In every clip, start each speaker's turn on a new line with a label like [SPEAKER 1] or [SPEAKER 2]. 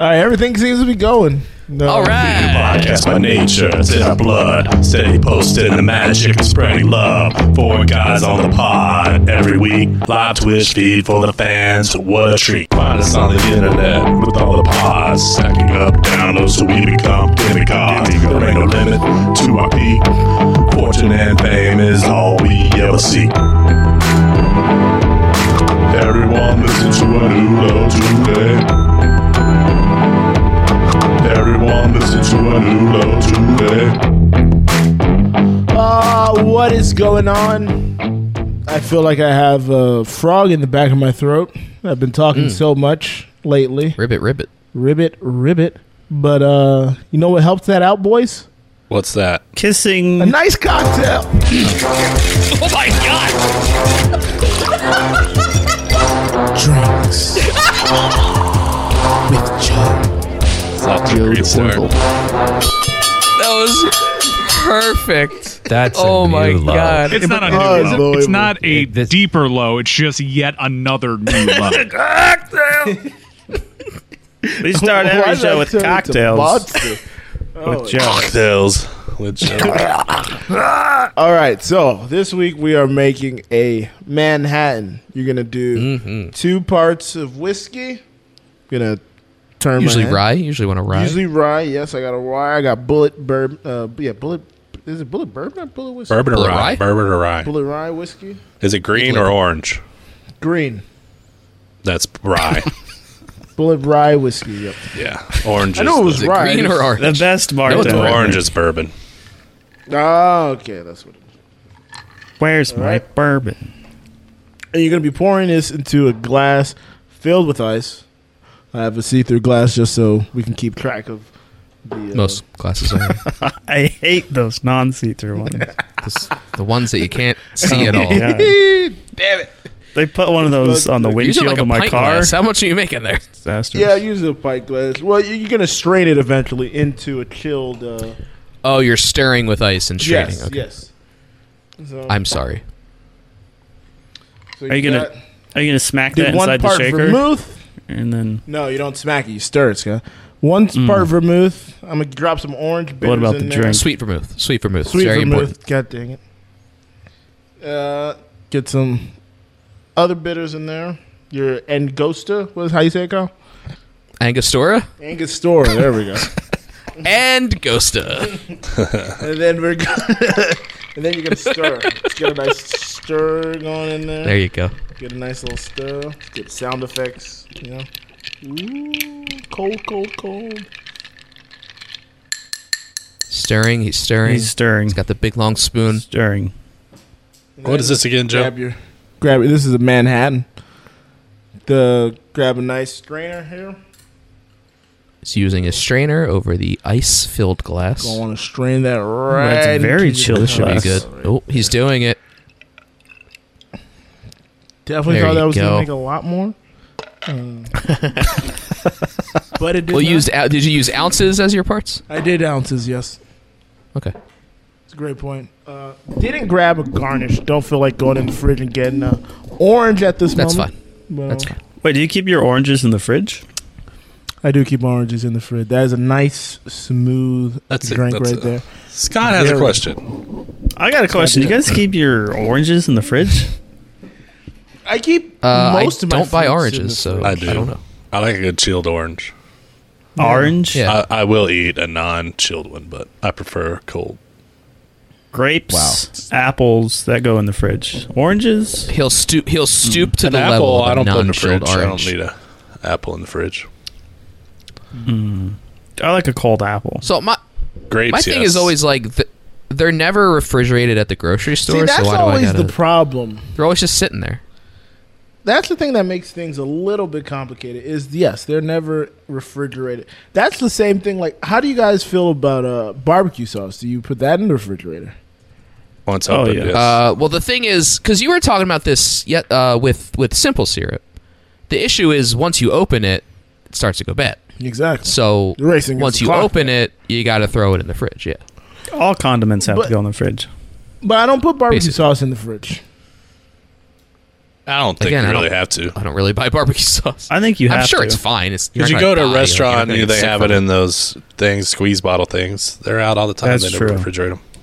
[SPEAKER 1] All right, everything seems to be going. No.
[SPEAKER 2] All right.
[SPEAKER 3] Podcast by nature, it's in our blood. Steady posting the magic and spreading love. Four guys on the pod every week. Live Twitch feed for the fans. What a treat. Find us on the internet with all the pods. Stacking up downloads so we become demigods. There ain't no limit to our peak. Fortune and fame is all we ever seek. Everyone listen to a noodle today. Everyone listen to a noodle today.
[SPEAKER 1] Uh, what is going on? I feel like I have a frog in the back of my throat. I've been talking
[SPEAKER 2] Mm.
[SPEAKER 1] so much lately.
[SPEAKER 2] Ribbit, ribbit.
[SPEAKER 1] Ribbit, ribbit. But uh, you know what helps that out, boys?
[SPEAKER 2] What's that?
[SPEAKER 1] A
[SPEAKER 4] kissing.
[SPEAKER 1] nice cocktail.
[SPEAKER 2] Oh my god!
[SPEAKER 1] Drinks with Joe.
[SPEAKER 2] It's not too great work. That was perfect.
[SPEAKER 5] That's
[SPEAKER 2] oh
[SPEAKER 5] a
[SPEAKER 2] my
[SPEAKER 5] new love.
[SPEAKER 2] god.
[SPEAKER 6] It's not a new low. It's not a
[SPEAKER 5] This-
[SPEAKER 6] deeper low. It's just yet another new low.
[SPEAKER 4] We start every show with cocktails.
[SPEAKER 1] Oh,
[SPEAKER 4] With Joe.
[SPEAKER 3] Cocktails.
[SPEAKER 1] All right, so this week we are making a Manhattan. You're gonna do
[SPEAKER 4] Mm-hmm.
[SPEAKER 1] two parts of whiskey. gonna turn my
[SPEAKER 2] Usually
[SPEAKER 1] hand.
[SPEAKER 2] rye. Usually want to rye.
[SPEAKER 1] Usually rye. Yes, I got a rye. I got bullet bourbon. Uh, yeah, bullet. Is it bullet bourbon or bullet whiskey?
[SPEAKER 3] Bourbon or
[SPEAKER 2] Bullet
[SPEAKER 3] rye?
[SPEAKER 2] rye?
[SPEAKER 3] Bourbon or rye?
[SPEAKER 1] Bullet rye whiskey.
[SPEAKER 3] Is it green or orange?
[SPEAKER 1] Green.
[SPEAKER 3] That's rye.
[SPEAKER 1] Bullet rye whiskey. Yep.
[SPEAKER 3] yeah. Orange
[SPEAKER 1] I
[SPEAKER 3] is,
[SPEAKER 1] knew it
[SPEAKER 2] Is
[SPEAKER 1] was
[SPEAKER 2] it
[SPEAKER 1] rye.
[SPEAKER 2] green or orange?
[SPEAKER 4] The best
[SPEAKER 2] it's
[SPEAKER 3] the-
[SPEAKER 4] bartender.
[SPEAKER 3] orange is bourbon.
[SPEAKER 1] Ah, okay, that's what. it is.
[SPEAKER 4] Where's my
[SPEAKER 1] right.
[SPEAKER 4] bourbon?
[SPEAKER 1] And you're gonna be pouring this into a glass filled with ice. I have a see-through glass just so we can keep track of the uh,
[SPEAKER 2] Most classes are
[SPEAKER 4] I hate those non-see-through ones.
[SPEAKER 2] this- the ones that you can't see at all.
[SPEAKER 4] Yeah. They put one of those on the
[SPEAKER 2] Usually
[SPEAKER 4] windshield
[SPEAKER 2] like a
[SPEAKER 4] of my
[SPEAKER 2] pint
[SPEAKER 4] car.
[SPEAKER 2] glass. How much are you making there?
[SPEAKER 4] Disaster.
[SPEAKER 1] Yeah, use a pint glass. Well, you- you're gonna strain it eventually into a chilled. Uh,
[SPEAKER 2] Oh, you're stirring with ice and shading.
[SPEAKER 1] yes,
[SPEAKER 2] okay.
[SPEAKER 1] yes. So,
[SPEAKER 2] I'm sorry.
[SPEAKER 1] so
[SPEAKER 4] Are you
[SPEAKER 1] got-
[SPEAKER 4] gonna Are you gonna smack that
[SPEAKER 1] did one
[SPEAKER 4] inside the
[SPEAKER 1] part
[SPEAKER 4] shaker?
[SPEAKER 1] vermouth?
[SPEAKER 4] And then
[SPEAKER 1] No, you don't smack it. You stir it, Scott. One part vermouth. I'm gonna drop some orange bitters
[SPEAKER 4] about
[SPEAKER 1] in
[SPEAKER 4] the
[SPEAKER 1] there.
[SPEAKER 4] drink?
[SPEAKER 2] Sweet vermouth. Sweet vermouth.
[SPEAKER 1] Sweet
[SPEAKER 2] Very
[SPEAKER 1] vermouth.
[SPEAKER 2] important.
[SPEAKER 1] God dang it. Uh, get some other bitters in there. Your Angosta. What is how you say it, Kyle?
[SPEAKER 2] Angostura
[SPEAKER 1] Angostura. There we go.
[SPEAKER 2] and Ghosta.
[SPEAKER 1] and then we're gonna, and then you're gonna stir. Let's get a nice stir going in there.
[SPEAKER 2] There you go.
[SPEAKER 1] Get a nice little stir. Let's Get sound effects. You know. Ooh, cold, cold, cold.
[SPEAKER 2] Stirring. He's stirring.
[SPEAKER 4] he's stirring.
[SPEAKER 2] He's got the big long spoon.
[SPEAKER 4] Stirring.
[SPEAKER 3] What is this again, Joe?
[SPEAKER 1] Grab your, grab. This is a Manhattan. The grab a nice strainer here.
[SPEAKER 2] He's using a strainer over the ice-filled glass.
[SPEAKER 1] Gonna want to strain that right.
[SPEAKER 4] it's
[SPEAKER 1] into
[SPEAKER 4] very
[SPEAKER 1] your
[SPEAKER 4] chilled
[SPEAKER 1] glass.
[SPEAKER 2] Should be
[SPEAKER 4] Glass.
[SPEAKER 2] good. Oh, he's doing it.
[SPEAKER 1] Definitely
[SPEAKER 2] There
[SPEAKER 1] thought that
[SPEAKER 2] you
[SPEAKER 1] was
[SPEAKER 2] go.
[SPEAKER 1] gonna make a lot more. Um, but it did.
[SPEAKER 2] Well,
[SPEAKER 1] not.
[SPEAKER 2] you used ou- did you use ounces as your parts?
[SPEAKER 1] I did ounces. Yes,
[SPEAKER 2] Okay.
[SPEAKER 1] it's a great point. Uh, didn't grab a garnish. Don't feel like going in the fridge and getting a orange at this
[SPEAKER 2] That's
[SPEAKER 1] moment.
[SPEAKER 2] fine.
[SPEAKER 1] Well,
[SPEAKER 2] That's fine.
[SPEAKER 4] Wait, do you keep your oranges in the fridge?
[SPEAKER 1] I do keep oranges in the fridge. That is a nice, smooth
[SPEAKER 3] That's it.
[SPEAKER 1] drink
[SPEAKER 3] That's
[SPEAKER 1] right
[SPEAKER 3] it.
[SPEAKER 1] there.
[SPEAKER 3] Scott has
[SPEAKER 1] Very-
[SPEAKER 3] a question.
[SPEAKER 4] I got a question. You guys keep your oranges in the fridge?
[SPEAKER 1] I keep
[SPEAKER 2] Uh, I
[SPEAKER 1] most of my
[SPEAKER 2] don't
[SPEAKER 1] fruits
[SPEAKER 2] buy
[SPEAKER 1] in
[SPEAKER 2] oranges,
[SPEAKER 1] the
[SPEAKER 2] so
[SPEAKER 1] fridge.
[SPEAKER 3] I do.
[SPEAKER 2] I don't know.
[SPEAKER 3] I like a good chilled orange.
[SPEAKER 4] Orange,
[SPEAKER 2] Yeah.
[SPEAKER 3] I, I will eat a non chilled one, but I prefer cold.
[SPEAKER 4] grapes, apples that go in the fridge. Oranges.
[SPEAKER 2] He'll stoop. He'll stoop to
[SPEAKER 3] Mm. An
[SPEAKER 2] the level
[SPEAKER 3] apple,
[SPEAKER 2] of
[SPEAKER 3] I
[SPEAKER 2] a
[SPEAKER 3] don't put in the
[SPEAKER 2] non-chilled
[SPEAKER 3] fridge. I don't
[SPEAKER 2] orange.
[SPEAKER 3] need a apple in the fridge.
[SPEAKER 4] I like a cold apple.
[SPEAKER 2] so my
[SPEAKER 3] Grapes.
[SPEAKER 2] my thing
[SPEAKER 3] yes.
[SPEAKER 2] is always like th- they're never refrigerated at the grocery
[SPEAKER 1] See,
[SPEAKER 2] store. so
[SPEAKER 1] that's
[SPEAKER 2] why do I
[SPEAKER 1] always
[SPEAKER 2] gotta?
[SPEAKER 1] the problem.
[SPEAKER 2] they're always just sitting there.
[SPEAKER 1] That's the thing that makes things a little bit complicated. Is yes, they're never refrigerated. That's the same thing. Like, how do you guys feel about uh, barbecue sauce? Do you put that in the refrigerator?
[SPEAKER 3] once
[SPEAKER 4] Oh,
[SPEAKER 3] opened.
[SPEAKER 4] yeah.
[SPEAKER 3] yes.
[SPEAKER 2] Uh, well, the thing is, because you were talking about this yet uh, with with simple syrup. The issue is once you open it, it starts to go bad.
[SPEAKER 1] Exactly.
[SPEAKER 2] So
[SPEAKER 1] You're racing against
[SPEAKER 2] once
[SPEAKER 1] the
[SPEAKER 2] you
[SPEAKER 1] clock.
[SPEAKER 2] open it, you got to throw it in the fridge. Yeah.
[SPEAKER 4] All condiments have
[SPEAKER 1] But-
[SPEAKER 4] to go in the fridge.
[SPEAKER 1] But I don't put barbecue
[SPEAKER 2] Basically.
[SPEAKER 1] sauce in the fridge.
[SPEAKER 7] I don't think
[SPEAKER 2] Again, I
[SPEAKER 7] you really
[SPEAKER 2] don't-
[SPEAKER 7] have to.
[SPEAKER 2] I don't really buy barbecue sauce.
[SPEAKER 4] I think you have
[SPEAKER 2] I'm sure
[SPEAKER 4] to.
[SPEAKER 2] it's fine. It's you're
[SPEAKER 7] Because you
[SPEAKER 2] not
[SPEAKER 7] go
[SPEAKER 2] gonna die,
[SPEAKER 7] to a
[SPEAKER 2] like,
[SPEAKER 7] restaurant
[SPEAKER 2] you're
[SPEAKER 7] and
[SPEAKER 2] not
[SPEAKER 7] they
[SPEAKER 2] gonna
[SPEAKER 7] have
[SPEAKER 2] get
[SPEAKER 7] it
[SPEAKER 2] sick
[SPEAKER 7] in those things, squeeze bottle things. They're out all the time.
[SPEAKER 4] That's
[SPEAKER 7] they
[SPEAKER 4] true.
[SPEAKER 7] don't refrigerate them.
[SPEAKER 2] from it.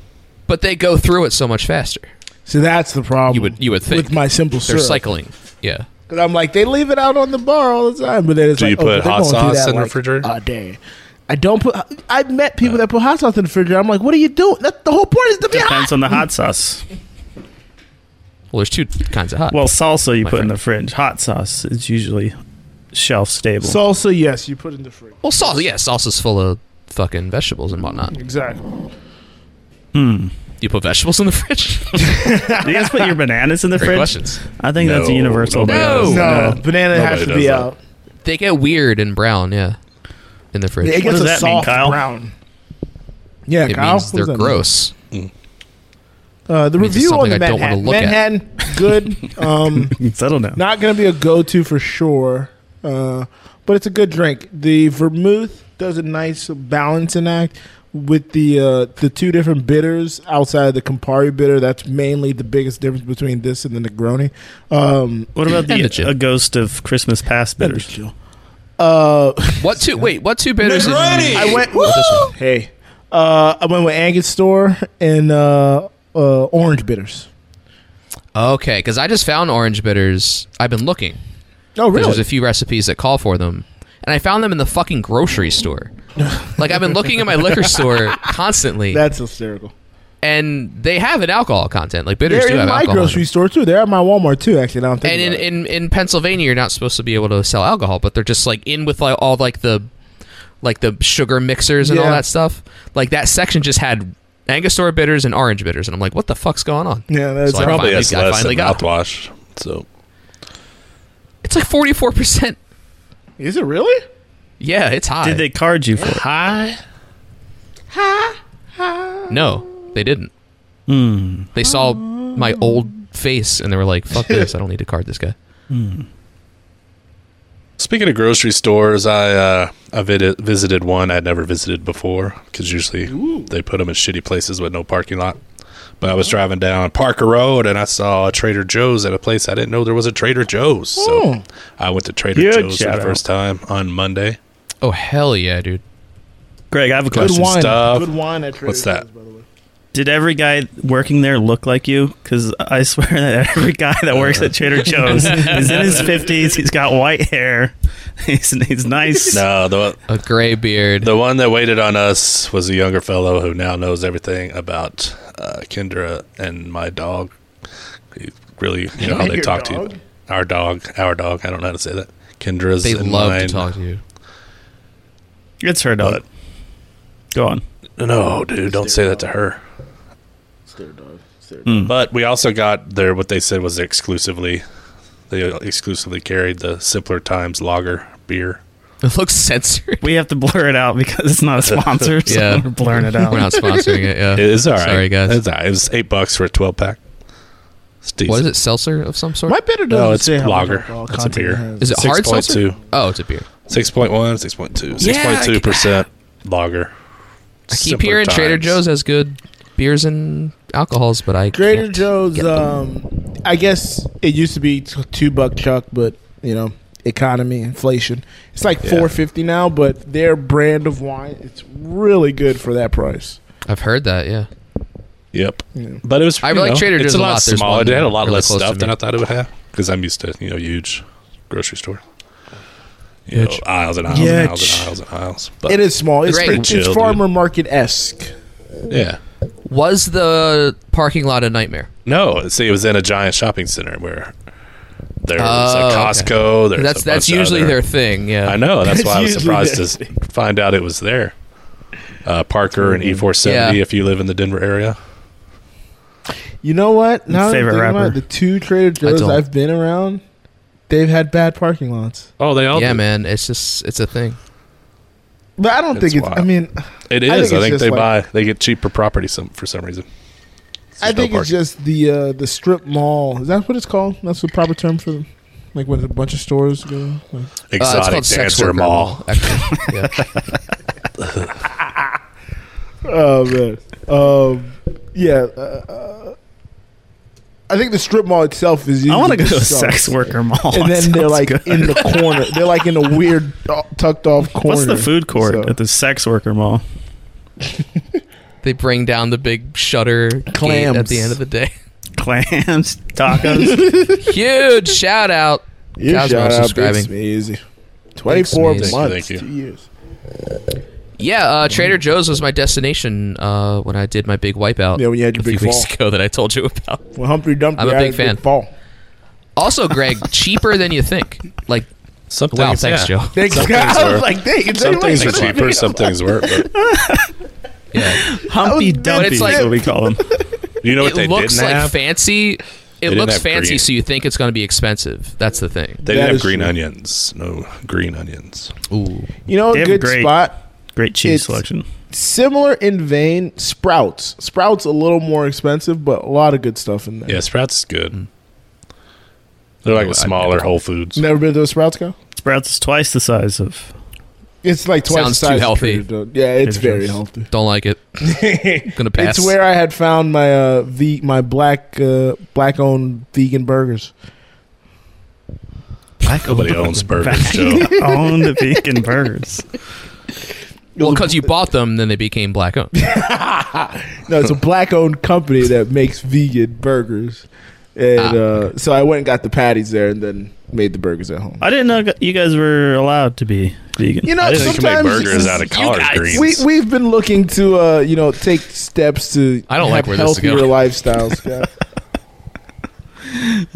[SPEAKER 2] But they go through it so much faster.
[SPEAKER 1] So that's the problem.
[SPEAKER 2] You would you would think
[SPEAKER 1] with my simple
[SPEAKER 2] they're
[SPEAKER 1] syrup.
[SPEAKER 2] cycling. Yeah.
[SPEAKER 1] Because I'm like, they leave it out on the bar all the time, but then it's
[SPEAKER 7] Do
[SPEAKER 1] like,
[SPEAKER 7] you
[SPEAKER 1] oh, but
[SPEAKER 7] put
[SPEAKER 1] they're
[SPEAKER 7] hot
[SPEAKER 1] going through
[SPEAKER 7] sauce
[SPEAKER 1] that,
[SPEAKER 7] in the
[SPEAKER 1] like,
[SPEAKER 7] refrigerator?
[SPEAKER 1] all day. I don't put. I've met people that put hot sauce in the refrigerator. I'm like, what are you doing? That, the whole point is to be hot.
[SPEAKER 4] Depends on the hot sauce.
[SPEAKER 2] Well, there's two kinds of hot.
[SPEAKER 4] Well, salsa you
[SPEAKER 2] My
[SPEAKER 4] put in
[SPEAKER 2] friend.
[SPEAKER 4] the fridge. Hot sauce is usually shelf stable.
[SPEAKER 1] Salsa, yes, you put in the fridge.
[SPEAKER 2] well, salsa. Yeah, salsa's full of fucking vegetables and whatnot.
[SPEAKER 1] Exactly.
[SPEAKER 2] You put vegetables in the fridge.
[SPEAKER 4] Do you guys put your bananas in the
[SPEAKER 2] Great
[SPEAKER 4] fridge?
[SPEAKER 2] questions.
[SPEAKER 4] I think that's a
[SPEAKER 7] No,
[SPEAKER 4] universal.
[SPEAKER 7] nobody
[SPEAKER 2] No.
[SPEAKER 4] no.
[SPEAKER 2] does.
[SPEAKER 1] No, banana
[SPEAKER 7] Nobody
[SPEAKER 1] has to
[SPEAKER 7] does
[SPEAKER 1] be
[SPEAKER 7] that.
[SPEAKER 1] out.
[SPEAKER 2] They get weird and brown. Yeah, in the fridge.
[SPEAKER 1] It gets
[SPEAKER 4] does
[SPEAKER 1] a
[SPEAKER 4] that mean,
[SPEAKER 1] soft
[SPEAKER 4] Kyle?
[SPEAKER 1] brown. Yeah,
[SPEAKER 2] it
[SPEAKER 1] Kyle,
[SPEAKER 2] means
[SPEAKER 1] what
[SPEAKER 2] they're
[SPEAKER 1] does that mean?
[SPEAKER 2] gross.
[SPEAKER 1] Uh, the
[SPEAKER 2] means it's
[SPEAKER 1] review on
[SPEAKER 2] something
[SPEAKER 1] the
[SPEAKER 2] I don't wanna
[SPEAKER 1] Manhattan,
[SPEAKER 2] look at.
[SPEAKER 1] Manhattan good. Um,
[SPEAKER 4] Settle down.
[SPEAKER 1] not going to be a go-to for sure, uh, but it's a good drink. The vermouth does a nice balancing act with the uh, the two different bitters outside of the Campari bitter. That's mainly the biggest difference between this and the Negroni. Um,
[SPEAKER 4] What about
[SPEAKER 2] And
[SPEAKER 4] the,
[SPEAKER 2] the gin.
[SPEAKER 4] a ghost of Christmas past bitters?
[SPEAKER 1] uh,
[SPEAKER 2] What two? Wait, what two bitters? did you-
[SPEAKER 1] I went. Hey, uh, I went with Angus Store and uh, uh, orange bitters.
[SPEAKER 2] Okay, because I just found orange bitters. I've been looking.
[SPEAKER 1] Oh,
[SPEAKER 2] 'cause
[SPEAKER 1] really?
[SPEAKER 2] There's a few recipes that call for them, and I found them in the fucking grocery store. like I've been looking at my liquor store constantly,
[SPEAKER 1] That's hysterical.
[SPEAKER 2] and they have an alcohol content. Like bitters
[SPEAKER 1] They're
[SPEAKER 2] do
[SPEAKER 1] in
[SPEAKER 2] have
[SPEAKER 1] my
[SPEAKER 2] alcohol. in
[SPEAKER 1] grocery
[SPEAKER 2] them.
[SPEAKER 1] store too. They're at my Walmart too. Actually, now I'm thinking
[SPEAKER 2] and in,
[SPEAKER 1] about it.
[SPEAKER 2] in in Pennsylvania, you're not supposed to be able to sell alcohol, but they're just like in with like all like the like the sugar mixers and all
[SPEAKER 1] Yeah.
[SPEAKER 2] that stuff. Like that section just had Angostura bitters and orange bitters, and I'm like, what the fuck's going on?
[SPEAKER 1] yeah, that's
[SPEAKER 2] So I
[SPEAKER 1] right.
[SPEAKER 7] Probably
[SPEAKER 2] finally-
[SPEAKER 7] has
[SPEAKER 2] I
[SPEAKER 7] less
[SPEAKER 2] finally
[SPEAKER 7] than
[SPEAKER 2] got
[SPEAKER 7] mouthwash. So
[SPEAKER 2] It's like 44 percent.
[SPEAKER 1] is it really?
[SPEAKER 2] Yeah, it's high.
[SPEAKER 4] Did they card you for it?
[SPEAKER 7] high.
[SPEAKER 2] No, they didn't.
[SPEAKER 1] Hmm.
[SPEAKER 2] They saw my old face and they were like, "Fuck this! I don't need to card this guy."
[SPEAKER 7] Speaking of grocery stores, I uh, I vid- visited one I'd never visited before because usually they put them in shitty places with no parking lot. But I was driving down Parker Road and I saw a Trader Joe's at a place I didn't know there was a Trader Joe's. So
[SPEAKER 1] Oh.
[SPEAKER 7] I went to Trader
[SPEAKER 4] Huge
[SPEAKER 7] Joe's for the
[SPEAKER 4] shout out.
[SPEAKER 7] first time on Monday.
[SPEAKER 2] Oh hell yeah, dude!
[SPEAKER 4] Greg, I have a
[SPEAKER 1] Good
[SPEAKER 4] question.
[SPEAKER 1] wine.
[SPEAKER 7] stuff.
[SPEAKER 1] Good wine at Trader
[SPEAKER 7] What's that?
[SPEAKER 1] Joe's, by the way.
[SPEAKER 4] Did every guy working there look like you? Because I swear that every guy that works at Trader Joe's is in his fifties. He's got white hair. He's he's nice.
[SPEAKER 7] No, the
[SPEAKER 2] A gray beard.
[SPEAKER 7] the one that waited on us was a younger fellow who now knows everything about uh, Kendra and my dog. He really, you know how they
[SPEAKER 1] Your
[SPEAKER 7] talk
[SPEAKER 1] dog?
[SPEAKER 7] to you. Our dog, our dog. I don't know how to say that. Kendra's
[SPEAKER 2] They
[SPEAKER 7] and
[SPEAKER 2] love
[SPEAKER 7] mine.
[SPEAKER 2] to talk to you.
[SPEAKER 4] It's her dog. Go on.
[SPEAKER 7] No, dude, don't say that to her.
[SPEAKER 2] Hmm.
[SPEAKER 7] But we also got their what they said was exclusively they exclusively carried the simpler times lager beer.
[SPEAKER 2] It looks censored.
[SPEAKER 4] We have to blur it out because it's not a sponsor. So
[SPEAKER 2] Yeah.
[SPEAKER 4] we're blurring it out.
[SPEAKER 2] We're not sponsoring it. Yeah,
[SPEAKER 7] It is all right.
[SPEAKER 2] Uh, Sorry, guys.
[SPEAKER 7] It's all right. It was eight bucks for a twelve pack. It's decent.
[SPEAKER 2] What is it? Seltzer of some sort?
[SPEAKER 1] My bitter
[SPEAKER 7] No,
[SPEAKER 1] doesn't
[SPEAKER 7] it's
[SPEAKER 1] say how much
[SPEAKER 7] lager.
[SPEAKER 1] alcohol
[SPEAKER 7] It's a
[SPEAKER 1] content
[SPEAKER 7] beer.
[SPEAKER 1] it has.
[SPEAKER 2] Is it hard seltzer?
[SPEAKER 7] 6.2.
[SPEAKER 2] Oh, it's a beer.
[SPEAKER 7] 6.1, 6.2, 6.2 percent lager.
[SPEAKER 2] I keep hearing Trader Joe's has good beers and alcohols, but I
[SPEAKER 1] Trader
[SPEAKER 2] can't
[SPEAKER 1] Joe's.
[SPEAKER 2] get them.
[SPEAKER 1] Um, I guess it used to be t- two buck chuck, but you know, economy, inflation. It's like
[SPEAKER 7] Yeah.
[SPEAKER 1] four fifty now, but their brand of wine, it's really good for that price.
[SPEAKER 2] I've heard that. Yeah,
[SPEAKER 7] Yep.
[SPEAKER 1] Yeah.
[SPEAKER 7] But it was.
[SPEAKER 2] I
[SPEAKER 7] you
[SPEAKER 2] like
[SPEAKER 7] know,
[SPEAKER 2] Trader
[SPEAKER 7] it's
[SPEAKER 2] Joe's
[SPEAKER 7] a
[SPEAKER 2] a
[SPEAKER 7] lot,
[SPEAKER 2] lot. There's
[SPEAKER 7] smaller.
[SPEAKER 2] one
[SPEAKER 7] They had a lot
[SPEAKER 2] really
[SPEAKER 7] less
[SPEAKER 2] close to
[SPEAKER 7] stuff than
[SPEAKER 2] me.
[SPEAKER 7] I thought it would have because I'm used to you know huge grocery store. You
[SPEAKER 2] Huge.
[SPEAKER 7] know, aisles and aisles and aisles
[SPEAKER 1] Huge.
[SPEAKER 7] and aisles and aisles. But
[SPEAKER 1] It is small. It's
[SPEAKER 2] Great.
[SPEAKER 1] pretty,
[SPEAKER 7] Chill,
[SPEAKER 1] it's
[SPEAKER 7] dude.
[SPEAKER 1] farmer market esque.
[SPEAKER 7] yeah.
[SPEAKER 2] was the parking lot a nightmare?
[SPEAKER 7] No, see, it was in a giant shopping center where there's
[SPEAKER 2] Oh,
[SPEAKER 7] a
[SPEAKER 2] okay.
[SPEAKER 7] Costco. There's
[SPEAKER 2] That's
[SPEAKER 7] a
[SPEAKER 2] that's
[SPEAKER 7] bunch of
[SPEAKER 2] usually
[SPEAKER 7] other-
[SPEAKER 2] their thing. Yeah,
[SPEAKER 7] I know. That's,
[SPEAKER 1] That's
[SPEAKER 7] why I was
[SPEAKER 1] usually
[SPEAKER 7] surprised to
[SPEAKER 1] their
[SPEAKER 7] s- find out it was there. Uh, Parker and E470
[SPEAKER 2] Yeah.
[SPEAKER 7] if you live in the Denver area.
[SPEAKER 1] You know what? Now that I'm
[SPEAKER 4] Favorite
[SPEAKER 1] thinking about it,
[SPEAKER 4] rapper.
[SPEAKER 1] the two Trader Joe's
[SPEAKER 2] don't.
[SPEAKER 1] I've been around, they've had bad parking lots.
[SPEAKER 7] Oh, they all
[SPEAKER 2] yeah,
[SPEAKER 7] do.
[SPEAKER 2] man. It's just it's a thing.
[SPEAKER 1] But I don't
[SPEAKER 7] It's
[SPEAKER 1] think it's. I
[SPEAKER 7] wild.
[SPEAKER 1] mean,
[SPEAKER 7] It
[SPEAKER 1] I
[SPEAKER 7] is.
[SPEAKER 1] think
[SPEAKER 7] I
[SPEAKER 1] it's
[SPEAKER 7] think,
[SPEAKER 1] just
[SPEAKER 7] they
[SPEAKER 1] like-
[SPEAKER 7] buy. They get cheaper property some for some reason.
[SPEAKER 1] I
[SPEAKER 7] There's no
[SPEAKER 1] think it's
[SPEAKER 7] parking.
[SPEAKER 1] just the uh, the strip mall. Is that what it's called? That's the proper term for them. Like when a bunch of stores go. Like,
[SPEAKER 2] Uh, it's
[SPEAKER 7] exotic
[SPEAKER 2] called Sex
[SPEAKER 7] dancer
[SPEAKER 2] Worker
[SPEAKER 7] mall.
[SPEAKER 2] actually. Yeah.
[SPEAKER 1] oh man. Um, yeah. Uh, uh, I think the strip mall itself is.
[SPEAKER 4] I want to
[SPEAKER 1] usually
[SPEAKER 4] go to a
[SPEAKER 1] just sucks.
[SPEAKER 4] sex worker mall.
[SPEAKER 1] And then
[SPEAKER 4] That
[SPEAKER 1] they're
[SPEAKER 4] sounds
[SPEAKER 1] like
[SPEAKER 4] good.
[SPEAKER 1] in the corner. They're like in a weird uh, tucked off corner.
[SPEAKER 4] What's the food court
[SPEAKER 1] So-
[SPEAKER 4] at the sex worker mall?
[SPEAKER 2] They bring down the big shutter
[SPEAKER 1] Clams.
[SPEAKER 2] gate at the end of the day.
[SPEAKER 4] Clams, tacos.
[SPEAKER 2] Huge shout out.
[SPEAKER 1] Your
[SPEAKER 2] Cosmo
[SPEAKER 1] shout out
[SPEAKER 2] subscribing.
[SPEAKER 1] beats me easy. Twenty four
[SPEAKER 2] me easy.
[SPEAKER 1] months.
[SPEAKER 7] Thank you.
[SPEAKER 1] Two years.
[SPEAKER 2] Yeah, uh, Trader Joe's was my destination uh, when I did my big wipeout.
[SPEAKER 1] Yeah, when you had your
[SPEAKER 2] a few
[SPEAKER 1] big
[SPEAKER 2] weeks
[SPEAKER 1] fall.
[SPEAKER 2] ago that I told you about.
[SPEAKER 1] Well, Humphrey Dumpty.
[SPEAKER 2] I'm a
[SPEAKER 1] had
[SPEAKER 2] big fan.
[SPEAKER 1] fall.
[SPEAKER 2] Also, Greg, cheaper than you think. Like,
[SPEAKER 7] Something.
[SPEAKER 2] wow, thanks, Joe.
[SPEAKER 1] Thanks,
[SPEAKER 7] Some
[SPEAKER 1] God.
[SPEAKER 7] things
[SPEAKER 1] I
[SPEAKER 7] were-
[SPEAKER 1] was like, dang, it's
[SPEAKER 7] Some things are
[SPEAKER 1] like-
[SPEAKER 7] cheaper, some things weren't. But
[SPEAKER 2] Yeah.
[SPEAKER 4] Humpy
[SPEAKER 1] But
[SPEAKER 4] Dumpty
[SPEAKER 2] it's
[SPEAKER 4] is
[SPEAKER 2] like-
[SPEAKER 4] what we call them.
[SPEAKER 7] you know what
[SPEAKER 2] it
[SPEAKER 7] they
[SPEAKER 2] looks
[SPEAKER 7] didn't
[SPEAKER 2] like
[SPEAKER 7] have?
[SPEAKER 2] fancy. It
[SPEAKER 7] didn't
[SPEAKER 2] looks
[SPEAKER 7] have
[SPEAKER 2] fancy,
[SPEAKER 7] green.
[SPEAKER 2] so you think it's going to be expensive. That's the thing.
[SPEAKER 1] That
[SPEAKER 7] they didn't have
[SPEAKER 1] is
[SPEAKER 7] green
[SPEAKER 1] true.
[SPEAKER 7] onions. No green onions.
[SPEAKER 2] Ooh,
[SPEAKER 1] You know,
[SPEAKER 4] They
[SPEAKER 1] a
[SPEAKER 4] have a
[SPEAKER 1] good
[SPEAKER 4] great-
[SPEAKER 1] spot.
[SPEAKER 4] Great cheese
[SPEAKER 1] It's-
[SPEAKER 4] selection.
[SPEAKER 1] Similar in vein, Sprouts. Sprouts a little more expensive, but a lot of good stuff in there.
[SPEAKER 7] Yeah, Sprouts is
[SPEAKER 2] Mm.
[SPEAKER 7] good. They're like
[SPEAKER 2] Oh, I-
[SPEAKER 7] a smaller Whole Foods.
[SPEAKER 1] Never been to a Sprouts guy.
[SPEAKER 4] Sprouts is twice the size of.
[SPEAKER 1] It's like twice
[SPEAKER 2] Sounds
[SPEAKER 1] the
[SPEAKER 2] too
[SPEAKER 1] size of
[SPEAKER 2] healthy.
[SPEAKER 1] Trader Joe's. Yeah, it's
[SPEAKER 4] Trader
[SPEAKER 1] very
[SPEAKER 4] Joe's.
[SPEAKER 1] healthy.
[SPEAKER 2] don't like it. Gonna pass.
[SPEAKER 1] It's where I had found my uh ve- my black uh, black owned vegan burgers.
[SPEAKER 7] Nobody owns burgers, Joe.
[SPEAKER 4] Own the vegan burgers.
[SPEAKER 2] well, because you bought them, then they became black Oh, owned.
[SPEAKER 1] No, it's a black owned company that makes vegan burgers. And
[SPEAKER 2] Ah,
[SPEAKER 1] uh, so I went and got the patties there and then made the burgers at home.
[SPEAKER 4] I didn't know you guys were allowed to be vegan.
[SPEAKER 1] You know,
[SPEAKER 7] I didn't think you make
[SPEAKER 1] sometimes
[SPEAKER 7] burgers out of collard greens.
[SPEAKER 1] we we've been looking to uh, you know take steps to
[SPEAKER 2] I don't
[SPEAKER 1] have
[SPEAKER 2] like where this is
[SPEAKER 1] healthier lifestyles. guys.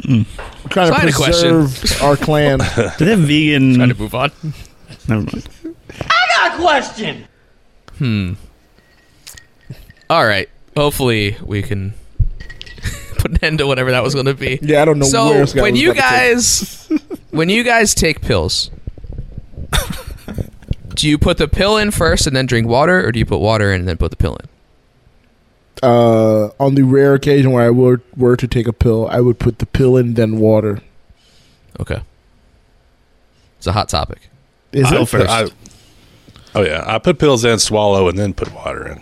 [SPEAKER 1] We're trying
[SPEAKER 2] So I had a
[SPEAKER 1] to
[SPEAKER 2] question.
[SPEAKER 1] preserve our clan.
[SPEAKER 4] Do they have vegan?
[SPEAKER 2] Trying to move on.
[SPEAKER 4] Never mind.
[SPEAKER 2] All right. Hopefully, we can put an end to whatever that was going to be.
[SPEAKER 1] Yeah, I don't know
[SPEAKER 2] so
[SPEAKER 1] where Scott
[SPEAKER 2] when
[SPEAKER 1] was
[SPEAKER 2] you
[SPEAKER 1] about to take-
[SPEAKER 2] guys when you guys take pills do you put the pill in first and then drink water or do you put water in and then put the pill in
[SPEAKER 1] uh, on the rare occasion where I were, were to take a pill, I would put the pill in then water.
[SPEAKER 2] okay it's a hot topic
[SPEAKER 1] Is
[SPEAKER 4] I'll
[SPEAKER 1] it?
[SPEAKER 4] first.
[SPEAKER 7] I- oh yeah, I put pills in, swallow, and then put water in.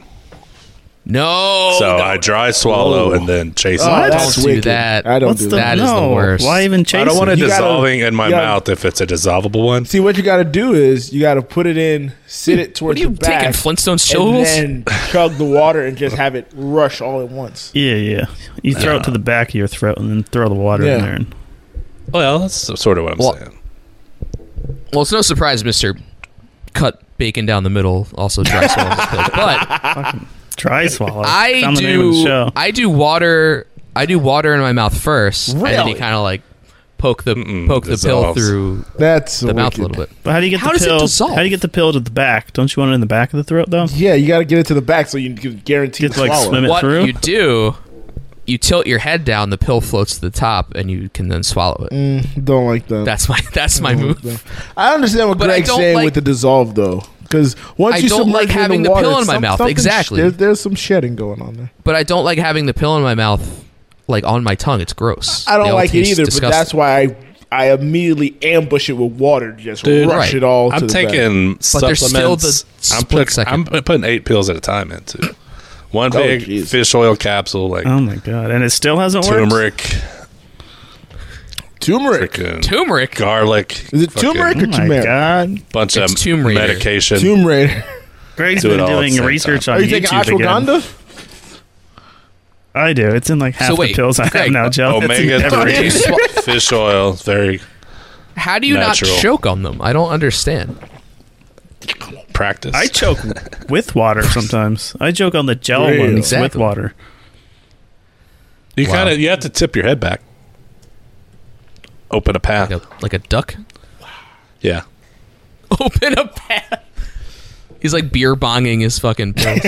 [SPEAKER 2] no
[SPEAKER 7] so
[SPEAKER 2] no,
[SPEAKER 7] I dry swallow and then chase.
[SPEAKER 1] Oh,
[SPEAKER 7] it.
[SPEAKER 4] What?
[SPEAKER 1] that's
[SPEAKER 2] Don't do
[SPEAKER 1] wicked.
[SPEAKER 2] that.
[SPEAKER 1] I don't
[SPEAKER 4] What's
[SPEAKER 1] do
[SPEAKER 4] the,
[SPEAKER 1] that.
[SPEAKER 2] that is the
[SPEAKER 4] no,
[SPEAKER 2] worst.
[SPEAKER 4] Why even chase?
[SPEAKER 7] I don't want it
[SPEAKER 4] it.
[SPEAKER 1] You gotta-
[SPEAKER 7] dissolving in my
[SPEAKER 1] you gotta-
[SPEAKER 7] mouth if it's a dissolvable one.
[SPEAKER 1] See what you got to do is you got to put it in, sit it
[SPEAKER 2] what
[SPEAKER 1] towards
[SPEAKER 2] are you
[SPEAKER 1] the back,
[SPEAKER 2] taking flintstone
[SPEAKER 1] and
[SPEAKER 2] syllables
[SPEAKER 1] then chug the water and just have it rush all at once.
[SPEAKER 4] Yeah, yeah. You throw it to the back of your throat and then throw the water
[SPEAKER 1] Yeah.
[SPEAKER 4] in there. And
[SPEAKER 7] Well, that's sort of what I'm
[SPEAKER 2] Well-
[SPEAKER 7] saying.
[SPEAKER 2] well it's no surprise mr cut bacon down the middle also dry swallow his pills but
[SPEAKER 4] dry swallow.
[SPEAKER 2] i
[SPEAKER 4] Found the name of the
[SPEAKER 2] do
[SPEAKER 4] show.
[SPEAKER 2] i do water i do water in my mouth first and then you
[SPEAKER 1] Really?
[SPEAKER 2] kind of like poke the
[SPEAKER 7] Mm-mm,
[SPEAKER 2] poke the pill
[SPEAKER 7] dissolves.
[SPEAKER 2] through
[SPEAKER 1] That's
[SPEAKER 2] the mouth a little bit
[SPEAKER 4] But how do you get
[SPEAKER 2] How
[SPEAKER 4] the
[SPEAKER 2] does it
[SPEAKER 4] pill?
[SPEAKER 2] dissolve?
[SPEAKER 4] How do you get the pill to the back? Don't you want it in the back of the throat though?
[SPEAKER 1] Yeah, you got to get it to the back so you can guarantee
[SPEAKER 4] You have to, like,
[SPEAKER 1] swallow.
[SPEAKER 4] swim it.
[SPEAKER 2] what
[SPEAKER 4] through?
[SPEAKER 2] you do you tilt your head down the pill floats to the top and you can then swallow it
[SPEAKER 1] Mm, Mm-hmm. don't like that.
[SPEAKER 2] that's my that's my move
[SPEAKER 1] I understand what
[SPEAKER 2] But I
[SPEAKER 1] Greg's
[SPEAKER 2] don't
[SPEAKER 1] saying
[SPEAKER 2] like-
[SPEAKER 1] with the dissolve though, because once
[SPEAKER 2] I
[SPEAKER 1] you
[SPEAKER 2] don't
[SPEAKER 1] submerge
[SPEAKER 2] like
[SPEAKER 1] it in
[SPEAKER 2] having
[SPEAKER 1] the,
[SPEAKER 2] the
[SPEAKER 1] water,
[SPEAKER 2] pill in my
[SPEAKER 1] some-
[SPEAKER 2] mouth.
[SPEAKER 1] something sh-
[SPEAKER 2] Exactly.
[SPEAKER 1] There's, there's some shedding going on there.
[SPEAKER 2] but i don't like having the pill in my mouth like on my tongue it's gross
[SPEAKER 1] I
[SPEAKER 2] They
[SPEAKER 1] don't
[SPEAKER 2] all
[SPEAKER 1] like it
[SPEAKER 2] taste
[SPEAKER 1] either, but that's
[SPEAKER 2] disgusting.
[SPEAKER 1] why I I immediately ambush it with water, to just
[SPEAKER 7] Dude,
[SPEAKER 1] rush
[SPEAKER 2] right.
[SPEAKER 1] it all. to the
[SPEAKER 7] I'm taking
[SPEAKER 2] But there's
[SPEAKER 7] supplements.
[SPEAKER 2] still the
[SPEAKER 7] I'm,
[SPEAKER 2] split
[SPEAKER 7] put-
[SPEAKER 2] second.
[SPEAKER 7] I'm pu- putting eight pills at a time into one
[SPEAKER 1] Oh,
[SPEAKER 7] big
[SPEAKER 1] jeez.
[SPEAKER 7] fish oil capsule, like
[SPEAKER 4] Oh my god! And it still hasn't worked.
[SPEAKER 7] turmeric,
[SPEAKER 1] back. turmeric.
[SPEAKER 7] freaking
[SPEAKER 2] turmeric
[SPEAKER 7] garlic.
[SPEAKER 1] Is it
[SPEAKER 7] fucking
[SPEAKER 1] turmeric?
[SPEAKER 4] Oh my
[SPEAKER 1] Turmeric.
[SPEAKER 4] god!
[SPEAKER 7] Bunch
[SPEAKER 2] It's
[SPEAKER 7] of
[SPEAKER 2] turmeric.
[SPEAKER 7] medication.
[SPEAKER 1] Turmeric.
[SPEAKER 4] Greg's
[SPEAKER 7] Do it
[SPEAKER 4] been
[SPEAKER 7] all at the
[SPEAKER 4] doing
[SPEAKER 7] same
[SPEAKER 4] research
[SPEAKER 7] time.
[SPEAKER 1] Are
[SPEAKER 4] on
[SPEAKER 1] you taking
[SPEAKER 4] YouTube again.
[SPEAKER 1] ashwagandha?
[SPEAKER 4] I do. It's in like half
[SPEAKER 2] wait,
[SPEAKER 4] the pills I
[SPEAKER 2] Greg,
[SPEAKER 4] have now,
[SPEAKER 7] Oh,
[SPEAKER 4] Joe. It's in
[SPEAKER 7] Omega
[SPEAKER 4] every-
[SPEAKER 2] Do you
[SPEAKER 7] three
[SPEAKER 2] swa-
[SPEAKER 7] fish oil. Very
[SPEAKER 2] how do you
[SPEAKER 7] Natural.
[SPEAKER 2] not choke on them i don't understand
[SPEAKER 7] practice.
[SPEAKER 4] I choke with water sometimes. I joke on the gel
[SPEAKER 1] Really?
[SPEAKER 4] ones with
[SPEAKER 2] Exactly.
[SPEAKER 4] water.
[SPEAKER 7] you
[SPEAKER 2] Wow.
[SPEAKER 7] kind of you have to tip your head back. Open a path.
[SPEAKER 2] like a, like a duck
[SPEAKER 7] Yeah.
[SPEAKER 2] open a path he's like beer bonging his fucking pills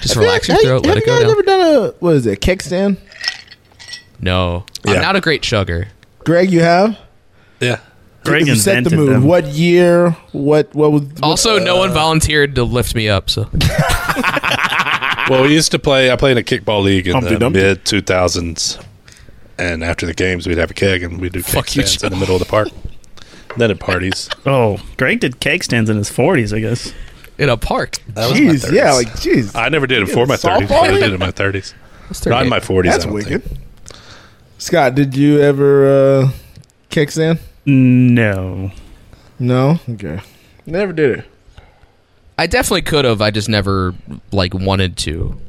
[SPEAKER 2] just relax your
[SPEAKER 1] Hey,
[SPEAKER 2] throat
[SPEAKER 1] have
[SPEAKER 2] let it
[SPEAKER 1] you
[SPEAKER 2] go
[SPEAKER 1] guys
[SPEAKER 2] down
[SPEAKER 1] ever done a what is it? Kickstand?
[SPEAKER 2] no
[SPEAKER 7] Yeah.
[SPEAKER 2] i'm not a great chugger
[SPEAKER 1] Greg, you have.
[SPEAKER 7] Yeah.
[SPEAKER 4] Greg
[SPEAKER 1] You set
[SPEAKER 4] invented
[SPEAKER 1] the move.
[SPEAKER 4] them.
[SPEAKER 1] What year? What? What was? what-
[SPEAKER 2] also no one volunteered to lift me up so
[SPEAKER 7] Well, we used to play. I played in a kickball league in
[SPEAKER 1] Humpty
[SPEAKER 7] the
[SPEAKER 1] Dumpty.
[SPEAKER 7] mid two thousands, and after the games, we'd have a keg and we'd do keg
[SPEAKER 2] Fuck you,
[SPEAKER 7] stands in the middle of the park. then at parties,
[SPEAKER 4] Oh, Greg did cake stands in his forties, I guess.
[SPEAKER 2] in a park
[SPEAKER 7] that was my
[SPEAKER 1] Jeez,
[SPEAKER 7] 30s.
[SPEAKER 1] yeah, like jeez.
[SPEAKER 7] I never did it before my
[SPEAKER 1] Softball
[SPEAKER 7] thirties. I
[SPEAKER 1] league?
[SPEAKER 7] did it in my thirties,
[SPEAKER 2] That's
[SPEAKER 7] not in
[SPEAKER 2] thirty-eight.
[SPEAKER 7] my forties.
[SPEAKER 1] That's wicked. Scott, did you ever uh, kickstand?
[SPEAKER 4] No.
[SPEAKER 1] No. Okay. Never did it.
[SPEAKER 2] I definitely could have. I just never like wanted to.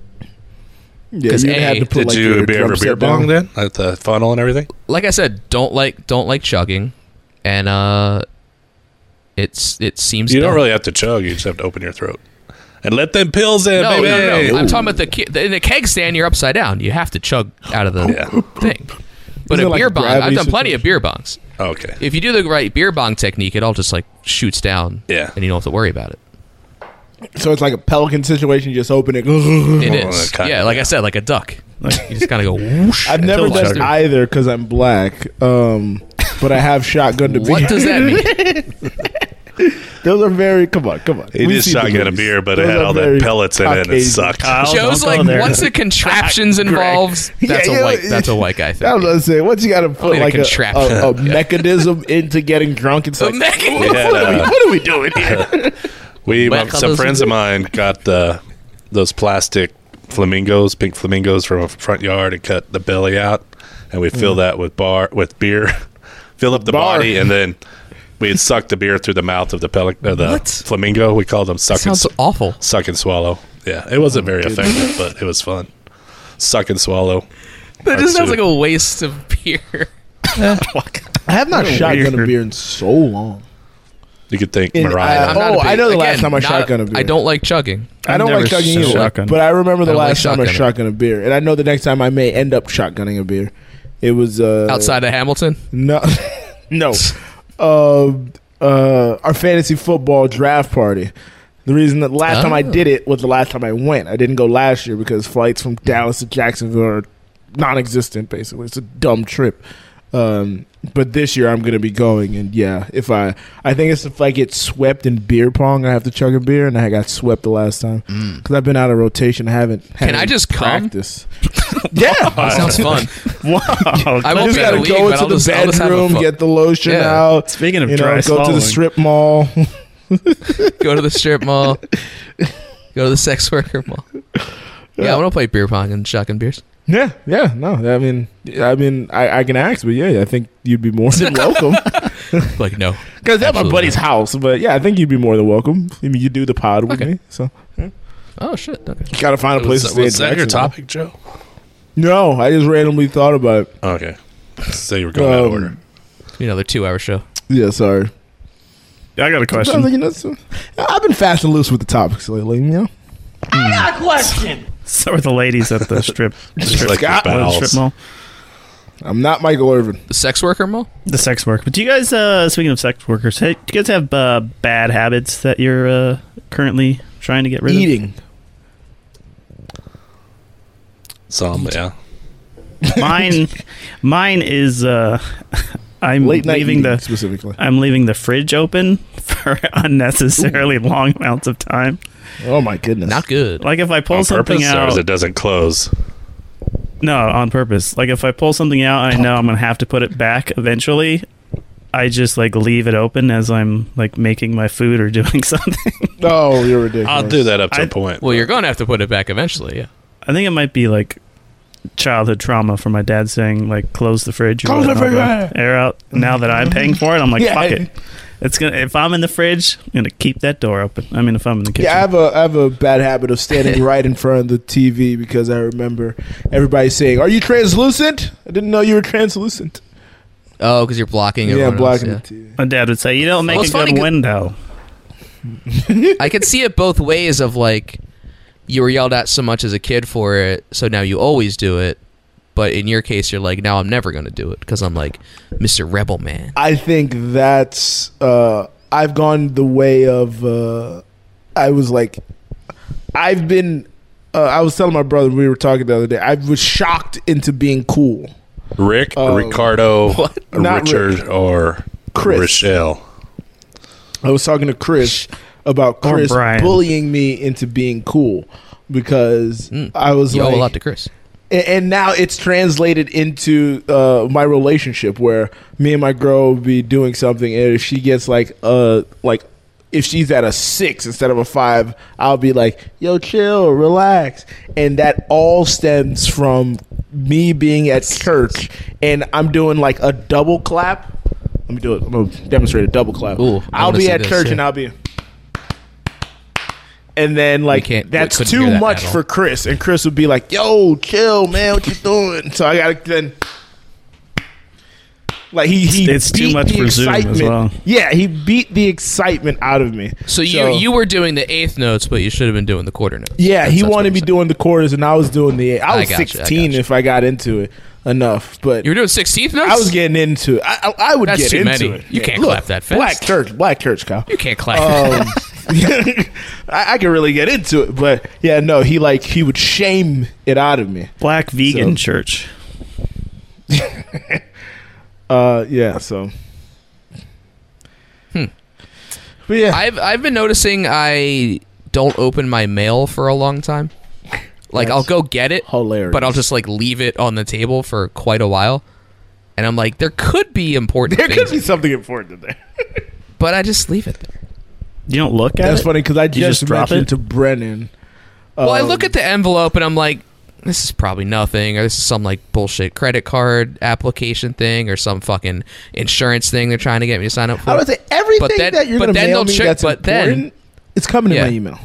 [SPEAKER 1] Yeah,
[SPEAKER 2] 'Cause
[SPEAKER 1] you didn't
[SPEAKER 2] A,
[SPEAKER 1] have to put
[SPEAKER 3] Did
[SPEAKER 1] like
[SPEAKER 3] you
[SPEAKER 1] your
[SPEAKER 3] beer,
[SPEAKER 1] drum
[SPEAKER 3] ever beer
[SPEAKER 1] set
[SPEAKER 3] bong
[SPEAKER 1] down.
[SPEAKER 3] then? At the funnel and everything?
[SPEAKER 2] Like I said, don't like don't like chugging, and uh, it's it seems
[SPEAKER 3] You don't
[SPEAKER 2] dumb.
[SPEAKER 3] really have to chug. You just have to open your throat and let them pills in,
[SPEAKER 2] No,
[SPEAKER 3] baby.
[SPEAKER 2] no, no, no. I'm talking about the, ki- the in the keg stand. You're upside down. You have to chug out of the
[SPEAKER 3] Yeah.
[SPEAKER 2] thing. But
[SPEAKER 1] Isn't it
[SPEAKER 2] a
[SPEAKER 1] like
[SPEAKER 2] beer
[SPEAKER 1] a
[SPEAKER 2] bong, I've
[SPEAKER 1] gravity
[SPEAKER 2] done plenty of beer bongs.
[SPEAKER 3] Okay.
[SPEAKER 2] If you do the right beer bong technique, it all just like shoots down.
[SPEAKER 3] Yeah.
[SPEAKER 2] and you don't have to worry about it.
[SPEAKER 1] So it's like a pelican situation. You just open it.
[SPEAKER 2] It
[SPEAKER 3] Oh,
[SPEAKER 2] is.
[SPEAKER 3] okay.
[SPEAKER 2] Yeah, like I said, like a duck. you just kind of go. Whoosh,
[SPEAKER 1] I've never
[SPEAKER 2] until it
[SPEAKER 1] done
[SPEAKER 2] goes
[SPEAKER 1] either because I'm black. Um, but I have shotgun to
[SPEAKER 2] through. What
[SPEAKER 1] beer.
[SPEAKER 2] does that mean?
[SPEAKER 1] Those are very. Come on, come on.
[SPEAKER 3] He
[SPEAKER 1] We
[SPEAKER 3] did
[SPEAKER 1] see the
[SPEAKER 3] shotgun a
[SPEAKER 1] movies.
[SPEAKER 3] beer, but it
[SPEAKER 1] Those
[SPEAKER 3] had
[SPEAKER 1] are
[SPEAKER 3] all
[SPEAKER 1] very
[SPEAKER 3] that pellets in it and it
[SPEAKER 1] Caucasian. Ah.
[SPEAKER 3] sucked.
[SPEAKER 4] Kyle,
[SPEAKER 2] Joe's
[SPEAKER 4] don't go
[SPEAKER 2] like
[SPEAKER 4] there.
[SPEAKER 2] once the contraptions involved, that's
[SPEAKER 1] Yeah,
[SPEAKER 2] a
[SPEAKER 1] yeah,
[SPEAKER 2] white.
[SPEAKER 1] yeah.
[SPEAKER 2] That's a white
[SPEAKER 1] I
[SPEAKER 2] guy
[SPEAKER 1] was
[SPEAKER 2] thing.
[SPEAKER 1] gonna say, once you got to put
[SPEAKER 2] need a
[SPEAKER 1] like a,
[SPEAKER 2] contraption.
[SPEAKER 1] a, a mechanism into getting drunk, it's
[SPEAKER 2] The
[SPEAKER 1] like,
[SPEAKER 2] mechanism.
[SPEAKER 3] Yeah.
[SPEAKER 1] what, are we,
[SPEAKER 7] uh,
[SPEAKER 1] what are we doing here?
[SPEAKER 3] We
[SPEAKER 2] Wet
[SPEAKER 3] my- some
[SPEAKER 2] colors
[SPEAKER 3] friends
[SPEAKER 2] and-
[SPEAKER 3] of mine got the those plastic flamingos, pink flamingos from a front yard and cut the belly out, and we fill that with bar with beer, fill up the
[SPEAKER 1] Mm. Bar.
[SPEAKER 3] body, and then we had sucked the beer through the mouth of the pelic- uh, the
[SPEAKER 2] What?
[SPEAKER 3] flamingo. We called them suck and,
[SPEAKER 2] Sounds
[SPEAKER 3] s-
[SPEAKER 2] awful.
[SPEAKER 3] suck and swallow. Yeah, it
[SPEAKER 1] Oh,
[SPEAKER 3] wasn't very effective, but it was fun. Suck and swallow.
[SPEAKER 2] That just sounds
[SPEAKER 3] Absolutely.
[SPEAKER 2] like a waste of beer.
[SPEAKER 1] I have not shotgun a
[SPEAKER 4] weird.
[SPEAKER 1] beer in so long.
[SPEAKER 3] You could think
[SPEAKER 1] In-
[SPEAKER 3] Mariah.
[SPEAKER 1] uh, Oh,
[SPEAKER 2] a big-
[SPEAKER 1] I know the last
[SPEAKER 2] again,
[SPEAKER 1] time I
[SPEAKER 2] not-
[SPEAKER 1] shotgun a beer.
[SPEAKER 2] I don't like chugging.
[SPEAKER 1] I
[SPEAKER 4] I've
[SPEAKER 1] don't
[SPEAKER 4] never
[SPEAKER 1] like chugging either,
[SPEAKER 4] shotgunned.
[SPEAKER 1] but I remember the
[SPEAKER 2] I don't like
[SPEAKER 1] last time I
[SPEAKER 2] shotgunning.
[SPEAKER 1] shotgun a beer, and I know the next time I may end up shotgunning a beer. It was uh,
[SPEAKER 2] Outside of Hamilton,
[SPEAKER 1] No, no. Uh, uh, our fantasy football draft party. The reason that last time I
[SPEAKER 2] Oh.
[SPEAKER 1] did it was the last time I went. I didn't go last year because flights from Dallas to Jacksonville are non-existent. Basically, it's a dumb trip. Um, but this year I'm gonna be going, and yeah, if I, I think it's if I get swept in beer pong, I have to chug a beer, and I got swept the last time because I've been out of rotation. I haven't. Had
[SPEAKER 2] Mm. Can I
[SPEAKER 1] any
[SPEAKER 2] just come?
[SPEAKER 1] practice. yeah,
[SPEAKER 2] that sounds fun.
[SPEAKER 4] Wow.
[SPEAKER 2] I
[SPEAKER 1] I
[SPEAKER 2] won't
[SPEAKER 1] just
[SPEAKER 2] be
[SPEAKER 1] gotta
[SPEAKER 2] able to
[SPEAKER 1] go
[SPEAKER 2] leave, but
[SPEAKER 1] into
[SPEAKER 2] I'll
[SPEAKER 1] the
[SPEAKER 2] just, I'll just have a
[SPEAKER 1] bedroom,
[SPEAKER 2] fu-
[SPEAKER 1] get the lotion
[SPEAKER 2] Yeah.
[SPEAKER 1] out.
[SPEAKER 4] Speaking of
[SPEAKER 1] you know,
[SPEAKER 4] dry
[SPEAKER 1] go to
[SPEAKER 4] swallowing,
[SPEAKER 1] the strip mall.
[SPEAKER 2] go to the strip mall, go to the sex worker mall. Yeah, I want to play beer pong and shotgun beers.
[SPEAKER 1] yeah, yeah. No, I mean, I mean, I, I can ask, but yeah, I think you'd be more than welcome.
[SPEAKER 2] Like no,
[SPEAKER 1] Because at my
[SPEAKER 2] Absolutely.
[SPEAKER 1] buddy's house, but yeah, I think you'd be more than welcome. I mean, you do the pod with
[SPEAKER 2] Okay.
[SPEAKER 1] me, so
[SPEAKER 2] oh shit, okay.
[SPEAKER 1] you gotta find a place
[SPEAKER 3] was
[SPEAKER 1] to
[SPEAKER 3] that,
[SPEAKER 1] stay.
[SPEAKER 3] was
[SPEAKER 1] in
[SPEAKER 3] that your
[SPEAKER 1] Jacksonville.
[SPEAKER 3] topic, Joe?
[SPEAKER 1] No, I just randomly thought about it.
[SPEAKER 3] Okay. So you were going out of
[SPEAKER 1] Um,
[SPEAKER 3] order.
[SPEAKER 2] you know they're two hour show.
[SPEAKER 1] Yeah, sorry.
[SPEAKER 4] I got a
[SPEAKER 1] Sometimes,
[SPEAKER 4] question.
[SPEAKER 1] you know, so- I've been fast and loose with the topics lately. You know,
[SPEAKER 4] So are the ladies at the strip,
[SPEAKER 3] Just
[SPEAKER 4] strip,
[SPEAKER 3] like your
[SPEAKER 4] uh, the
[SPEAKER 3] bowels.
[SPEAKER 4] strip mall,
[SPEAKER 1] I'm not Michael Irvin.
[SPEAKER 2] The sex worker mall.
[SPEAKER 4] the sex work. But do you guys, uh, speaking of sex workers, hey, do you guys have uh, bad habits that you're uh, currently trying to get rid
[SPEAKER 1] Eating.
[SPEAKER 3] Some, yeah.
[SPEAKER 4] of? Mine, mine is uh, I'm
[SPEAKER 1] Late night
[SPEAKER 4] leaving
[SPEAKER 1] eating,
[SPEAKER 4] the
[SPEAKER 1] specifically.
[SPEAKER 4] I'm leaving the fridge open for unnecessarily long amounts of time.
[SPEAKER 1] Oh my goodness!
[SPEAKER 2] Not good.
[SPEAKER 4] Like if I pull
[SPEAKER 3] on
[SPEAKER 4] something
[SPEAKER 3] purpose, or
[SPEAKER 4] out,
[SPEAKER 3] is it doesn't close?
[SPEAKER 4] no, on purpose. Like if I pull something out, I know I'm gonna have to put it back eventually. I just like leave it open as I'm like making my food or doing something.
[SPEAKER 1] oh, you're ridiculous.
[SPEAKER 3] I'll do that up to a
[SPEAKER 4] I-
[SPEAKER 3] point.
[SPEAKER 2] Well, you're going to have to put it back eventually. Yeah.
[SPEAKER 4] I think it might be like childhood trauma from my dad saying like close the fridge. or
[SPEAKER 1] Close the
[SPEAKER 4] whatnot,
[SPEAKER 1] fridge,
[SPEAKER 4] but Air out. Now that I'm paying for it, I'm like
[SPEAKER 1] Yeah.
[SPEAKER 4] fuck it. It's gonna if I'm in the fridge, I'm gonna keep that door open. I mean if I'm in the kitchen.
[SPEAKER 1] Yeah, I have a I have a bad habit of standing right in front of the TV because I remember everybody saying, "Are you translucent?" I didn't know you were translucent.
[SPEAKER 2] Oh, because you're blocking.
[SPEAKER 1] Yeah,
[SPEAKER 2] everyone
[SPEAKER 1] I'm blocking
[SPEAKER 2] Else,
[SPEAKER 1] the TV.
[SPEAKER 4] my dad would say, "You don't make
[SPEAKER 2] Well,
[SPEAKER 4] a
[SPEAKER 2] it's funny
[SPEAKER 4] good
[SPEAKER 2] 'cause-
[SPEAKER 4] window."
[SPEAKER 2] yeah. I could see it both ways. Of like, you were yelled at so much as a kid for it, so now you always do it. But in your case, you're like, now I'm never going to do it because I'm like Mr. Rebel Man.
[SPEAKER 1] I think that's uh, I've gone the way of uh, I was like I've been uh, I was telling my brother we were talking the other day. I was shocked into being cool.
[SPEAKER 3] Rick,
[SPEAKER 1] Oh.
[SPEAKER 3] Ricardo, or
[SPEAKER 1] Not
[SPEAKER 3] Richard, or
[SPEAKER 1] Chris.
[SPEAKER 3] Rochelle.
[SPEAKER 1] I was talking to Chris about
[SPEAKER 2] Oh,
[SPEAKER 4] Or
[SPEAKER 1] Chris
[SPEAKER 4] Brian.
[SPEAKER 1] bullying me into being cool because
[SPEAKER 2] Mm.
[SPEAKER 1] I was
[SPEAKER 2] You owe
[SPEAKER 1] like
[SPEAKER 2] a lot to Chris.
[SPEAKER 1] and, and now it's translated into uh, my relationship where me and my girl will be doing something and if she gets like uh like if she's at a six instead of a five, I'll be like, yo, chill, relax. And that all stems from me being at church and I'm doing like a double clap. Let me do it. I'm going to demonstrate a double clap.
[SPEAKER 2] Ooh, I
[SPEAKER 1] I'll
[SPEAKER 2] wanna
[SPEAKER 1] be
[SPEAKER 2] see
[SPEAKER 1] at
[SPEAKER 2] this,
[SPEAKER 1] church
[SPEAKER 2] yeah.
[SPEAKER 1] and I'll be. And then like
[SPEAKER 2] can't- we
[SPEAKER 1] that's
[SPEAKER 2] couldn't
[SPEAKER 1] too
[SPEAKER 2] hear that
[SPEAKER 1] much
[SPEAKER 2] at all.
[SPEAKER 1] for Chris, and Chris would be like, "Yo, chill, man, what you doing?" So I gotta then like he, he
[SPEAKER 4] It's too much for Zoom as well.
[SPEAKER 1] Yeah, he beat the excitement out of me.
[SPEAKER 2] So you you were doing the eighth notes, but you should have been doing the quarter notes.
[SPEAKER 1] yeah,
[SPEAKER 2] That's-
[SPEAKER 1] he
[SPEAKER 2] that's what
[SPEAKER 1] wanted
[SPEAKER 2] I'm
[SPEAKER 1] me
[SPEAKER 2] saying.
[SPEAKER 1] doing the quarters, and I was doing the. I
[SPEAKER 2] I
[SPEAKER 1] was
[SPEAKER 2] gotcha, I
[SPEAKER 1] sixteen
[SPEAKER 2] gotcha.
[SPEAKER 1] if I got into it enough, but
[SPEAKER 2] You were doing sixteenth notes.
[SPEAKER 1] I was getting into it. I, I, I would
[SPEAKER 2] That's
[SPEAKER 1] get
[SPEAKER 2] too
[SPEAKER 1] into
[SPEAKER 2] many.
[SPEAKER 1] it.
[SPEAKER 2] You can't clap that fast.
[SPEAKER 1] Black church, black church, Kyle.
[SPEAKER 2] You can't clap.
[SPEAKER 1] um, I, I could really get into it, but yeah, no, he like he would shame it out of me.
[SPEAKER 4] Black vegan
[SPEAKER 1] So-
[SPEAKER 4] church.
[SPEAKER 1] Uh, yeah, so.
[SPEAKER 2] Hmm.
[SPEAKER 1] But yeah,
[SPEAKER 2] I've I've been noticing I don't open my mail for a long time. Like I'll
[SPEAKER 1] That's
[SPEAKER 2] go get it,
[SPEAKER 1] hilarious.
[SPEAKER 2] but uh, I'll just like leave it on the table for quite a while. And I'm like, there could be important
[SPEAKER 1] there
[SPEAKER 2] things,
[SPEAKER 1] could be something important in there.
[SPEAKER 2] but I just leave it there.
[SPEAKER 4] You don't look at
[SPEAKER 1] That's
[SPEAKER 4] it.
[SPEAKER 1] funny because I just,
[SPEAKER 4] just drop
[SPEAKER 1] mentioned
[SPEAKER 4] it?
[SPEAKER 1] to Brennan.
[SPEAKER 2] well, I
[SPEAKER 1] um,
[SPEAKER 2] look at the envelope and I'm like, this is probably nothing, or this is some like bullshit credit card application thing, or some fucking insurance thing they're trying to get me to sign up for.
[SPEAKER 1] I would say everything
[SPEAKER 2] But then-
[SPEAKER 1] that you're
[SPEAKER 2] but
[SPEAKER 1] going to
[SPEAKER 2] then
[SPEAKER 1] mail
[SPEAKER 2] they'll
[SPEAKER 1] me
[SPEAKER 2] check-
[SPEAKER 1] that's
[SPEAKER 2] but then-
[SPEAKER 1] important, it's coming
[SPEAKER 2] Yeah.
[SPEAKER 1] in my email.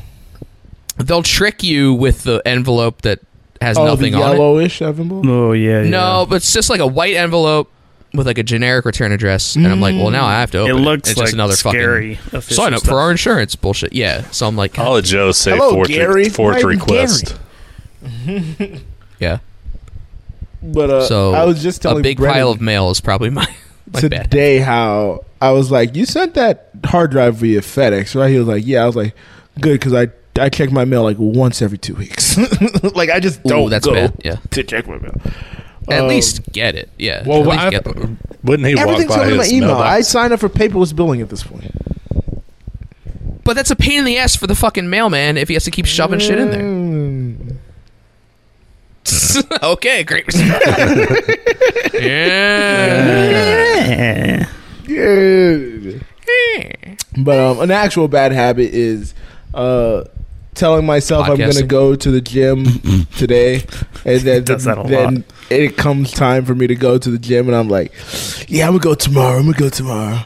[SPEAKER 2] They'll trick you with the envelope that has
[SPEAKER 1] Oh,
[SPEAKER 2] nothing
[SPEAKER 1] the
[SPEAKER 2] on it.
[SPEAKER 1] yellowish envelope.
[SPEAKER 4] Oh yeah. yeah.
[SPEAKER 2] No, but it's just like a white envelope with like a generic return address, and I'm like, well, now I have to
[SPEAKER 4] It
[SPEAKER 2] open it.
[SPEAKER 4] looks
[SPEAKER 2] it's
[SPEAKER 4] like
[SPEAKER 2] just another
[SPEAKER 4] scary. Oh.
[SPEAKER 2] fucking
[SPEAKER 4] official
[SPEAKER 2] sign up
[SPEAKER 4] stuff.
[SPEAKER 2] for our insurance bullshit. Yeah, so I'm like,
[SPEAKER 3] I'll let Joe say
[SPEAKER 1] Hello,
[SPEAKER 3] forge,
[SPEAKER 1] Gary.
[SPEAKER 3] forge
[SPEAKER 1] Why
[SPEAKER 3] request.
[SPEAKER 2] yeah.
[SPEAKER 1] But uh,
[SPEAKER 2] So
[SPEAKER 1] I was just telling
[SPEAKER 2] a big
[SPEAKER 1] Brennan
[SPEAKER 2] pile of mail is probably my my bad.
[SPEAKER 1] today how I was like, you sent that hard drive via FedEx, right? He was like, yeah. I was like, good because I I check my mail like once every two weeks. like I just
[SPEAKER 2] Ooh,
[SPEAKER 1] don't
[SPEAKER 2] that's
[SPEAKER 1] go
[SPEAKER 2] bad. Yeah,
[SPEAKER 1] to check my mail.
[SPEAKER 2] at
[SPEAKER 1] Um,
[SPEAKER 2] least get it. Yeah,
[SPEAKER 3] Well,
[SPEAKER 2] at least
[SPEAKER 3] I-
[SPEAKER 2] get them.
[SPEAKER 3] Wouldn't he walk
[SPEAKER 1] everything's
[SPEAKER 3] by
[SPEAKER 1] coming in my
[SPEAKER 3] his
[SPEAKER 1] email. I
[SPEAKER 3] mailbox?
[SPEAKER 1] signed up for paperless billing at this point.
[SPEAKER 2] but that's a pain in the ass for the fucking mailman if he has to keep shoving shit in there.
[SPEAKER 1] Mm.
[SPEAKER 2] okay, great. yeah.
[SPEAKER 4] Yeah.
[SPEAKER 1] Yeah. But um, an actual bad habit is uh, telling myself I'm going to
[SPEAKER 2] Podcasting.
[SPEAKER 1] go to the gym today, and then
[SPEAKER 4] Does that a
[SPEAKER 1] then
[SPEAKER 4] lot.
[SPEAKER 1] it comes time for me to go to the gym, and I'm like, yeah, I'm gonna go tomorrow. I'm gonna go tomorrow.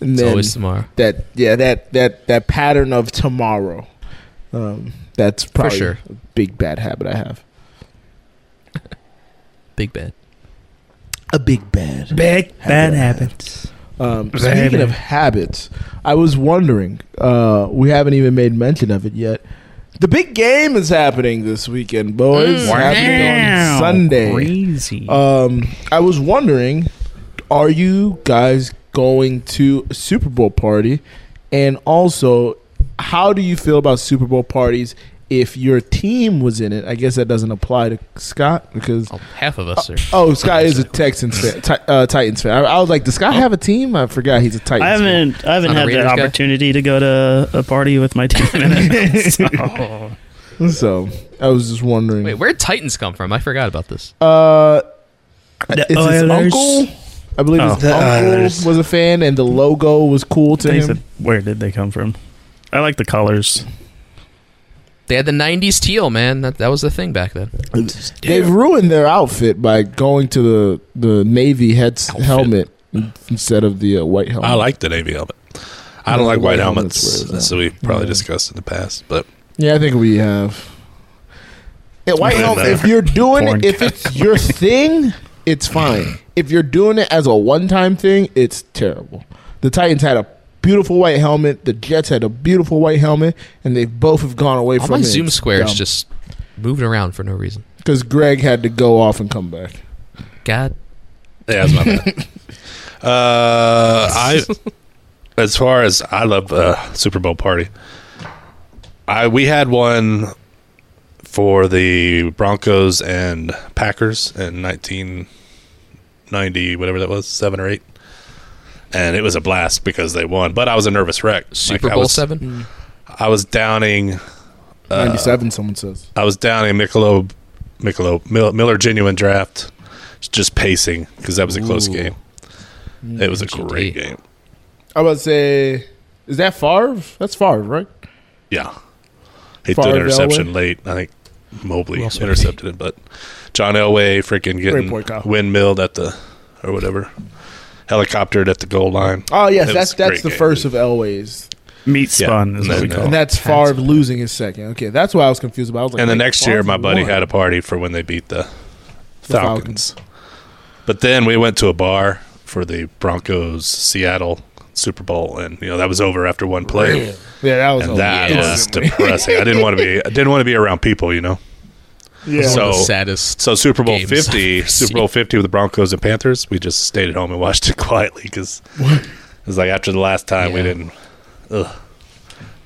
[SPEAKER 1] And
[SPEAKER 2] It's
[SPEAKER 1] then
[SPEAKER 2] always tomorrow.
[SPEAKER 1] that yeah that that that pattern of tomorrow, um, that's probably
[SPEAKER 2] sure.
[SPEAKER 1] a big bad habit I have.
[SPEAKER 2] Big bad.
[SPEAKER 1] A big bad.
[SPEAKER 4] Big
[SPEAKER 1] bad
[SPEAKER 4] bad habits.
[SPEAKER 1] Um,
[SPEAKER 4] Very
[SPEAKER 1] speaking of
[SPEAKER 4] bad.
[SPEAKER 1] habits, I was wondering. Uh, we haven't even made mention of it yet. The big game is happening this weekend, boys.
[SPEAKER 2] Mm.
[SPEAKER 1] happening on Sunday.
[SPEAKER 4] Crazy.
[SPEAKER 1] Um, I was wondering, are you guys going to a Super Bowl party? And also, how do you feel about Super Bowl parties? If your team was in it, I guess that doesn't apply to Scott because
[SPEAKER 2] Oh, half of us are.
[SPEAKER 1] Oh, Scott is a Texans fan, Ti- uh, Titans fan. I, I was like, does Scott have a team? I forgot he's a Titans.
[SPEAKER 4] I
[SPEAKER 1] fan.
[SPEAKER 4] haven't I haven't
[SPEAKER 2] Not a
[SPEAKER 4] had the
[SPEAKER 2] Raiders guy?
[SPEAKER 4] opportunity to go to a party with my team. in a- so.
[SPEAKER 1] So I was just wondering.
[SPEAKER 2] Wait, where'd Titans come from? I forgot about this.
[SPEAKER 1] uh,
[SPEAKER 4] The
[SPEAKER 1] it's his
[SPEAKER 4] Oilers.
[SPEAKER 1] uncle. I believe
[SPEAKER 4] Oh.
[SPEAKER 1] his
[SPEAKER 4] The
[SPEAKER 1] uncle
[SPEAKER 4] Oilers.
[SPEAKER 1] was a fan, and the logo was cool to
[SPEAKER 4] They
[SPEAKER 1] him.
[SPEAKER 4] said, where did they come from? I like the colors.
[SPEAKER 2] They had the '90s teal, man. That that was the thing back then.
[SPEAKER 1] They've ruined their outfit by going to the the navy heads helmet instead of the uh, white helmet.
[SPEAKER 3] I like the navy helmet. I
[SPEAKER 1] No,
[SPEAKER 3] don't like
[SPEAKER 1] the
[SPEAKER 3] white
[SPEAKER 1] white helmet's
[SPEAKER 3] helmets,
[SPEAKER 1] weird,
[SPEAKER 3] so we probably
[SPEAKER 1] Yeah.
[SPEAKER 3] discussed in the past. But
[SPEAKER 1] Yeah, I think we have. Yeah, white
[SPEAKER 3] Yeah,
[SPEAKER 1] helmet.
[SPEAKER 3] no.
[SPEAKER 1] If you're doing
[SPEAKER 4] Porn
[SPEAKER 1] it, if it's your thing, it's fine. If you're doing it as a one-time thing, it's terrible. The Titans had a beautiful white helmet. The Jets had a beautiful white helmet, and they both have gone away
[SPEAKER 2] All
[SPEAKER 1] from
[SPEAKER 2] my
[SPEAKER 1] it.
[SPEAKER 2] Zoom squares just moved around for no reason.
[SPEAKER 1] because Greg had to go off and come back.
[SPEAKER 2] God,
[SPEAKER 3] yeah, that's my bad. Uh, I, as far as I love uh, Super Bowl party, I we had one for the Broncos and Packers in nineteen ninety, whatever that was, seven or eight, and it was a blast because they won. But I was a nervous wreck.
[SPEAKER 2] Super
[SPEAKER 3] Like, I
[SPEAKER 2] Bowl
[SPEAKER 3] was-
[SPEAKER 2] Seven.
[SPEAKER 3] I was downing
[SPEAKER 1] Ninety-seven. someone says.
[SPEAKER 3] I was down in Michelob, Michelob Mil- Miller genuine draft, just pacing because that was a close
[SPEAKER 2] Ooh.
[SPEAKER 3] game. It was a great
[SPEAKER 2] GD.
[SPEAKER 3] game.
[SPEAKER 1] I would say Is that Favre? That's Favre, right?
[SPEAKER 7] Yeah. He
[SPEAKER 1] Favre
[SPEAKER 7] threw an interception
[SPEAKER 1] Elway?
[SPEAKER 7] late. I think Mobley
[SPEAKER 2] else would it
[SPEAKER 7] intercepted it, but John Elway freaking getting
[SPEAKER 1] point, Kyle.
[SPEAKER 7] windmilled at the or whatever. Helicoptered at the goal line.
[SPEAKER 1] Oh yes,
[SPEAKER 7] It
[SPEAKER 1] that's
[SPEAKER 7] was a great
[SPEAKER 1] that's the
[SPEAKER 7] game.
[SPEAKER 1] first of Elway's,
[SPEAKER 4] Meat
[SPEAKER 7] Yeah,
[SPEAKER 4] spun is what
[SPEAKER 7] no,
[SPEAKER 4] we
[SPEAKER 7] no.
[SPEAKER 4] call
[SPEAKER 1] and
[SPEAKER 4] it.
[SPEAKER 1] that's Favre losing his second. Okay, that's what I was confused about. I was like,
[SPEAKER 7] And the
[SPEAKER 1] wait,
[SPEAKER 7] next year,
[SPEAKER 1] Favre
[SPEAKER 7] my buddy
[SPEAKER 1] won.
[SPEAKER 7] had a party for when they beat the,
[SPEAKER 1] The
[SPEAKER 7] Falcons. But then we went to a bar for the Broncos Seattle Super Bowl, and you know that was over after one play,
[SPEAKER 1] Yeah, that uh, was
[SPEAKER 7] and
[SPEAKER 1] a
[SPEAKER 7] that
[SPEAKER 1] lot.
[SPEAKER 7] was depressing. I didn't want to be. I didn't want to be around people, you know.
[SPEAKER 1] yeah.
[SPEAKER 7] so-
[SPEAKER 2] the saddest.
[SPEAKER 7] So Super Bowl
[SPEAKER 2] Games
[SPEAKER 7] fifty,
[SPEAKER 2] I've
[SPEAKER 7] Super Bowl fifty with the Broncos and Panthers. We just stayed at home and watched it quietly because it was like after the last time we
[SPEAKER 2] Yeah.
[SPEAKER 7] didn't. Ugh.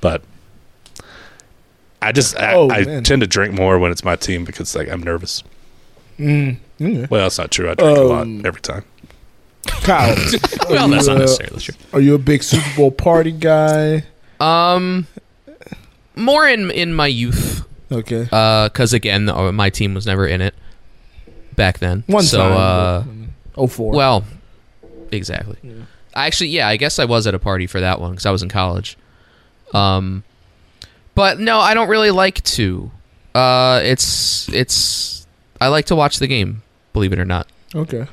[SPEAKER 7] But I just I,
[SPEAKER 1] Oh,
[SPEAKER 7] I
[SPEAKER 1] man.
[SPEAKER 7] tend to drink more when it's my team because like I'm nervous.
[SPEAKER 1] Mm, okay.
[SPEAKER 7] Well, that's not true. I drink a
[SPEAKER 1] Um,
[SPEAKER 7] lot every time.
[SPEAKER 1] Kyle, are
[SPEAKER 2] well,
[SPEAKER 1] you,
[SPEAKER 2] that's
[SPEAKER 1] uh,
[SPEAKER 2] not necessarily true.
[SPEAKER 1] Are you a big Super Bowl party guy?
[SPEAKER 2] Um, more in in my youth,
[SPEAKER 1] Okay,
[SPEAKER 2] because again, uh, my team was never in it back then.
[SPEAKER 1] one
[SPEAKER 2] so, uh,
[SPEAKER 1] time. Uh, oh four.
[SPEAKER 2] well, exactly. I Actually, yeah, I guess I was at a party for that one because I was in college. Um, but no, I don't really like to. Uh, it's it's I like to watch the game, believe it or not.
[SPEAKER 1] okay.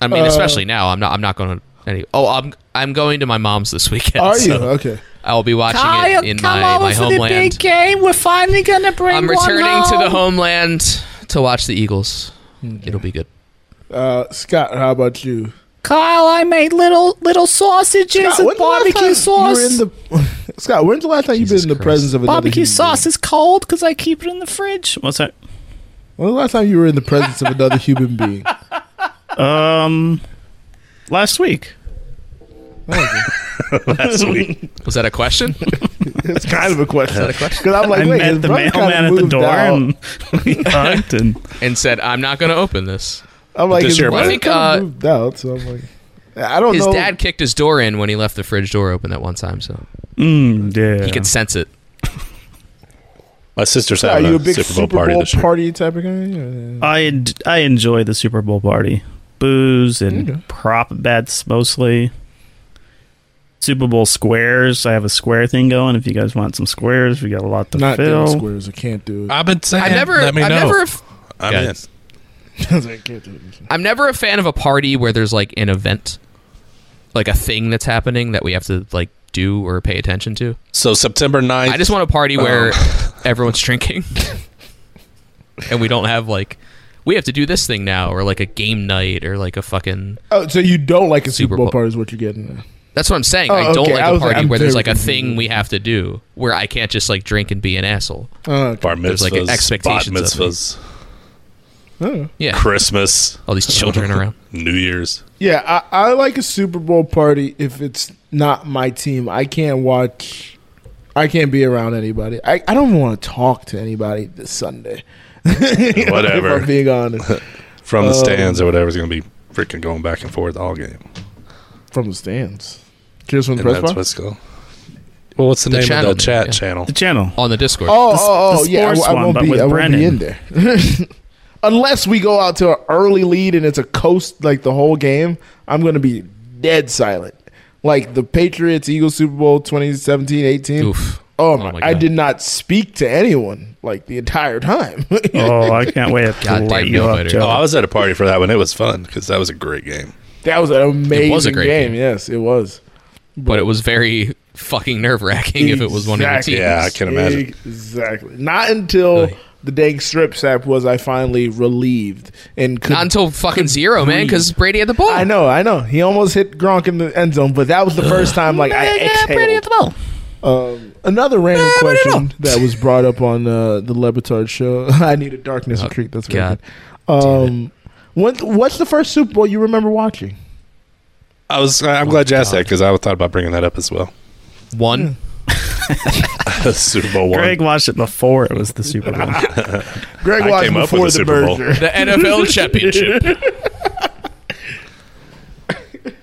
[SPEAKER 2] I mean,
[SPEAKER 1] Uh,
[SPEAKER 2] especially now, I'm not I'm not going to any. Oh, I'm I'm going to my mom's this weekend.
[SPEAKER 1] Are you
[SPEAKER 2] so
[SPEAKER 1] okay?
[SPEAKER 2] I'll be watching it in my my homeland.
[SPEAKER 5] game. We're finally gonna bring
[SPEAKER 2] I'm returning to the homeland to watch the Eagles. It'll be good.
[SPEAKER 1] Uh, Scott, how about you?
[SPEAKER 5] Kyle, I made little little sausages
[SPEAKER 1] Scott, when's the last time You were in the, Scott, when's the last time you've been
[SPEAKER 2] Jesus
[SPEAKER 1] in the
[SPEAKER 2] Christ.
[SPEAKER 1] presence of another human being?
[SPEAKER 5] is cold because I keep it in the fridge.
[SPEAKER 4] What's that?
[SPEAKER 1] When was the last time you were in the presence of another human being?
[SPEAKER 4] Um, last week.
[SPEAKER 1] Oh,
[SPEAKER 7] Last week,
[SPEAKER 2] Was that a question?
[SPEAKER 1] It's kind of a question.
[SPEAKER 2] a question?
[SPEAKER 1] Because I'm like,
[SPEAKER 4] I
[SPEAKER 1] wait, his
[SPEAKER 4] met the
[SPEAKER 1] brother kinda
[SPEAKER 4] mailman at the
[SPEAKER 1] moved
[SPEAKER 4] door
[SPEAKER 1] out.
[SPEAKER 4] and we hugged and
[SPEAKER 2] and said, "I'm not going to open this."
[SPEAKER 1] I'm like,
[SPEAKER 7] This
[SPEAKER 1] his
[SPEAKER 7] year,
[SPEAKER 1] brother
[SPEAKER 2] I think,
[SPEAKER 1] kinda
[SPEAKER 2] uh,
[SPEAKER 1] moved out, so I'm like, I don't
[SPEAKER 2] His
[SPEAKER 1] know.
[SPEAKER 2] dad kicked his door in when he left the fridge door open at one time, so
[SPEAKER 4] mm, yeah.
[SPEAKER 2] he could sense it.
[SPEAKER 7] my sister's
[SPEAKER 1] Are
[SPEAKER 7] having
[SPEAKER 1] you
[SPEAKER 7] a,
[SPEAKER 1] a big
[SPEAKER 7] Super Bowl party this year.
[SPEAKER 1] type of guy? Yeah.
[SPEAKER 4] I d- I enjoy the Super Bowl party, booze and
[SPEAKER 1] Okay.
[SPEAKER 4] prop bets mostly. Super Bowl squares. I have a square thing going. If you guys want some squares, we got a lot to
[SPEAKER 1] Not doing
[SPEAKER 4] fill.
[SPEAKER 1] squares. I can't do it.
[SPEAKER 7] I've been saying.
[SPEAKER 2] I've never, I've
[SPEAKER 7] Let me know.
[SPEAKER 2] never,
[SPEAKER 7] I'm
[SPEAKER 2] Yeah.
[SPEAKER 7] in.
[SPEAKER 1] I can't do it.
[SPEAKER 2] I'm never a fan of a party where there's like an event, like a thing that's happening that we have to like do or pay attention to.
[SPEAKER 7] So September 9th.
[SPEAKER 2] I just want a party where everyone's drinking, and we don't have like we have to do this thing now, or like a game night, or like a fucking.
[SPEAKER 1] Oh, so you don't like a Super,
[SPEAKER 2] Super
[SPEAKER 1] Bowl
[SPEAKER 2] Bowl.
[SPEAKER 1] party is what you're getting at.
[SPEAKER 2] That's what I'm saying.
[SPEAKER 1] Oh,
[SPEAKER 2] I don't
[SPEAKER 1] okay.
[SPEAKER 2] like
[SPEAKER 1] I
[SPEAKER 2] a
[SPEAKER 1] was like,
[SPEAKER 2] party
[SPEAKER 1] I'm
[SPEAKER 2] where there's
[SPEAKER 1] very
[SPEAKER 2] like a thing
[SPEAKER 1] confused.
[SPEAKER 2] we have to do where I can't just like drink and be an asshole.
[SPEAKER 1] Uh,
[SPEAKER 7] bar mitzvahs,
[SPEAKER 2] There's, like,
[SPEAKER 7] expectations
[SPEAKER 2] expectations
[SPEAKER 7] bat
[SPEAKER 2] of me.
[SPEAKER 1] oh.
[SPEAKER 7] mitzvahs,
[SPEAKER 2] Yeah,
[SPEAKER 7] Christmas,
[SPEAKER 2] all these children around.
[SPEAKER 7] New Year's.
[SPEAKER 1] Yeah, I, I like a Super Bowl party if it's not my team. I can't watch. I can't be around anybody. I, I don't even want to talk to anybody this Sunday.
[SPEAKER 7] Whatever.
[SPEAKER 1] if I'm being honest,
[SPEAKER 7] from the
[SPEAKER 1] Um,
[SPEAKER 7] stands or whatever is going to be freaking going back and forth all game.
[SPEAKER 1] from the stands. Cheers from the
[SPEAKER 7] And
[SPEAKER 1] press
[SPEAKER 7] that's
[SPEAKER 1] box.
[SPEAKER 7] what's going. Well, what's the,
[SPEAKER 2] The
[SPEAKER 7] name
[SPEAKER 2] channel
[SPEAKER 7] of
[SPEAKER 2] name,
[SPEAKER 7] the chat
[SPEAKER 2] yeah.
[SPEAKER 7] channel?
[SPEAKER 4] The channel.
[SPEAKER 2] on the Discord.
[SPEAKER 1] Oh,
[SPEAKER 4] The s-
[SPEAKER 1] oh, oh
[SPEAKER 4] the
[SPEAKER 1] yeah. I,
[SPEAKER 4] sports
[SPEAKER 1] I won't
[SPEAKER 4] one, but
[SPEAKER 1] be.
[SPEAKER 4] with
[SPEAKER 1] I won't be
[SPEAKER 4] Brennan.
[SPEAKER 1] in there unless we go out to an early lead and it's a coast like the whole game. I'm going to be dead silent. Like the Patriots Eagles Super Bowl 2017 18.
[SPEAKER 2] Oof.
[SPEAKER 1] Oh,
[SPEAKER 2] Oh
[SPEAKER 1] my,
[SPEAKER 2] my
[SPEAKER 1] I
[SPEAKER 2] God.
[SPEAKER 1] did not speak to anyone like the entire time.
[SPEAKER 4] Oh, I can't wait to
[SPEAKER 2] Goddamn
[SPEAKER 4] light you
[SPEAKER 2] Bill
[SPEAKER 4] up,
[SPEAKER 2] Fighter.
[SPEAKER 7] Oh, I
[SPEAKER 4] Joe.
[SPEAKER 7] was at a party for that one. It was fun because that was a great game.
[SPEAKER 1] that was an amazing
[SPEAKER 2] great
[SPEAKER 1] game.
[SPEAKER 2] game.
[SPEAKER 1] Yes, it was.
[SPEAKER 2] but it was very fucking nerve wracking if it was one of your
[SPEAKER 1] Exactly.
[SPEAKER 2] teams.
[SPEAKER 7] Yeah, I can imagine.
[SPEAKER 1] Exactly. Not until
[SPEAKER 2] Really.
[SPEAKER 1] the dang strip sack was I finally relieved and could
[SPEAKER 2] Not until fucking zero, man, because Brady had the ball.
[SPEAKER 1] I know, I know. He almost hit Gronk in the end zone, but that was the first time like I exhaled.
[SPEAKER 5] ball.
[SPEAKER 1] Um, another random
[SPEAKER 2] Brady at the
[SPEAKER 1] question that was brought up on uh, the Lebatard show. I need a darkness
[SPEAKER 2] Oh,
[SPEAKER 1] retreat. That's
[SPEAKER 2] God.
[SPEAKER 1] right. Um, what, what's the first Super Bowl you remember watching?
[SPEAKER 7] I was. uh, I'm glad you asked that because I thought about bringing that up as well.
[SPEAKER 2] One.
[SPEAKER 7] Super Bowl one.
[SPEAKER 4] Greg watched it before it was the Super Bowl.
[SPEAKER 1] Greg
[SPEAKER 7] I
[SPEAKER 1] watched
[SPEAKER 7] came up with
[SPEAKER 1] before
[SPEAKER 7] the
[SPEAKER 1] the,
[SPEAKER 7] Super Bowl.
[SPEAKER 1] merger.
[SPEAKER 2] The NFL championship.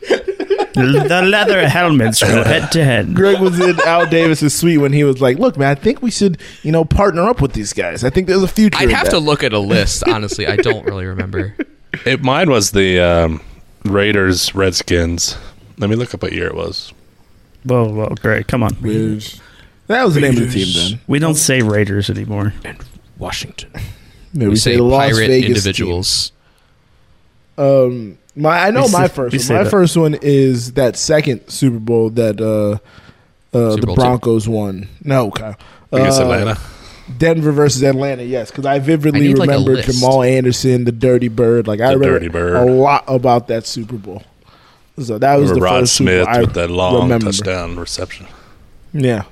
[SPEAKER 4] the leather helmets from head to head.
[SPEAKER 1] Greg was in Al Davis's suite when he was like, "Look, man, I think we should, you know, partner up with these guys. I think there's a future."
[SPEAKER 2] I'd
[SPEAKER 1] in
[SPEAKER 2] have
[SPEAKER 1] that."
[SPEAKER 2] to look at a list, honestly. I don't really remember.
[SPEAKER 7] It, mine was the um, Raiders Redskins. Let me look up what year it was.
[SPEAKER 4] Whoa, whoa, Greg, come on.
[SPEAKER 7] Raiders.
[SPEAKER 1] That was the name of the team
[SPEAKER 7] Raiders.
[SPEAKER 1] then.
[SPEAKER 4] We don't say Raiders anymore.
[SPEAKER 2] Washington.
[SPEAKER 1] Yeah,
[SPEAKER 2] We, say
[SPEAKER 7] say Las
[SPEAKER 2] pirate
[SPEAKER 7] Vegas
[SPEAKER 2] individuals.
[SPEAKER 1] Um, my I know
[SPEAKER 4] We
[SPEAKER 1] my
[SPEAKER 4] said-
[SPEAKER 1] first
[SPEAKER 4] we
[SPEAKER 1] one.
[SPEAKER 4] said
[SPEAKER 1] My
[SPEAKER 4] that.
[SPEAKER 1] first one is that second Super Bowl that uh, uh,
[SPEAKER 2] Super
[SPEAKER 1] the
[SPEAKER 2] Bowl two.
[SPEAKER 1] Broncos won. No, okay.
[SPEAKER 7] Against
[SPEAKER 1] Uh,
[SPEAKER 7] Atlanta.
[SPEAKER 1] Denver versus Atlanta. Yes, because I vividly
[SPEAKER 2] I need, like, a
[SPEAKER 1] remember
[SPEAKER 2] list.
[SPEAKER 1] Jamal Anderson, the Dirty Bird. Like I
[SPEAKER 7] The
[SPEAKER 1] remember
[SPEAKER 7] Dirty Bird.
[SPEAKER 1] a lot about that Super Bowl. So that was the
[SPEAKER 7] Remember Rod
[SPEAKER 1] first
[SPEAKER 7] Smith
[SPEAKER 1] Super Bowl I
[SPEAKER 7] with that long
[SPEAKER 1] remember.
[SPEAKER 7] touchdown reception.
[SPEAKER 1] Yeah,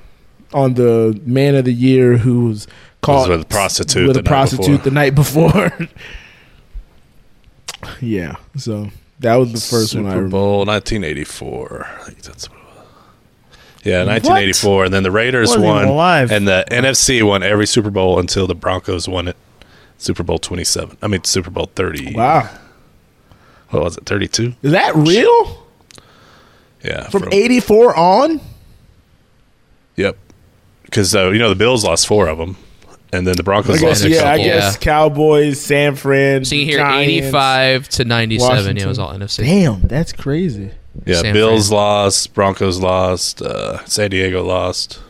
[SPEAKER 1] on the Man of the Year who was caught
[SPEAKER 7] with a prostitute
[SPEAKER 1] with
[SPEAKER 7] the
[SPEAKER 1] a
[SPEAKER 7] night
[SPEAKER 1] prostitute
[SPEAKER 7] before.
[SPEAKER 1] the night before. yeah, so that was the first
[SPEAKER 7] Super
[SPEAKER 1] one I remember.
[SPEAKER 7] Bowl 1984. I think that's what it was. Yeah, 1984, and then the Raiders
[SPEAKER 4] Wasn't even
[SPEAKER 7] won,
[SPEAKER 4] alive.
[SPEAKER 7] and the NFC won every Super Bowl until the Broncos won it. Super Bowl 27. I mean Super Bowl 30.
[SPEAKER 1] Wow.
[SPEAKER 7] What was it? 32.
[SPEAKER 1] Is that real?
[SPEAKER 7] Yeah.
[SPEAKER 1] From 84 on?
[SPEAKER 7] Yep. Because uh, you know the Bills lost four of them, and then the Broncos
[SPEAKER 1] I guess,
[SPEAKER 7] lost.
[SPEAKER 2] there's
[SPEAKER 1] yeah,
[SPEAKER 2] a
[SPEAKER 1] I
[SPEAKER 2] couple.
[SPEAKER 1] guess
[SPEAKER 2] Yeah.
[SPEAKER 1] Cowboys, San Fran.
[SPEAKER 2] So you hear
[SPEAKER 1] Giants.
[SPEAKER 2] 85 to 97. Yeah, it was
[SPEAKER 1] Washington.
[SPEAKER 2] all NFC.
[SPEAKER 1] Damn, that's crazy.
[SPEAKER 7] Yeah,
[SPEAKER 2] San
[SPEAKER 7] Bills lost, Broncos lost, uh, San Diego lost,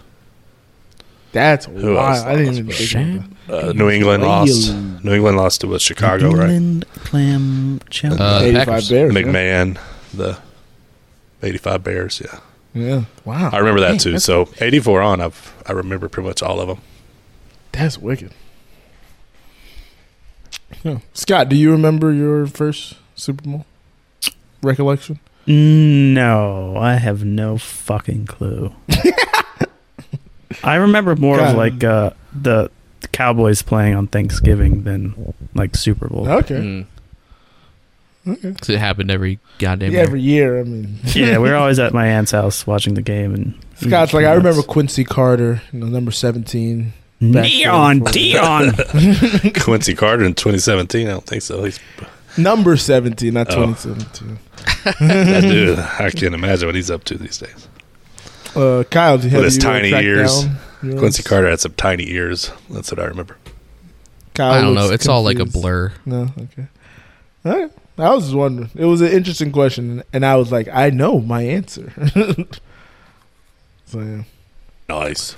[SPEAKER 1] That's
[SPEAKER 7] Who
[SPEAKER 1] wild.
[SPEAKER 7] else
[SPEAKER 1] I didn't even think
[SPEAKER 2] Shame.
[SPEAKER 1] about
[SPEAKER 7] uh, New England lost,
[SPEAKER 1] Really?
[SPEAKER 7] New England lost to uh, Chicago, right?
[SPEAKER 4] England clam chowder.
[SPEAKER 2] Uh,
[SPEAKER 1] that. 85
[SPEAKER 2] Packers.
[SPEAKER 1] Bears. huh?
[SPEAKER 7] McMahon, the '85 Bears. Yeah,
[SPEAKER 1] Yeah. Wow.
[SPEAKER 7] I remember
[SPEAKER 1] Dang,
[SPEAKER 7] that too.
[SPEAKER 1] That's,
[SPEAKER 7] So '84 on, I've I remember pretty much all of them.
[SPEAKER 1] that's wicked. Yeah. Scott, do you remember your first Super Bowl recollection?
[SPEAKER 4] No, I have no fucking clue. I remember more
[SPEAKER 1] God.
[SPEAKER 4] of like uh, the Cowboys playing on Thanksgiving than like Super Bowl.
[SPEAKER 1] Okay.
[SPEAKER 2] Mm.
[SPEAKER 1] okay.
[SPEAKER 2] 'Cause it happened every goddamn
[SPEAKER 1] Yeah,
[SPEAKER 2] year.
[SPEAKER 1] every year. I mean,
[SPEAKER 4] Yeah, we were always at my aunt's house watching the game, and
[SPEAKER 1] Scott's like, I remember Quincy Carter, you know, number 17. back
[SPEAKER 4] Neon
[SPEAKER 1] there for-
[SPEAKER 4] Dion.
[SPEAKER 7] Quincy Carter in 2017. I don't think so. He's
[SPEAKER 1] Number 17, not
[SPEAKER 7] Oh.
[SPEAKER 1] 2017.
[SPEAKER 7] that dude. I can't imagine what he's up to these days.
[SPEAKER 1] Uh, Kyle, do you have
[SPEAKER 7] his
[SPEAKER 1] you, uh,
[SPEAKER 7] tiny
[SPEAKER 1] tracked
[SPEAKER 7] ears.
[SPEAKER 1] down yours?
[SPEAKER 7] Quincy Carter had some tiny ears. That's what I remember.
[SPEAKER 1] Kyle
[SPEAKER 2] I don't know.
[SPEAKER 1] looks
[SPEAKER 2] It's all like a
[SPEAKER 1] confused.
[SPEAKER 2] blur.
[SPEAKER 1] No, okay. All right. I was just wondering. It was an interesting question, and I was like, I know my answer. so, yeah.
[SPEAKER 7] Nice.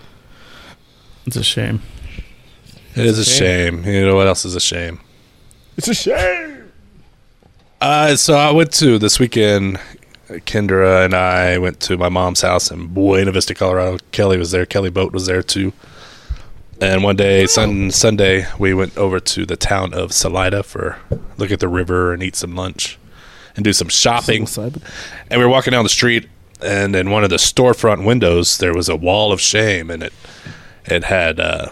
[SPEAKER 4] It's a shame.
[SPEAKER 7] It is a shame. You know what else is a shame?
[SPEAKER 1] It's a shame.
[SPEAKER 7] Uh, so I went to this weekend. Kendra and I went to my mom's house in Buena Vista, Colorado. Kelly was there. Kelly Boat was there too. And one day, sun, Sunday, we went over to the town of Salida for look at the river and eat some lunch and do some shopping. And we were walking down the street, and in one of the storefront windows, there was a wall of shame, and it it had uh,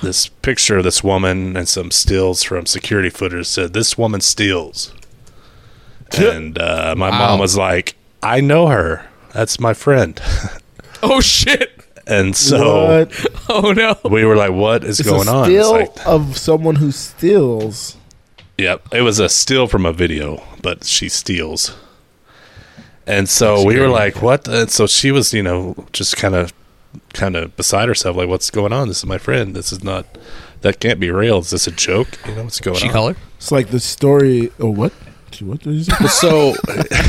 [SPEAKER 7] this picture of this woman and some stills from security footage said, "This woman steals." And uh, my
[SPEAKER 2] Wow.
[SPEAKER 7] mom was like, "I know her. That's my friend."
[SPEAKER 2] Oh, shit.
[SPEAKER 7] And so
[SPEAKER 1] what
[SPEAKER 2] Oh, no.
[SPEAKER 7] we were like, "What is
[SPEAKER 1] It's
[SPEAKER 7] going
[SPEAKER 1] a
[SPEAKER 7] on?" It's
[SPEAKER 1] Still
[SPEAKER 7] like,
[SPEAKER 1] of someone who steals.
[SPEAKER 7] Yep, it was a steal from a video, but she steals. And so we were like, "What?" And so she was, you know, just kind of, kind of beside herself, like, "What's going on? This is my friend. This is not. That can't be real. Is this a joke? You know, what's going
[SPEAKER 2] She
[SPEAKER 7] on?"
[SPEAKER 2] color?
[SPEAKER 1] It's like the story. Oh, what? She- What did you say?
[SPEAKER 7] so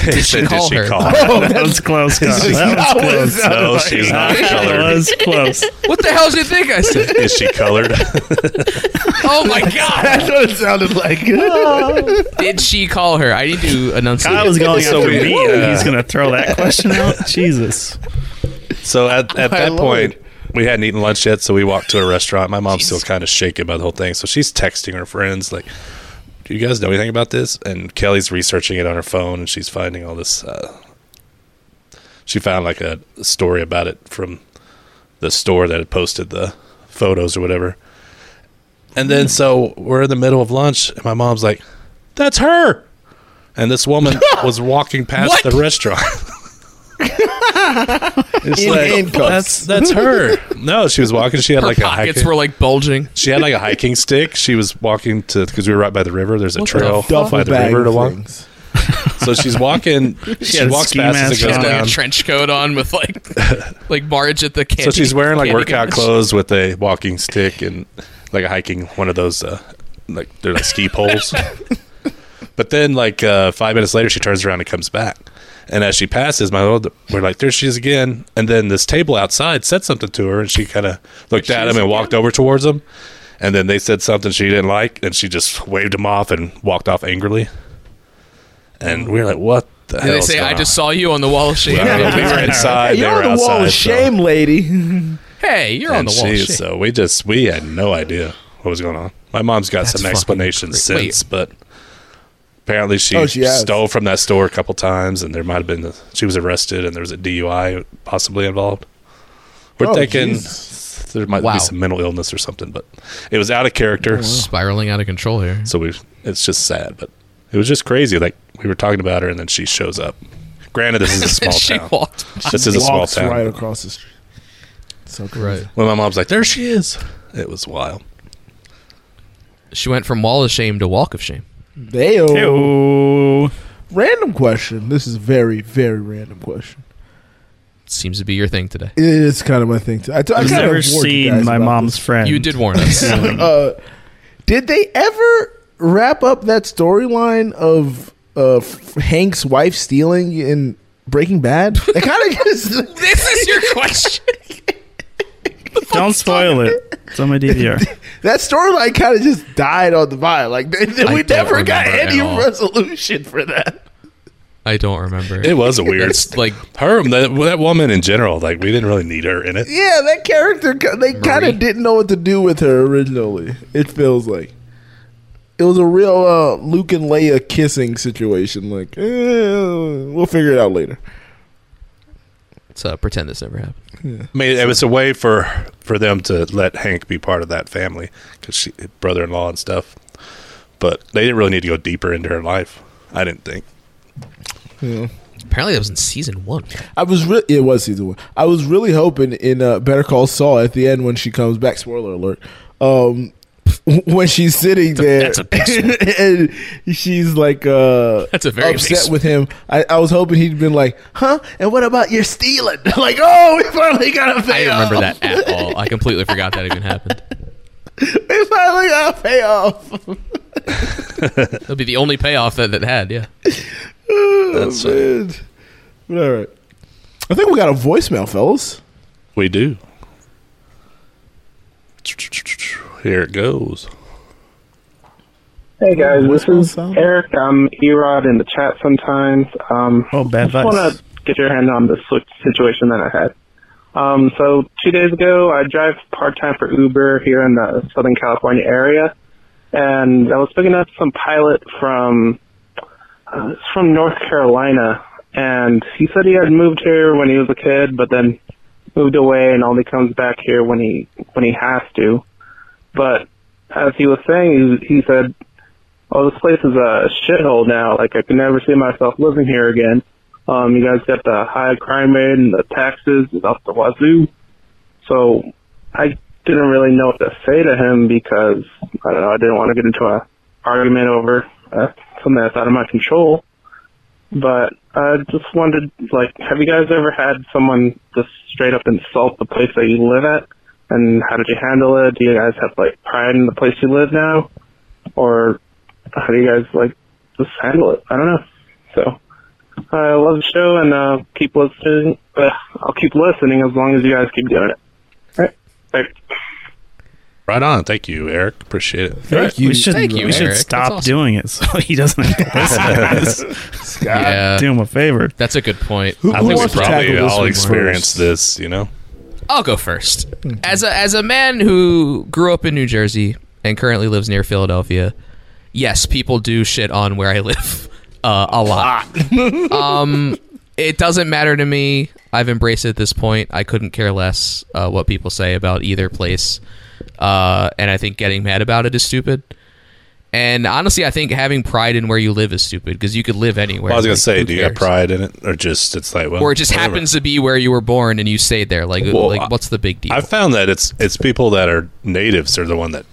[SPEAKER 7] did
[SPEAKER 2] she call her?
[SPEAKER 4] That was close. Scott. That was close.
[SPEAKER 7] No, she's not
[SPEAKER 4] That
[SPEAKER 7] colored.
[SPEAKER 4] was close.
[SPEAKER 2] What the hell do you think I said?
[SPEAKER 7] Is she colored?
[SPEAKER 2] Oh, my God.
[SPEAKER 1] That's what it sounded like.
[SPEAKER 7] Oh.
[SPEAKER 2] Did she call her? I need to enunciate.
[SPEAKER 4] I was going
[SPEAKER 7] So
[SPEAKER 4] after
[SPEAKER 7] we,
[SPEAKER 4] me.
[SPEAKER 7] uh,
[SPEAKER 4] He's gonna throw that question out. Jesus.
[SPEAKER 7] So at, at
[SPEAKER 1] My
[SPEAKER 7] that
[SPEAKER 1] lord.
[SPEAKER 7] point, we hadn't eaten lunch yet, so we walked to a restaurant. My mom's still kind of shaken by the whole thing, so she's texting her friends like, "Do you guys know anything about this?" And Kelly's researching it on her phone, and she's finding all this. Uh, she found like a story about it from the store that had posted the photos or whatever. And then so we're in the middle of lunch, and my mom's like, "That's her," and this woman was walking past
[SPEAKER 2] What?
[SPEAKER 7] the restaurant. It's
[SPEAKER 1] In handcuffs.
[SPEAKER 7] that's that's her. No, she was walking. She had
[SPEAKER 2] Her
[SPEAKER 7] like a
[SPEAKER 2] pockets
[SPEAKER 7] hiking.
[SPEAKER 2] were like bulging.
[SPEAKER 7] she had like a hiking stick. She was walking to because we were right by the river. There's a
[SPEAKER 2] What the
[SPEAKER 7] trail by
[SPEAKER 1] Duffel
[SPEAKER 7] the
[SPEAKER 1] bag
[SPEAKER 7] river to
[SPEAKER 1] of
[SPEAKER 7] walk.
[SPEAKER 1] things.
[SPEAKER 7] So she's walking. she
[SPEAKER 4] had a
[SPEAKER 7] walks
[SPEAKER 4] ski
[SPEAKER 7] past
[SPEAKER 4] mask on.
[SPEAKER 7] as it goes
[SPEAKER 4] She's
[SPEAKER 2] Like a
[SPEAKER 7] down.
[SPEAKER 2] trench coat on with like like Marge at the candy.
[SPEAKER 7] So she's wearing like
[SPEAKER 2] candy
[SPEAKER 7] workout
[SPEAKER 2] gun.
[SPEAKER 7] clothes with a walking stick and like a hiking one of those uh, like they're like ski poles. but then like uh, five minutes later, she turns around and comes back, And as she passes, my old, we're like, there she is again. And then this table outside said something to her, and she kind of looked at him and walked over towards him. And then they said something she didn't like, and she just waved him off and walked off angrily. And we were like, what the hell?
[SPEAKER 2] they
[SPEAKER 7] is
[SPEAKER 2] say,
[SPEAKER 7] going
[SPEAKER 2] I
[SPEAKER 7] on?"
[SPEAKER 2] just saw you on the wall of shame.
[SPEAKER 7] I mean, we were inside. they
[SPEAKER 8] You're
[SPEAKER 7] were
[SPEAKER 8] on the
[SPEAKER 7] outside,
[SPEAKER 8] wall of shame, lady.
[SPEAKER 2] Hey, you're
[SPEAKER 7] So.
[SPEAKER 2] on
[SPEAKER 7] And
[SPEAKER 2] the wall of
[SPEAKER 7] she,
[SPEAKER 2] shame.
[SPEAKER 7] so we just we had no idea what was going on. My mom's got some
[SPEAKER 2] fucking
[SPEAKER 7] explanations
[SPEAKER 2] great. Wait.
[SPEAKER 7] since, but apparently she,
[SPEAKER 8] Oh, she has.
[SPEAKER 7] stole from that store a couple times, and there might have been the, she was arrested, and there was a DUI possibly involved. We're
[SPEAKER 1] Oh,
[SPEAKER 7] thinking
[SPEAKER 1] Jesus.
[SPEAKER 7] there might
[SPEAKER 2] Wow. Oh,
[SPEAKER 7] be some mental illness or something, but it was out of character.
[SPEAKER 2] Spiraling out of control here.
[SPEAKER 7] So we it's just sad, but it was just crazy. Like we were talking about her, and then she shows up. Granted, this is a small
[SPEAKER 2] she
[SPEAKER 7] town.
[SPEAKER 2] walked.
[SPEAKER 7] This is a small
[SPEAKER 1] Walks
[SPEAKER 7] town.
[SPEAKER 1] right across the street. So crazy.
[SPEAKER 2] Right.
[SPEAKER 7] When my mom's like, "There she is," it was wild.
[SPEAKER 2] She went from wall of shame to walk of shame.
[SPEAKER 1] They-o.
[SPEAKER 4] Ew.
[SPEAKER 1] Random question. This is a very, very random question.
[SPEAKER 2] Seems to be your thing today.
[SPEAKER 1] It is kind of my thing. Too. I t- I
[SPEAKER 4] I've
[SPEAKER 1] kind
[SPEAKER 4] never
[SPEAKER 1] of warned you
[SPEAKER 4] seen
[SPEAKER 1] guys
[SPEAKER 4] my
[SPEAKER 1] about
[SPEAKER 4] mom's
[SPEAKER 1] this.
[SPEAKER 4] friend.
[SPEAKER 2] You did warn us.
[SPEAKER 1] Uh, did they ever wrap up that storyline of uh, F- Hank's wife stealing in Breaking Bad? That kind of
[SPEAKER 2] this is your question.
[SPEAKER 4] Don't spoil it. It's on my DVR.
[SPEAKER 1] that storyline kind of just died on the vine. Like they, they-
[SPEAKER 2] I
[SPEAKER 1] we
[SPEAKER 2] don't
[SPEAKER 1] never got
[SPEAKER 2] remember at
[SPEAKER 1] any
[SPEAKER 2] all.
[SPEAKER 1] resolution for that.
[SPEAKER 2] I don't remember.
[SPEAKER 7] It was a weird.
[SPEAKER 2] It's like
[SPEAKER 7] her that, that woman in general like we didn't really need her in it
[SPEAKER 1] Yeah, that character ki- they kind
[SPEAKER 2] Marie?
[SPEAKER 1] of didn't know what to do with her originally. It feels like it was a real uh, Luke and Leia kissing situation. Like eh, we'll figure it out later.
[SPEAKER 2] let's uh, pretend this never happened.
[SPEAKER 7] i mean it was a way for for them to let hank be part of that family because brother-in-law and stuff but they didn't really need to go deeper into her life i didn't think
[SPEAKER 2] Apparently, that was in season one.
[SPEAKER 1] I was really it was season one. I was really hoping in uh, Better Call Saul at the end when she comes back. Spoiler alert. Um, when she's sitting there,
[SPEAKER 2] that's a big
[SPEAKER 1] and she's like, uh,
[SPEAKER 2] That's a very big
[SPEAKER 1] upset
[SPEAKER 2] spoiler.
[SPEAKER 1] with him. I, I was hoping he'd been like, huh? And what about your stealing? like, oh, we finally got a payoff.
[SPEAKER 2] I didn't remember that at all. I completely forgot that even happened.
[SPEAKER 1] We finally got a payoff.
[SPEAKER 2] That'll be the only payoff that that had. Yeah.
[SPEAKER 7] That's
[SPEAKER 1] Oh, man. But all right. I think we got a voicemail, fellas.
[SPEAKER 7] we do here it goes
[SPEAKER 9] Hey guys, this is
[SPEAKER 1] sound?
[SPEAKER 9] Eric. I'm Erod in the chat sometimes. Um,
[SPEAKER 4] Oh, bad
[SPEAKER 9] I want
[SPEAKER 4] vibes.
[SPEAKER 9] to get your hand on this si- situation that I had. Um, so two days ago, I drive part time for Uber here in the Southern California area, and I was picking up some pilot from uh, it's from North Carolina, and he said he had moved here when he was a kid, but then moved away and only comes back here when he when he has to. But as he was saying, he, he said, "Oh, this place is a shithole now. Like I can never see myself living here again." Um, you guys got the high crime rate and the taxes is up the wazoo. So I didn't really know what to say to him because I don't know. I didn't want to get into a argument over uh, something that's out of my control. But I just wondered, like, have you guys ever had someone just straight up insult the place that you live at? And how did you handle it? Do you guys have like pride in the place you live now, or how do you guys like just handle it? I don't know. So. I love the show and uh, keep listening. Uh, I'll keep listening as long as you guys keep doing it. All right. Thanks.
[SPEAKER 7] right on thank you eric appreciate it
[SPEAKER 1] Thank you.
[SPEAKER 4] we should,
[SPEAKER 2] Thank you,
[SPEAKER 4] we should
[SPEAKER 2] Eric. That's
[SPEAKER 4] stop
[SPEAKER 2] awesome.
[SPEAKER 4] doing it so he doesn't have to listen to this.
[SPEAKER 2] yeah.
[SPEAKER 4] Do him a favor.
[SPEAKER 2] That's a good point.
[SPEAKER 1] Who,
[SPEAKER 7] i
[SPEAKER 1] who
[SPEAKER 7] think we
[SPEAKER 1] wants to tackle
[SPEAKER 7] probably
[SPEAKER 1] this
[SPEAKER 7] all
[SPEAKER 1] one first?
[SPEAKER 7] experienced this you know
[SPEAKER 2] I'll go first.
[SPEAKER 7] Mm-hmm.
[SPEAKER 2] As a as a man who grew up in New Jersey and currently lives near Philadelphia, yes, people do shit on where I live uh, a lot.
[SPEAKER 7] Ah.
[SPEAKER 2] um, it doesn't matter to me. I've embraced it at this point. I couldn't care less uh, what people say about either place, uh, and I think getting mad about it is stupid. And honestly, I think having pride in where you live is stupid because you could live anywhere.
[SPEAKER 7] well, i was gonna
[SPEAKER 2] Like,
[SPEAKER 7] say
[SPEAKER 2] who
[SPEAKER 7] do you have
[SPEAKER 2] cares?
[SPEAKER 7] pride in it or just it's like well
[SPEAKER 2] Or it just
[SPEAKER 7] whatever.
[SPEAKER 2] happens to be where you were born and you stayed there. Like,
[SPEAKER 7] Well, I-
[SPEAKER 2] like what's the big deal?
[SPEAKER 7] i found that it's it's people that are natives are the one that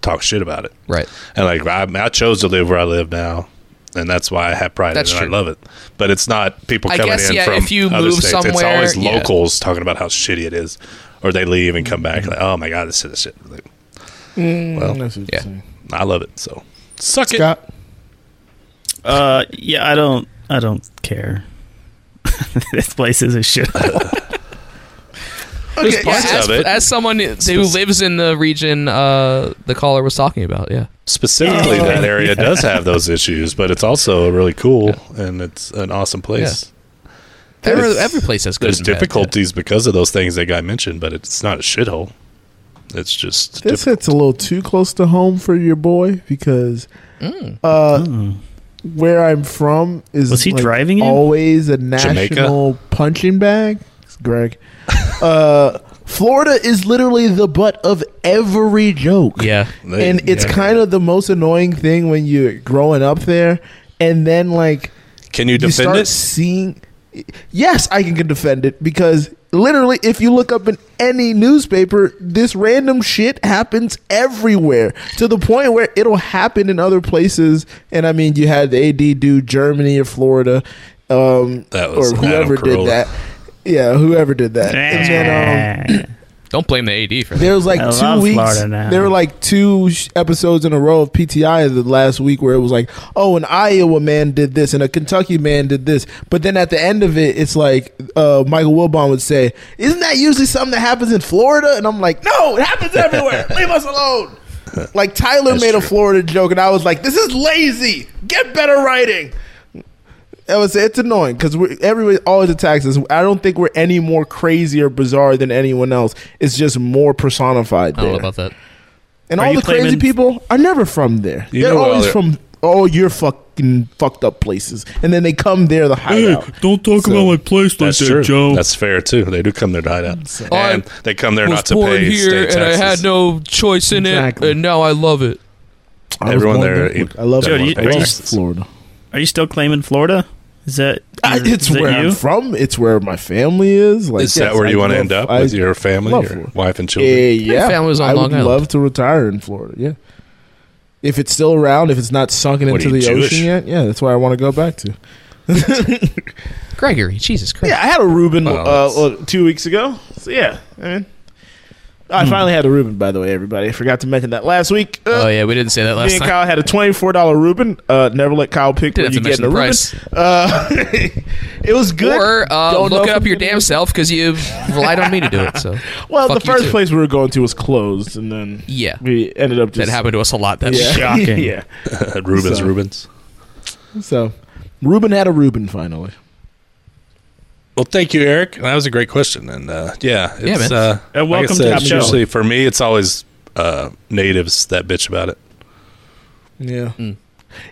[SPEAKER 7] talk shit about it
[SPEAKER 2] right.
[SPEAKER 7] and like I, I chose to live where I live now, and that's why I have pride
[SPEAKER 2] That's
[SPEAKER 7] in it.
[SPEAKER 2] true.
[SPEAKER 7] and I love it. But it's not people
[SPEAKER 2] I
[SPEAKER 7] coming
[SPEAKER 2] guess,
[SPEAKER 7] in
[SPEAKER 2] yeah,
[SPEAKER 7] from
[SPEAKER 2] if you
[SPEAKER 7] other
[SPEAKER 2] move
[SPEAKER 7] states. it's
[SPEAKER 2] somewhere,
[SPEAKER 7] always
[SPEAKER 2] yeah.
[SPEAKER 7] locals talking about how shitty it is, or they leave and come
[SPEAKER 2] Mm-hmm.
[SPEAKER 7] back like, oh my god, this shit, this shit. Like, well,
[SPEAKER 1] That's what you're
[SPEAKER 2] Yeah.
[SPEAKER 1] saying.
[SPEAKER 7] I love it. So suck
[SPEAKER 1] Scott,
[SPEAKER 4] Uh, yeah, I don't, I don't care. this place is a shit.
[SPEAKER 7] There's
[SPEAKER 2] Yeah,
[SPEAKER 7] parts
[SPEAKER 2] as,
[SPEAKER 7] of it.
[SPEAKER 2] as someone who lives in the region uh, the caller was talking about, yeah.
[SPEAKER 7] Specifically, that area does have those issues, but it's also really cool and it's an awesome place.
[SPEAKER 2] Every,
[SPEAKER 7] There's-
[SPEAKER 2] every place has good
[SPEAKER 7] There's
[SPEAKER 2] and bad, yeah.
[SPEAKER 7] difficulties because of those things that guy mentioned, but it's not a shithole. It's just
[SPEAKER 1] This
[SPEAKER 7] diff-
[SPEAKER 1] hits a little too close to home for your boy because uh, where I'm from is
[SPEAKER 4] Was he driving you?
[SPEAKER 1] always a
[SPEAKER 7] Jamaica?
[SPEAKER 1] national punching bag. It's Greg, uh, Florida is literally the butt of every joke.
[SPEAKER 2] Yeah.
[SPEAKER 7] They-
[SPEAKER 1] and it's
[SPEAKER 7] yeah.
[SPEAKER 1] kind of the most annoying thing when you're growing up there, and then like
[SPEAKER 7] Can you
[SPEAKER 1] you
[SPEAKER 7] defend
[SPEAKER 1] start
[SPEAKER 7] it?
[SPEAKER 1] seeing. Yes, I can defend it because literally, if you look up in any newspaper, this random shit happens everywhere to the point where it'll happen in other places. And I mean, you had the AD do Germany or Florida, um,
[SPEAKER 7] That was
[SPEAKER 1] or
[SPEAKER 7] Adam
[SPEAKER 1] whoever
[SPEAKER 7] Carolla.
[SPEAKER 1] did that. Yeah, whoever did that. And then, um,
[SPEAKER 2] Don't blame the AD for that.
[SPEAKER 1] there was like
[SPEAKER 4] I
[SPEAKER 1] two
[SPEAKER 4] love
[SPEAKER 1] weeks.
[SPEAKER 4] Florida now.
[SPEAKER 1] There were like two sh- episodes in a row of PTI the last week where it was like, oh, an Iowa man did this and a Kentucky man did this. But then at the end of it, it's like uh, Michael Wilbon would say, "Isn't that usually something that happens in Florida?" And I'm like, "No, it happens everywhere. Leave us alone." Like Tyler
[SPEAKER 7] That's
[SPEAKER 1] made a
[SPEAKER 7] true.
[SPEAKER 1] Florida joke, and I was like, "This is lazy. Get better writing." I would say it's annoying because everybody always attacks us. I don't think we're any more crazy or bizarre than anyone else. It's just more personified
[SPEAKER 2] I don't know
[SPEAKER 1] there.
[SPEAKER 2] about that.
[SPEAKER 1] and
[SPEAKER 4] Are
[SPEAKER 1] all
[SPEAKER 4] you
[SPEAKER 1] the crazy
[SPEAKER 4] claiming-
[SPEAKER 1] people are never from there.
[SPEAKER 7] You
[SPEAKER 1] They're
[SPEAKER 7] know all
[SPEAKER 1] always
[SPEAKER 7] the-
[SPEAKER 1] from all your fucking fucked up places, and then they come there to hide out.
[SPEAKER 6] don't talk
[SPEAKER 1] So- about my
[SPEAKER 6] place
[SPEAKER 7] That's true. That's fair too. They do come there to hide out,
[SPEAKER 2] I
[SPEAKER 7] and they come there not to pay state taxes.
[SPEAKER 2] no choice in
[SPEAKER 1] it, Exactly. and
[SPEAKER 2] now I love it.
[SPEAKER 1] I was
[SPEAKER 7] Everyone
[SPEAKER 1] born
[SPEAKER 7] there-
[SPEAKER 1] Look, I love
[SPEAKER 4] Dude,
[SPEAKER 1] it.
[SPEAKER 4] you-
[SPEAKER 1] I love
[SPEAKER 4] you-
[SPEAKER 1] Florida.
[SPEAKER 4] Are you still claiming Florida? Is that
[SPEAKER 1] I,
[SPEAKER 4] is-
[SPEAKER 1] Ah, it's
[SPEAKER 4] is that
[SPEAKER 1] where
[SPEAKER 4] you?
[SPEAKER 1] I'm from. It's where my family is. Like,
[SPEAKER 7] Is that
[SPEAKER 1] yes,
[SPEAKER 7] where
[SPEAKER 1] I
[SPEAKER 7] you want to
[SPEAKER 1] love-
[SPEAKER 7] end up
[SPEAKER 1] I-
[SPEAKER 7] with your family,
[SPEAKER 1] love
[SPEAKER 7] your
[SPEAKER 1] Florida.
[SPEAKER 7] wife and
[SPEAKER 1] Yeah,
[SPEAKER 7] children?
[SPEAKER 1] Uh, yeah.
[SPEAKER 2] family was on
[SPEAKER 1] I
[SPEAKER 2] Long
[SPEAKER 1] would
[SPEAKER 2] Island.
[SPEAKER 1] love to retire in Florida. Yeah, if it's still around, if it's not sunken
[SPEAKER 7] What are
[SPEAKER 1] into the
[SPEAKER 7] you, Jewish?
[SPEAKER 1] ocean yet, yeah, that's where I want to go back to.
[SPEAKER 2] Gregory, Jesus Christ.
[SPEAKER 1] Yeah, I had a Reuben
[SPEAKER 7] Oh,
[SPEAKER 1] uh,
[SPEAKER 7] that's-
[SPEAKER 1] well, two weeks ago. So yeah, I mean, I finally had a Reuben. By the way, everybody, I forgot to mention that last week. Uh,
[SPEAKER 2] Oh yeah, we didn't say that
[SPEAKER 1] Me
[SPEAKER 2] last
[SPEAKER 1] and
[SPEAKER 2] time.
[SPEAKER 1] Kyle had a twenty-four dollar Reuben. Uh, never let Kyle pick when
[SPEAKER 2] Didn't have
[SPEAKER 1] you
[SPEAKER 2] to
[SPEAKER 1] get in
[SPEAKER 2] mention
[SPEAKER 1] a
[SPEAKER 2] the
[SPEAKER 1] Reuben.
[SPEAKER 2] price.
[SPEAKER 1] Uh, it was good.
[SPEAKER 2] Or uh,
[SPEAKER 1] Don't know
[SPEAKER 2] look
[SPEAKER 1] if
[SPEAKER 2] it up
[SPEAKER 1] I'm
[SPEAKER 2] your
[SPEAKER 1] gonna-
[SPEAKER 2] damn self because you relied on me to do it. So
[SPEAKER 1] Well,
[SPEAKER 2] Fuck
[SPEAKER 1] the
[SPEAKER 2] you
[SPEAKER 1] first
[SPEAKER 2] too.
[SPEAKER 1] place we were going to was closed, and then
[SPEAKER 2] yeah,
[SPEAKER 1] we ended up
[SPEAKER 2] that
[SPEAKER 1] just
[SPEAKER 2] happened to us a lot. That
[SPEAKER 1] Yeah,
[SPEAKER 2] week.
[SPEAKER 4] Shocking.
[SPEAKER 1] yeah.
[SPEAKER 7] Rubens,
[SPEAKER 1] So-
[SPEAKER 7] Rubens.
[SPEAKER 1] So, Ruben had a Reuben finally.
[SPEAKER 7] Well, thank you, Eric. That was a great question, and uh, yeah, it's,
[SPEAKER 2] Yeah, man.
[SPEAKER 7] Uh,
[SPEAKER 4] And
[SPEAKER 7] like I
[SPEAKER 4] welcome to
[SPEAKER 7] said,
[SPEAKER 4] the show.
[SPEAKER 7] Usually, for me, it's always uh, natives that bitch about it,
[SPEAKER 1] Yeah.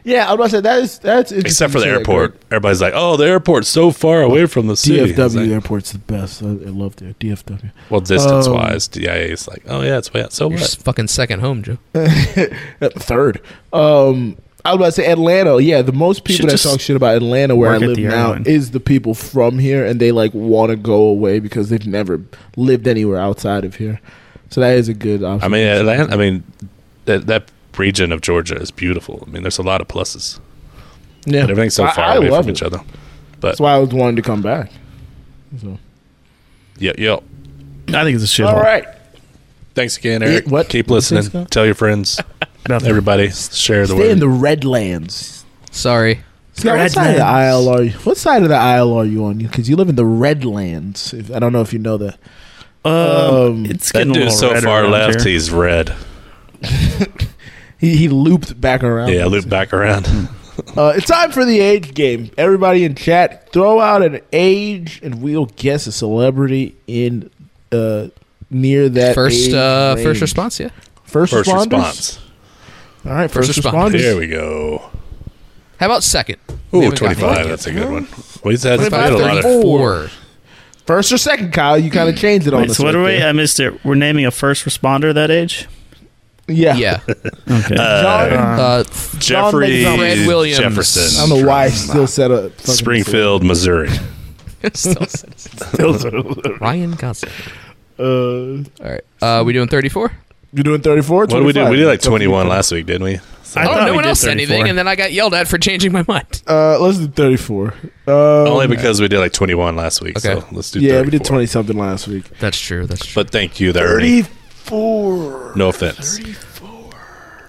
[SPEAKER 1] Yeah, I was about to say that is that's interesting
[SPEAKER 7] Mm. except for
[SPEAKER 1] you
[SPEAKER 7] the
[SPEAKER 1] say that,
[SPEAKER 7] airport. Everybody's like, "Oh, the airport's so far away from the city."
[SPEAKER 1] Greg.
[SPEAKER 7] I was
[SPEAKER 1] DFW
[SPEAKER 7] like,
[SPEAKER 1] airport's the best. I, I love the DFW.
[SPEAKER 7] well,
[SPEAKER 1] Um,
[SPEAKER 7] distance-wise, DIA is like, "Oh yeah, it's way out." So
[SPEAKER 2] You're
[SPEAKER 7] what?
[SPEAKER 2] just fucking second home, Joe.
[SPEAKER 1] Uh, Third. Um I was about to say Atlanta. Yeah, the most people
[SPEAKER 4] Should
[SPEAKER 1] that
[SPEAKER 4] just
[SPEAKER 1] talk shit about Atlanta where I
[SPEAKER 4] work at
[SPEAKER 1] live
[SPEAKER 4] the
[SPEAKER 1] now
[SPEAKER 4] airline.
[SPEAKER 1] is the people from here and they like want to go away because they've never lived anywhere outside of here. So that is a good option.
[SPEAKER 7] I mean, uh, Atlanta. I mean, that that region of Georgia is beautiful. I mean, there's a lot of pluses,
[SPEAKER 1] yeah.
[SPEAKER 7] but everything's so
[SPEAKER 1] I-
[SPEAKER 7] far
[SPEAKER 1] I
[SPEAKER 7] away
[SPEAKER 1] love
[SPEAKER 7] from
[SPEAKER 1] it.
[SPEAKER 7] each other.
[SPEAKER 1] That's why I was wanting to come back. So.
[SPEAKER 7] Yeah, yeah.
[SPEAKER 4] I think it's a shit.
[SPEAKER 1] All right.
[SPEAKER 7] Thanks again, Eric.
[SPEAKER 1] Eh, what?
[SPEAKER 7] Keep
[SPEAKER 1] What did you say,
[SPEAKER 7] listening.
[SPEAKER 1] Scott?
[SPEAKER 7] Tell your friends.
[SPEAKER 4] Nothing.
[SPEAKER 7] Everybody, share the
[SPEAKER 1] Stay in
[SPEAKER 7] word.
[SPEAKER 1] the Redlands.
[SPEAKER 2] Sorry,
[SPEAKER 1] Scott, what side of the aisle are you? What side of the aisle are you on? Because you live in the Redlands. If, I don't know if you know that. Um,
[SPEAKER 4] Um, it's
[SPEAKER 7] that
[SPEAKER 4] getting a
[SPEAKER 7] dude's
[SPEAKER 4] little
[SPEAKER 7] so
[SPEAKER 4] red
[SPEAKER 7] far
[SPEAKER 4] around
[SPEAKER 7] left,
[SPEAKER 4] here.
[SPEAKER 7] he's red.
[SPEAKER 1] He, he looped back around.
[SPEAKER 7] Yeah, loop back around.
[SPEAKER 1] Uh, it's time for the age game. Everybody in chat, throw out an age, and we'll guess a celebrity in uh, near that
[SPEAKER 2] first
[SPEAKER 1] age
[SPEAKER 2] uh, first
[SPEAKER 1] range.
[SPEAKER 2] response. Yeah,
[SPEAKER 1] First,
[SPEAKER 7] First
[SPEAKER 1] responders?
[SPEAKER 7] response.
[SPEAKER 1] All right, first,
[SPEAKER 2] First responders.
[SPEAKER 1] responders.
[SPEAKER 7] There we go.
[SPEAKER 2] how about second? We
[SPEAKER 7] Ooh,
[SPEAKER 2] haven't gotten
[SPEAKER 7] 25.
[SPEAKER 2] there yet.
[SPEAKER 7] That's a good one. We just had, we had a lot of.
[SPEAKER 2] 34.
[SPEAKER 1] First or second, Kyle. You kind of changed it on
[SPEAKER 4] Wait,
[SPEAKER 1] this.
[SPEAKER 4] so what
[SPEAKER 1] right
[SPEAKER 4] are we?
[SPEAKER 1] there.
[SPEAKER 4] I missed it. We're naming a first responder that age.
[SPEAKER 1] Yeah.
[SPEAKER 2] Yeah,
[SPEAKER 4] Okay.
[SPEAKER 1] John,
[SPEAKER 2] uh,
[SPEAKER 7] Jeffrey
[SPEAKER 1] John
[SPEAKER 2] Fred Williams.
[SPEAKER 1] I don't
[SPEAKER 7] Jefferson.
[SPEAKER 1] know why I still said a fucking-
[SPEAKER 7] Springfield, Missouri.
[SPEAKER 2] still Ryan Gosling.
[SPEAKER 1] Uh,
[SPEAKER 2] All right, uh, we doing thirty-four?
[SPEAKER 1] you're doing 34.
[SPEAKER 7] What did we do? We did like 21 last week, didn't we?
[SPEAKER 4] I
[SPEAKER 2] Oh,
[SPEAKER 4] thought
[SPEAKER 2] no
[SPEAKER 4] we
[SPEAKER 2] one
[SPEAKER 4] did
[SPEAKER 2] else said
[SPEAKER 4] 34.
[SPEAKER 2] anything, and then I got yelled at for changing my mind.
[SPEAKER 1] Uh, let's do 34. Um,
[SPEAKER 7] Only because we did like 21 last week.
[SPEAKER 2] Okay.
[SPEAKER 7] So let's do.
[SPEAKER 1] yeah, we did
[SPEAKER 7] 34.
[SPEAKER 1] 20 something last week.
[SPEAKER 2] That's true. That's true.
[SPEAKER 7] But thank you, there.
[SPEAKER 1] 34.
[SPEAKER 7] No offense.
[SPEAKER 2] I'm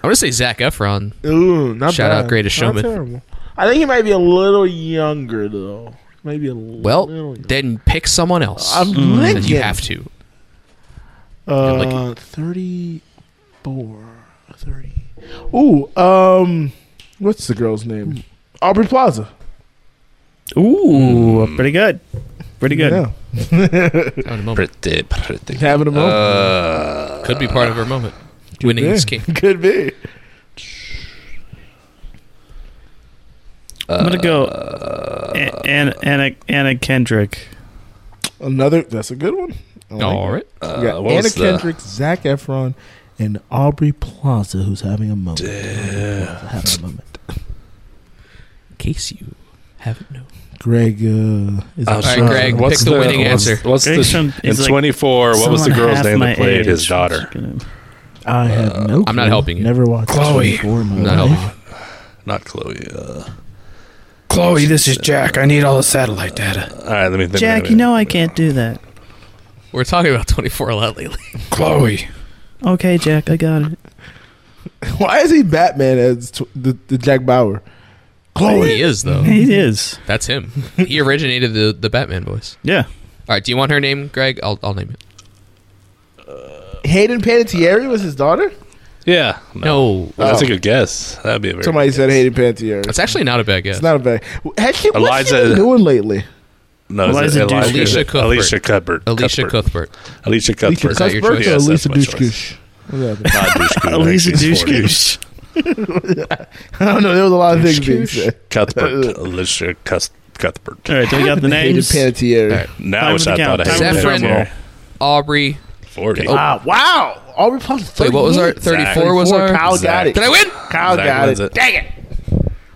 [SPEAKER 2] gonna say Zach Efron.
[SPEAKER 1] Ooh, not
[SPEAKER 2] Shout
[SPEAKER 1] bad.
[SPEAKER 2] out Greatest
[SPEAKER 1] Not
[SPEAKER 2] Showman.
[SPEAKER 1] terrible. I think he might be a little younger though. Maybe a little.
[SPEAKER 2] Well, then pick someone else.
[SPEAKER 1] I'm
[SPEAKER 2] Then
[SPEAKER 1] Lincoln.
[SPEAKER 2] You have to.
[SPEAKER 1] Uh, 34, 30. Ooh, um, what's the girl's name? Aubrey Plaza.
[SPEAKER 4] Ooh, pretty good. Pretty good.
[SPEAKER 1] Yeah.
[SPEAKER 2] Having a moment.
[SPEAKER 7] Pretty, pretty.
[SPEAKER 1] Having a moment.
[SPEAKER 7] Uh,
[SPEAKER 2] Could be part of her moment. Winning
[SPEAKER 1] yeah.
[SPEAKER 2] this game.
[SPEAKER 1] Could be.
[SPEAKER 4] I'm gonna go A- Anna, Anna Anna Kendrick.
[SPEAKER 1] Another. That's a good one. I like
[SPEAKER 2] All
[SPEAKER 1] it.
[SPEAKER 2] right.
[SPEAKER 1] We got
[SPEAKER 7] uh, what
[SPEAKER 1] Anna
[SPEAKER 7] was the-
[SPEAKER 1] Kendrick, Zach Efron, and Aubrey Plaza, who's having a moment. Plaza having a moment.
[SPEAKER 2] In case you haven't known.
[SPEAKER 1] Greg uh, is
[SPEAKER 7] I
[SPEAKER 1] up
[SPEAKER 7] was
[SPEAKER 2] All
[SPEAKER 1] front.
[SPEAKER 2] right,
[SPEAKER 7] trying-
[SPEAKER 2] Greg,
[SPEAKER 7] what's
[SPEAKER 2] pick the winning
[SPEAKER 7] what's-
[SPEAKER 2] answer.
[SPEAKER 7] What's
[SPEAKER 4] Greg
[SPEAKER 7] the,
[SPEAKER 4] Shum-
[SPEAKER 7] in
[SPEAKER 4] is like
[SPEAKER 7] 24, what was the
[SPEAKER 4] Someone
[SPEAKER 7] girl's
[SPEAKER 4] half
[SPEAKER 7] name
[SPEAKER 4] my
[SPEAKER 7] that played
[SPEAKER 4] age.
[SPEAKER 7] his daughter?
[SPEAKER 1] I have no.
[SPEAKER 2] Uh, I'm not
[SPEAKER 1] clue.
[SPEAKER 2] helping you.
[SPEAKER 1] Never watched
[SPEAKER 7] Chloe.
[SPEAKER 1] Before in my
[SPEAKER 2] I'm not
[SPEAKER 1] life.
[SPEAKER 2] helping. you.
[SPEAKER 7] Not Chloe. Uh,
[SPEAKER 8] Chloe, this is Jack. I need all the satellite data.
[SPEAKER 7] all right, let me think.
[SPEAKER 4] Jack, you know I can't do that.
[SPEAKER 2] We're talking about 24 a lot lately.
[SPEAKER 8] Chloe.
[SPEAKER 4] Okay, Jack, I got it.
[SPEAKER 1] Why is he Batman as tw- the, the Jack Bauer?
[SPEAKER 2] He is, though.
[SPEAKER 4] He is.
[SPEAKER 2] That's him. He originated the, the Batman voice.
[SPEAKER 4] Yeah.
[SPEAKER 2] All right. Do you want her name, Greg? I'll, I'll name it.
[SPEAKER 1] Hayden Panettiere was his daughter.
[SPEAKER 7] Yeah,
[SPEAKER 2] No.
[SPEAKER 7] that's
[SPEAKER 1] Oh.
[SPEAKER 7] a good guess. That'd be a very
[SPEAKER 1] Somebody
[SPEAKER 7] good
[SPEAKER 1] said
[SPEAKER 7] guess.
[SPEAKER 1] Hayden Panettiere.
[SPEAKER 2] That's actually not a bad guess.
[SPEAKER 1] It's not a bad. Has she, what's she
[SPEAKER 7] Eliza-
[SPEAKER 1] been doing lately?
[SPEAKER 7] No, is it
[SPEAKER 4] Eliza Dushku.
[SPEAKER 2] Alicia Cuthbert.
[SPEAKER 7] Alicia
[SPEAKER 2] Alicia
[SPEAKER 7] Cuthbert.
[SPEAKER 2] Cuthbert.
[SPEAKER 7] Alicia Cuthbert.
[SPEAKER 2] Is that your choice?
[SPEAKER 1] Cuthbert or
[SPEAKER 7] Yes,
[SPEAKER 1] Alicia
[SPEAKER 7] that's my
[SPEAKER 1] Dushkush? What happened?
[SPEAKER 7] Not Dushku,
[SPEAKER 4] Alicia
[SPEAKER 7] actually, it's 40.
[SPEAKER 4] Dushku.
[SPEAKER 1] I don't know. There was a lot of things being said.
[SPEAKER 7] Cuthbert. Alicia Cus- Cuthbert.
[SPEAKER 4] All right, do we got the
[SPEAKER 1] Hayden
[SPEAKER 4] names?
[SPEAKER 1] Panettiere.
[SPEAKER 2] All right.
[SPEAKER 7] Now
[SPEAKER 4] Time
[SPEAKER 7] it's
[SPEAKER 4] for the
[SPEAKER 7] I thought
[SPEAKER 4] count.
[SPEAKER 7] I
[SPEAKER 4] Time
[SPEAKER 7] had
[SPEAKER 4] for the
[SPEAKER 2] Saffron.
[SPEAKER 4] drum roll.
[SPEAKER 7] Cuthbert.
[SPEAKER 2] Aubrey.
[SPEAKER 7] 40.
[SPEAKER 2] Oh.
[SPEAKER 1] Ah, wow! Aubrey Plaza.
[SPEAKER 2] Wait, what was our
[SPEAKER 1] 38.
[SPEAKER 2] 34 was
[SPEAKER 1] 34,
[SPEAKER 2] our?
[SPEAKER 1] Kyle got
[SPEAKER 7] Zach.
[SPEAKER 1] it.
[SPEAKER 2] Did I win?
[SPEAKER 1] Kyle
[SPEAKER 7] Zach
[SPEAKER 1] got
[SPEAKER 7] wins
[SPEAKER 1] it.
[SPEAKER 7] it.
[SPEAKER 1] Dang it!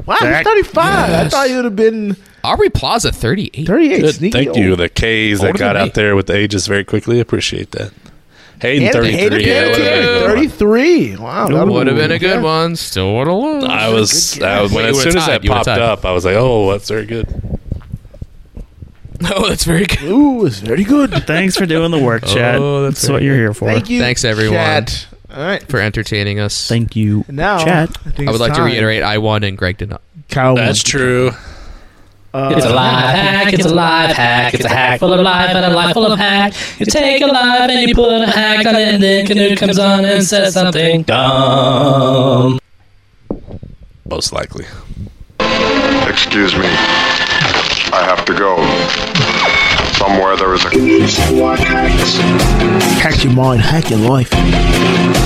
[SPEAKER 1] Wow, he's
[SPEAKER 4] Zach.
[SPEAKER 1] 35. I
[SPEAKER 2] Yes.
[SPEAKER 1] thought you would have been
[SPEAKER 2] Aubrey Plaza, 38.
[SPEAKER 1] 38.
[SPEAKER 7] Good.
[SPEAKER 1] Sneaky
[SPEAKER 7] Thank
[SPEAKER 1] old.
[SPEAKER 7] you. The K's
[SPEAKER 2] Older
[SPEAKER 7] that got
[SPEAKER 2] than me.
[SPEAKER 7] out there with the ages very quickly. Appreciate that. Hayden,
[SPEAKER 1] And
[SPEAKER 7] 33.
[SPEAKER 1] Hayden
[SPEAKER 7] Yeah,
[SPEAKER 1] Panettiere,
[SPEAKER 7] would've been a good one.
[SPEAKER 1] 33. Wow, that
[SPEAKER 2] Would have been a good one. Still would have lost.
[SPEAKER 7] I was, I was when,
[SPEAKER 2] Wait,
[SPEAKER 7] as
[SPEAKER 2] you
[SPEAKER 7] soon
[SPEAKER 2] would've
[SPEAKER 7] as
[SPEAKER 2] tied.
[SPEAKER 7] that
[SPEAKER 2] You would've
[SPEAKER 7] popped
[SPEAKER 2] tied.
[SPEAKER 7] up, I was like, "Oh, that's very good."
[SPEAKER 2] Oh, that's very good.
[SPEAKER 1] Ooh, it's very good.
[SPEAKER 4] Thanks for doing the work, Chad.
[SPEAKER 2] Oh, that's
[SPEAKER 4] that's what
[SPEAKER 2] very
[SPEAKER 4] you're here for.
[SPEAKER 1] Thank you.
[SPEAKER 2] Thanks, everyone.
[SPEAKER 1] Chat. All right.
[SPEAKER 2] For entertaining us.
[SPEAKER 4] Thank you.
[SPEAKER 1] Now,
[SPEAKER 4] Chat.
[SPEAKER 1] I, think
[SPEAKER 2] I would
[SPEAKER 1] it's
[SPEAKER 2] like to
[SPEAKER 1] time.
[SPEAKER 2] reiterate I won and Greg did not.
[SPEAKER 1] Kyle
[SPEAKER 7] That's
[SPEAKER 1] won.
[SPEAKER 7] true.
[SPEAKER 1] Uh,
[SPEAKER 10] It's a live hack, it's a live hack, it's a hack full of life and a life full of hack. You take a life and you put a hack on it and then Canute comes on and says something dumb.
[SPEAKER 7] Most likely.
[SPEAKER 11] Excuse me. I have to go. Somewhere there is a.
[SPEAKER 1] Hack your mind, hack your life.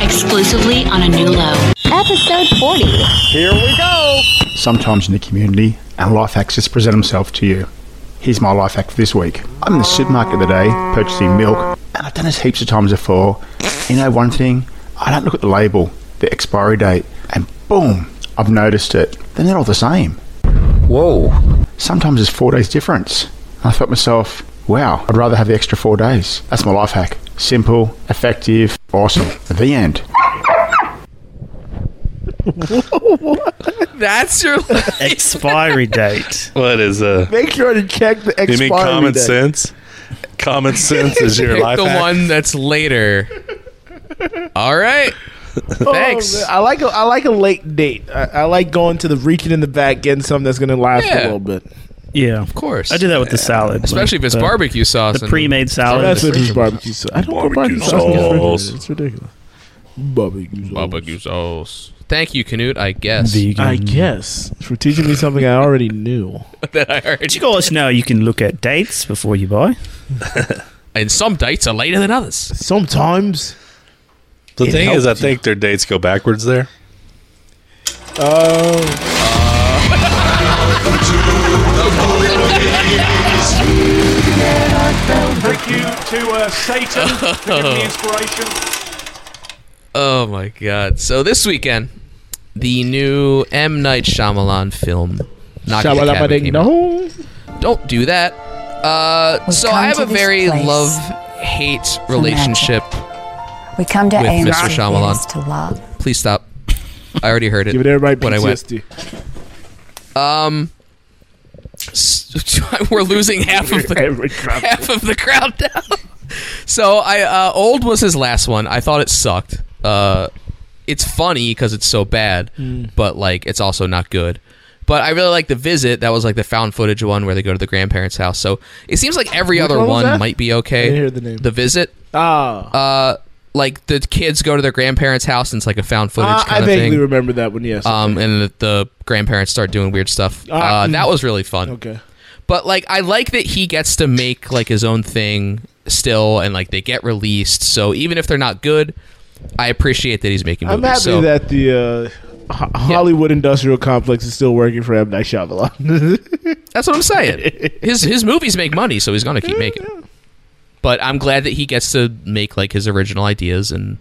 [SPEAKER 12] exclusively on a new low. Episode 40.
[SPEAKER 8] Sometimes in the community, our life hacks just present themselves to you. Here's my life hack for this week. I'm in the supermarket today purchasing milk, and I've done this heaps of times before. You know one thing? I don't look at the label, the expiry date, and boom, I've noticed it. Then they're all the same. Whoa. Sometimes it's four days difference. I thought to myself, wow, I'd rather have the extra four days. That's my life hack. Simple, effective, awesome. The end.
[SPEAKER 2] That's your.
[SPEAKER 4] Expiry date.
[SPEAKER 7] What is uh?
[SPEAKER 1] Make sure to check the expiry
[SPEAKER 7] You mean common
[SPEAKER 1] date.
[SPEAKER 7] sense? Common sense is your
[SPEAKER 2] Pick
[SPEAKER 7] life
[SPEAKER 2] the
[SPEAKER 7] hack.
[SPEAKER 2] one that's later. All right.
[SPEAKER 1] Oh,
[SPEAKER 2] Thanks.
[SPEAKER 1] man, I like a, I like a late date. I, I like going to the reaching in the back, getting something that's going to last a
[SPEAKER 2] Yeah.
[SPEAKER 1] little bit.
[SPEAKER 4] Yeah.
[SPEAKER 2] Of course.
[SPEAKER 4] I do that with the salad.
[SPEAKER 2] Especially if it's
[SPEAKER 4] the,
[SPEAKER 2] barbecue sauce.
[SPEAKER 4] The
[SPEAKER 2] and-
[SPEAKER 4] pre-made salad.
[SPEAKER 1] That's
[SPEAKER 2] the
[SPEAKER 1] what is
[SPEAKER 2] freaking-
[SPEAKER 1] barbecue sauce. I don't go barbecue
[SPEAKER 7] Barbecue
[SPEAKER 1] sauce. in the refrigerator.
[SPEAKER 7] sauce.
[SPEAKER 1] It's ridiculous. Barbecue sauce.
[SPEAKER 2] Barbecue sauce. Thank you, Canute. I guess
[SPEAKER 1] I guess for teaching me something I already knew.
[SPEAKER 2] that I heard.
[SPEAKER 4] Did you guys know you can look at dates before you buy?
[SPEAKER 2] And some dates are later than others.
[SPEAKER 1] Sometimes,
[SPEAKER 7] The
[SPEAKER 1] It
[SPEAKER 7] thing is, I
[SPEAKER 1] helped
[SPEAKER 7] think their dates go backwards there.
[SPEAKER 1] oh,
[SPEAKER 6] Thank you to uh, Satan for giving me inspiration.
[SPEAKER 2] Oh my god! So this weekend, the new M Night Shyamalan film. Knock at the Cabin
[SPEAKER 1] shabalabading
[SPEAKER 2] came out.
[SPEAKER 1] no.
[SPEAKER 2] Don't do that. Uh, so
[SPEAKER 12] come
[SPEAKER 2] I have
[SPEAKER 12] to
[SPEAKER 2] a
[SPEAKER 12] this
[SPEAKER 2] very
[SPEAKER 12] place
[SPEAKER 2] love hate relationship.
[SPEAKER 12] We come to
[SPEAKER 2] With
[SPEAKER 12] aim
[SPEAKER 2] Mr.
[SPEAKER 12] our
[SPEAKER 2] Shyamalan.
[SPEAKER 12] ears to love.
[SPEAKER 2] Please stop. I already heard it.
[SPEAKER 1] Give it everybody
[SPEAKER 2] when I went.
[SPEAKER 1] PTSD.
[SPEAKER 2] Um, s- we're losing half of the
[SPEAKER 1] Every drop.
[SPEAKER 2] half of the crowd now. So I uh, old was his last one. I thought it sucked.
[SPEAKER 1] Mm.
[SPEAKER 2] Uh, it's funny because it's so bad, but like it's also not good. But I really like the visit. That was like the found footage one where they go to the grandparents' house. So it seems like every
[SPEAKER 1] Which
[SPEAKER 2] other
[SPEAKER 1] one was
[SPEAKER 2] one,
[SPEAKER 1] that?
[SPEAKER 2] might be okay.
[SPEAKER 1] I didn't hear the name.
[SPEAKER 2] visit. Ah. Uh, like the kids go to their grandparents' house and it's like a found footage
[SPEAKER 1] Uh,
[SPEAKER 2] kind
[SPEAKER 1] I
[SPEAKER 2] of
[SPEAKER 1] vaguely
[SPEAKER 2] thing.
[SPEAKER 1] remember that one. Yes.
[SPEAKER 2] Um, and the, the grandparents start doing weird stuff.
[SPEAKER 1] Ah,
[SPEAKER 2] uh,
[SPEAKER 1] mm.
[SPEAKER 2] that was really fun.
[SPEAKER 1] okay.
[SPEAKER 2] But like I like that he gets to make like his own thing still and like they get released. So even if they're not good, I appreciate that he's making movies.
[SPEAKER 1] I'm happy
[SPEAKER 2] so
[SPEAKER 1] that the uh, Ho- Hollywood industrial complex is still working for M Night Shyamalan.
[SPEAKER 2] that's what I'm saying. his his movies make money, so he's gonna keep making. it. But I'm glad that he gets to make like his original ideas and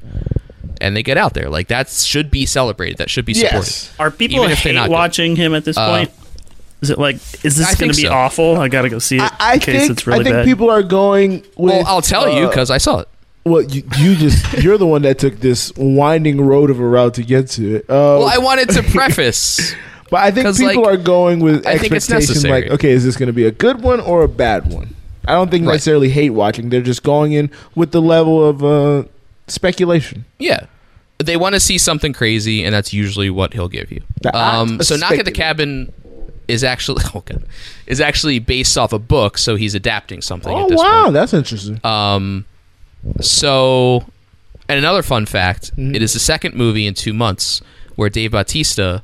[SPEAKER 2] and they get out there. Like that should be celebrated. That should be supported.
[SPEAKER 4] Are people
[SPEAKER 2] Even if they're
[SPEAKER 4] hate
[SPEAKER 2] not good.
[SPEAKER 4] watching him at this
[SPEAKER 2] Uh,
[SPEAKER 4] point? Is it like, is
[SPEAKER 2] I
[SPEAKER 4] this going
[SPEAKER 2] think
[SPEAKER 4] to be
[SPEAKER 2] so.
[SPEAKER 4] awful? I got to go see it in case it's really
[SPEAKER 1] I think
[SPEAKER 4] bad.
[SPEAKER 1] people are going. With,
[SPEAKER 2] Well, I'll tell you
[SPEAKER 1] uh,
[SPEAKER 2] 'cause I saw it.
[SPEAKER 1] Well, you, you just you're the one that took this winding road of a route to get to it. Uh,
[SPEAKER 2] Well, I wanted to preface.
[SPEAKER 1] but I think
[SPEAKER 2] 'cause,
[SPEAKER 1] people
[SPEAKER 2] like,
[SPEAKER 1] are going with
[SPEAKER 2] I think it's
[SPEAKER 1] expectations like,
[SPEAKER 2] necessary.
[SPEAKER 1] okay, is this going to be a good one or a bad one? I don't think necessarily hate watching. They're just going in with the level of uh, speculation.
[SPEAKER 2] Yeah. They want to see something crazy, and that's usually what he'll give you. Um,
[SPEAKER 1] of
[SPEAKER 2] so, Knock at the
[SPEAKER 1] speculating.
[SPEAKER 2] Cabin is actually oh God, is actually based off a book, so he's adapting something.
[SPEAKER 1] Oh
[SPEAKER 2] at this
[SPEAKER 1] wow, that's interesting.
[SPEAKER 2] Um, so, and another fun fact:
[SPEAKER 1] Mm-hmm.
[SPEAKER 2] it is the second movie in two months where Dave Bautista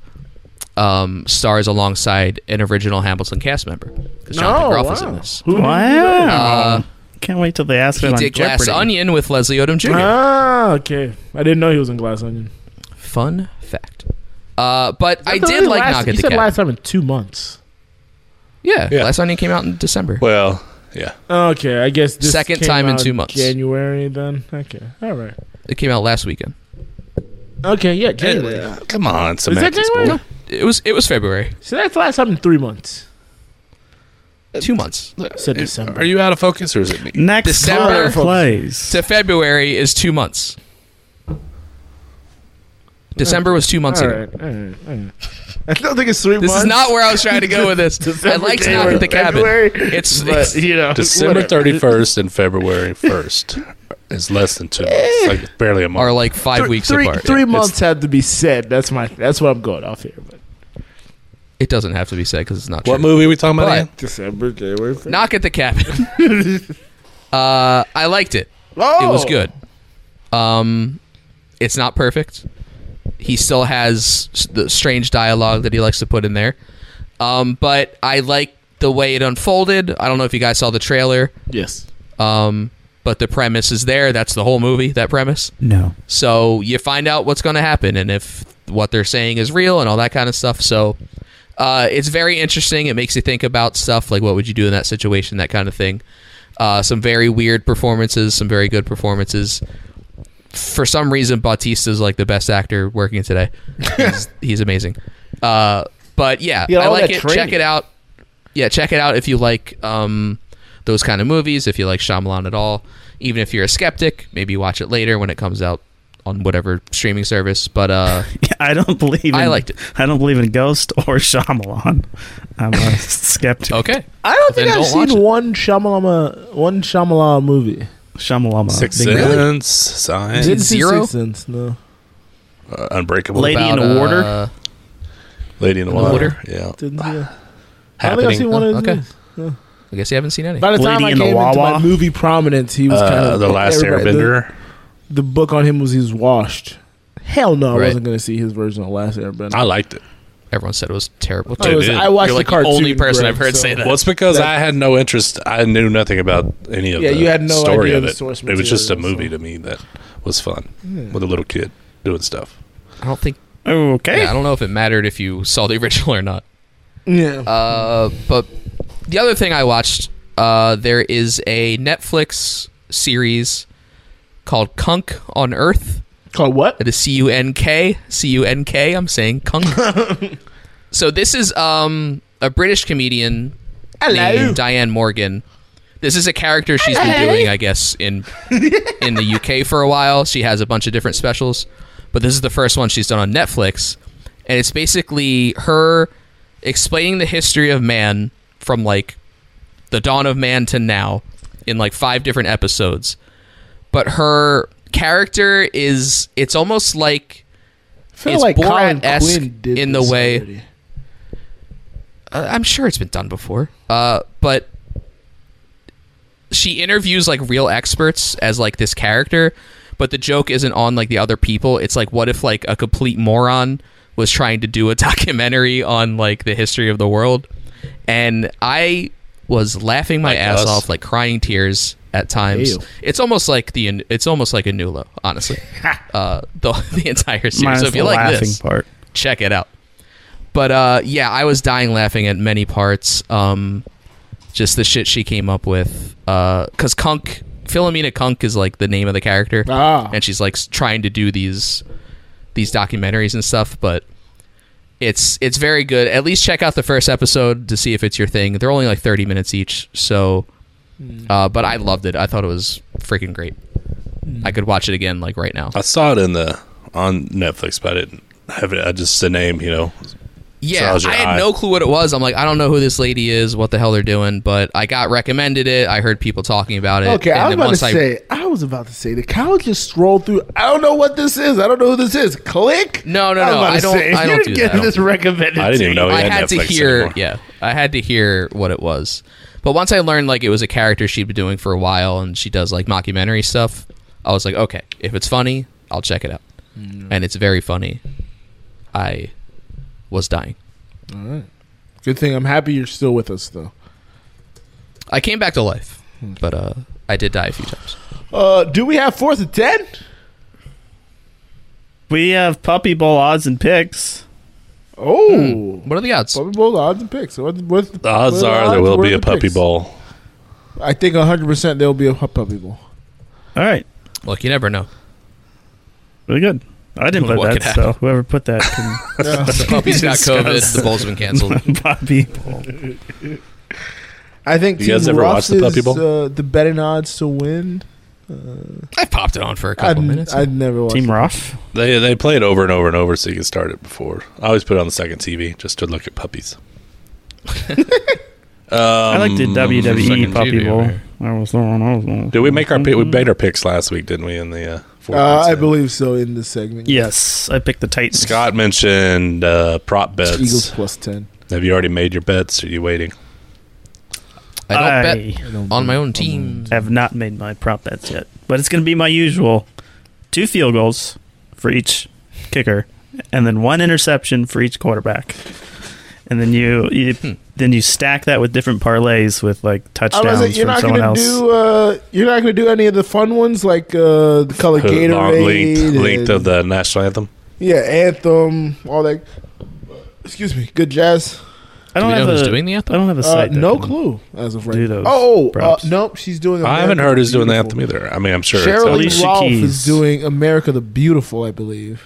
[SPEAKER 2] um, stars alongside an original Hamilton cast member because Jonathan
[SPEAKER 4] Oh,
[SPEAKER 2] Groff was in
[SPEAKER 4] wow.
[SPEAKER 2] this.
[SPEAKER 4] Who did
[SPEAKER 2] Uh,
[SPEAKER 4] that? Can't wait till they ask
[SPEAKER 2] he
[SPEAKER 4] him on
[SPEAKER 2] did Glass
[SPEAKER 4] Jeopardy.
[SPEAKER 2] Onion with Leslie Odom Jr.
[SPEAKER 1] Ah, okay. I didn't know he was in Glass Onion.
[SPEAKER 2] Fun fact. Uh, but I
[SPEAKER 1] thought
[SPEAKER 2] did
[SPEAKER 1] he
[SPEAKER 2] like
[SPEAKER 1] last-
[SPEAKER 2] Knock
[SPEAKER 1] you
[SPEAKER 2] at the
[SPEAKER 1] said
[SPEAKER 2] Cabin.
[SPEAKER 1] last time in two months.
[SPEAKER 2] Yeah, Last Onion came out in December.
[SPEAKER 7] Well, yeah.
[SPEAKER 1] Okay, I guess this
[SPEAKER 2] Second
[SPEAKER 1] came
[SPEAKER 2] time in
[SPEAKER 1] out
[SPEAKER 2] two months.
[SPEAKER 1] January then. Okay, all right.
[SPEAKER 2] It came out last weekend.
[SPEAKER 1] Okay, yeah, January.
[SPEAKER 7] Come on,
[SPEAKER 1] Is that
[SPEAKER 7] semantics.
[SPEAKER 1] January?
[SPEAKER 7] boy.
[SPEAKER 2] It was it was February.
[SPEAKER 1] So that's last time in three months.
[SPEAKER 2] Two months.
[SPEAKER 1] Said December.
[SPEAKER 7] Are you out of focus or is it me?
[SPEAKER 4] Next
[SPEAKER 2] December
[SPEAKER 4] car plays.
[SPEAKER 2] to February is two months. December was two months
[SPEAKER 1] All
[SPEAKER 2] ago.
[SPEAKER 1] right, all right, all
[SPEAKER 4] Mm-hmm.
[SPEAKER 1] right. I don't think it's three
[SPEAKER 2] This
[SPEAKER 1] months.
[SPEAKER 2] is not where I was trying to go with this. I
[SPEAKER 1] December,
[SPEAKER 2] like to knock at the cabin.
[SPEAKER 1] January, February,
[SPEAKER 2] It's,
[SPEAKER 1] but,
[SPEAKER 2] it's
[SPEAKER 1] you know,
[SPEAKER 7] December
[SPEAKER 1] whatever.
[SPEAKER 7] thirty first and February first is less than two months,
[SPEAKER 1] Eh.
[SPEAKER 7] It's like barely a month.
[SPEAKER 2] Or like five
[SPEAKER 1] Three- three, Three months have to be said. That's my. That's what I'm going off here. But
[SPEAKER 2] it doesn't have to be said because it's not.
[SPEAKER 7] What
[SPEAKER 2] true.
[SPEAKER 7] movie are we talking about?
[SPEAKER 2] But-
[SPEAKER 7] again?
[SPEAKER 1] December, January. February.
[SPEAKER 2] Knock at the cabin. uh, I liked it. It was
[SPEAKER 1] Oh.
[SPEAKER 2] good. Um, it's not perfect. He still has s- the strange dialogue that he likes to put in there. Um, but I like the way it unfolded. I don't know if you guys saw the trailer.
[SPEAKER 1] Yes.
[SPEAKER 2] Um, but the premise is there. That's the whole movie. That premise.
[SPEAKER 4] No.
[SPEAKER 2] So you find out what's going to happen and if what they're saying is real and all that kind of stuff. So uh, it's very interesting. It makes you think about stuff like what would you do in that situation, that kind of thing. Uh, some very weird performances, some very good performances. For some reason, Bautista's like the best actor working today. He's, he's amazing. Uh, but yeah,
[SPEAKER 1] Yeah,
[SPEAKER 2] I
[SPEAKER 1] all
[SPEAKER 2] like
[SPEAKER 1] that
[SPEAKER 2] it. Check
[SPEAKER 1] training.
[SPEAKER 2] it out. Yeah, check it out if you like um, those kind of movies. If you like Shyamalan at all, even if you're a skeptic, maybe watch it later when it comes out on whatever streaming service. But uh,
[SPEAKER 4] I don't believe. In,
[SPEAKER 2] I liked it.
[SPEAKER 4] I don't believe in Ghost or Shyamalan. I'm a skeptic.
[SPEAKER 2] Okay.
[SPEAKER 1] I don't think
[SPEAKER 2] Then
[SPEAKER 1] I've
[SPEAKER 2] don't watch
[SPEAKER 1] seen one Shamalama one Shyamalan movie.
[SPEAKER 4] Shyamalama.
[SPEAKER 7] Six
[SPEAKER 4] Big
[SPEAKER 7] Sense,
[SPEAKER 4] Really?
[SPEAKER 7] Signs,
[SPEAKER 1] Didn't see Sixth Sense, No.
[SPEAKER 7] uh, Unbreakable,
[SPEAKER 4] Lady in
[SPEAKER 7] About,
[SPEAKER 4] the
[SPEAKER 7] uh,
[SPEAKER 4] Water?
[SPEAKER 7] Lady in the
[SPEAKER 2] In the
[SPEAKER 7] Water.
[SPEAKER 2] Water?
[SPEAKER 7] Yeah.
[SPEAKER 1] Didn't see. it. I don't think I've
[SPEAKER 7] Happening.
[SPEAKER 1] seen one of
[SPEAKER 2] Oh,
[SPEAKER 1] his
[SPEAKER 2] okay.
[SPEAKER 1] movies. No.
[SPEAKER 2] I guess you haven't seen any.
[SPEAKER 1] By the time I
[SPEAKER 4] Lady in the
[SPEAKER 1] came into my
[SPEAKER 4] Wawa?
[SPEAKER 1] movie prominence, he was
[SPEAKER 7] Uh,
[SPEAKER 1] kind of
[SPEAKER 7] The Last Airbender?
[SPEAKER 1] The, the book on him was he's washed. Hell no,
[SPEAKER 2] Right.
[SPEAKER 1] I wasn't going to see his version of Last Airbender.
[SPEAKER 7] I liked it.
[SPEAKER 2] Everyone said it was terrible.
[SPEAKER 1] I was- I watched
[SPEAKER 2] You're
[SPEAKER 1] the
[SPEAKER 2] like the only
[SPEAKER 1] cartoon,
[SPEAKER 2] person
[SPEAKER 1] Greg,
[SPEAKER 2] I've heard
[SPEAKER 1] so-
[SPEAKER 2] say that.
[SPEAKER 7] Well, it's because I had no interest. I knew nothing about any of
[SPEAKER 1] Yeah,
[SPEAKER 7] the
[SPEAKER 1] you had no
[SPEAKER 7] story
[SPEAKER 1] idea
[SPEAKER 7] of
[SPEAKER 1] the
[SPEAKER 7] it.
[SPEAKER 1] source
[SPEAKER 7] it was just a
[SPEAKER 1] material,
[SPEAKER 7] movie to me that was fun
[SPEAKER 1] Yeah.
[SPEAKER 7] with a little kid doing stuff.
[SPEAKER 2] I don't think.
[SPEAKER 4] Okay.
[SPEAKER 2] Yeah, I don't know if it mattered if you saw the original or not.
[SPEAKER 1] yeah.
[SPEAKER 2] Uh, but the other thing I watched, uh, there is a Netflix series called Kunk on Earth.
[SPEAKER 1] Called what?
[SPEAKER 2] It is C U N K. C U N K. I'm saying Kunk. so this is um, a British comedian
[SPEAKER 1] Hello.
[SPEAKER 2] named Diane Morgan. This is a character she's been
[SPEAKER 1] Hello.
[SPEAKER 2] doing, I guess, in in the UK for a while. She has a bunch of different specials, but this is the first one she's done on Netflix, and it's basically her explaining the history of man from like the dawn of man to now in like five different episodes. But her character is it's almost like
[SPEAKER 1] feel
[SPEAKER 2] it's
[SPEAKER 1] like Colin
[SPEAKER 2] Borat-esque
[SPEAKER 1] Quinn did
[SPEAKER 2] in the
[SPEAKER 1] this
[SPEAKER 2] way.
[SPEAKER 1] already.
[SPEAKER 2] uh, I'm sure it's been done before. Uh, but she interviews like real experts as like this character, but the joke isn't on like the other people. It's like what if like a complete moron was trying to do a documentary on like the history of the world, and I was laughing my ass
[SPEAKER 7] us.
[SPEAKER 2] off, like crying tears at times.
[SPEAKER 7] Ew.
[SPEAKER 2] It's almost like the it's almost like a Nulo, honestly. uh, the the entire series.
[SPEAKER 4] Minus
[SPEAKER 2] so if you
[SPEAKER 4] the
[SPEAKER 2] like
[SPEAKER 4] laughing
[SPEAKER 2] this,
[SPEAKER 4] part.
[SPEAKER 2] check it out. But uh, yeah, I was dying laughing at many parts. Um, just the shit she came up with. Because Kunk, Philomena Kunk is like the name of the character, and she's like s- trying to do these these documentaries and stuff. But it's it's very good. At least check out the first episode to see if it's your thing. They're only like thirty minutes each, so. Uh, but I loved it. I thought it was freaking great. I could watch it again like right now.
[SPEAKER 7] I saw it in the on Netflix, but I didn't have it. I just the name, you know.
[SPEAKER 2] Yeah,
[SPEAKER 7] draws your
[SPEAKER 2] I had
[SPEAKER 7] eye.
[SPEAKER 2] no clue what it was. I'm like, I don't know who this lady is, what the hell they're doing, but I got recommended it. I heard people talking about it.
[SPEAKER 1] Okay,
[SPEAKER 2] and
[SPEAKER 1] I was
[SPEAKER 2] then
[SPEAKER 1] about to
[SPEAKER 2] once
[SPEAKER 1] say. I was about to say. The cow just strolled through. I don't know what this is. I don't know who this is. Click.
[SPEAKER 2] No, no,
[SPEAKER 1] I was
[SPEAKER 2] no,
[SPEAKER 1] about
[SPEAKER 2] I
[SPEAKER 1] to
[SPEAKER 2] don't-
[SPEAKER 1] say,
[SPEAKER 2] I don't
[SPEAKER 1] you're
[SPEAKER 2] do that.
[SPEAKER 1] getting
[SPEAKER 2] I don't
[SPEAKER 1] this
[SPEAKER 2] do that.
[SPEAKER 1] recommended. to
[SPEAKER 7] Oh,
[SPEAKER 1] you.
[SPEAKER 2] I had to hear. Yeah, I had to hear what it was. But once I learned like it was a character she'd been doing for a while, and she does like mockumentary stuff, I was like, okay, if it's funny, I'll check it out.
[SPEAKER 1] Mm.
[SPEAKER 2] And it's very funny. I was dying.
[SPEAKER 1] All right. Good thing I'm happy you're still with us though.
[SPEAKER 2] I came back to life, but uh, I did die a few times.
[SPEAKER 1] Uh, do we have fourth and ten?
[SPEAKER 4] We have Puppy Bowl odds and picks.
[SPEAKER 1] Oh,
[SPEAKER 2] what are the odds?
[SPEAKER 1] Puppy bowl odds and picks. What, what's the,
[SPEAKER 7] The odds
[SPEAKER 1] what
[SPEAKER 7] are
[SPEAKER 1] odds?
[SPEAKER 7] there will
[SPEAKER 1] What
[SPEAKER 7] be
[SPEAKER 1] are
[SPEAKER 7] a
[SPEAKER 1] the
[SPEAKER 7] puppy
[SPEAKER 1] picks?
[SPEAKER 7] bowl.
[SPEAKER 1] I think 100 percent there will be a pu- puppy bowl.
[SPEAKER 4] All right.
[SPEAKER 2] Look, you never know.
[SPEAKER 4] Really good. I didn't put
[SPEAKER 2] What could
[SPEAKER 4] that, so
[SPEAKER 2] happen?
[SPEAKER 4] whoever put that can.
[SPEAKER 1] Yeah. The
[SPEAKER 2] puppy's got
[SPEAKER 4] discuss.
[SPEAKER 2] COVID, the bowl's been canceled.
[SPEAKER 4] Puppy bowl.
[SPEAKER 1] I think
[SPEAKER 4] You guys
[SPEAKER 1] Team
[SPEAKER 4] ever watch
[SPEAKER 1] Ruff's
[SPEAKER 4] the Puppy
[SPEAKER 1] is,
[SPEAKER 4] Bowl?
[SPEAKER 1] Uh, the betting odds to win. Uh,
[SPEAKER 2] I popped it on for a
[SPEAKER 1] couple I'd- minutes. I'd never watched Team it.
[SPEAKER 4] Roth.
[SPEAKER 7] They they play it over and over and over, so you can start it before. I always put it on the second TV just to look at puppies.
[SPEAKER 4] I like the
[SPEAKER 7] Um,
[SPEAKER 4] WWE
[SPEAKER 7] second
[SPEAKER 4] Puppy
[SPEAKER 7] TV
[SPEAKER 4] Bowl.
[SPEAKER 7] over
[SPEAKER 4] That was the one I was on.
[SPEAKER 7] Did we make our pick? We made our picks last week, didn't we? In the uh, fourth
[SPEAKER 1] Mm-hmm. uh, I believe so in this segment.
[SPEAKER 4] Yes, I picked the Titans.
[SPEAKER 7] Scott mentioned uh, prop bets.
[SPEAKER 1] Eagles plus 10.
[SPEAKER 7] Have you already made your bets? Are you waiting?
[SPEAKER 2] I don't bet on my own
[SPEAKER 4] team. Have not made my prop bets yet, but it's going to be my usual: two field goals for each kicker, and then one interception for each quarterback. And then you, you
[SPEAKER 7] Hmm.
[SPEAKER 4] then you stack that with different parlays with like
[SPEAKER 1] I was like,
[SPEAKER 4] touchdowns
[SPEAKER 1] Oh, you're
[SPEAKER 4] from
[SPEAKER 1] not
[SPEAKER 4] someone
[SPEAKER 1] gonna
[SPEAKER 4] else.
[SPEAKER 1] do uh, you're not gonna do any of the fun ones like uh, the color
[SPEAKER 7] Who- long
[SPEAKER 1] Gatorade,
[SPEAKER 7] length, length
[SPEAKER 1] and-
[SPEAKER 7] of the national anthem.
[SPEAKER 1] yeah, anthem, all that. Excuse me, good jazz.
[SPEAKER 4] I
[SPEAKER 7] don't Do we have know who's a- doing the anthem? I don't have a site
[SPEAKER 1] Uh,
[SPEAKER 7] that
[SPEAKER 1] no
[SPEAKER 7] can
[SPEAKER 1] clue as of right.
[SPEAKER 7] do
[SPEAKER 1] now.
[SPEAKER 7] those
[SPEAKER 1] oh, uh,
[SPEAKER 7] props.
[SPEAKER 1] nope, she's doing.
[SPEAKER 7] I haven't
[SPEAKER 1] America
[SPEAKER 7] heard who's
[SPEAKER 1] the
[SPEAKER 7] doing the
[SPEAKER 1] Beautiful.
[SPEAKER 7] anthem either. I mean, I'm sure it's
[SPEAKER 1] Cheryl Lee
[SPEAKER 7] Alicia
[SPEAKER 1] Rolfe is
[SPEAKER 7] Keys.
[SPEAKER 1] doing America the Beautiful, I believe.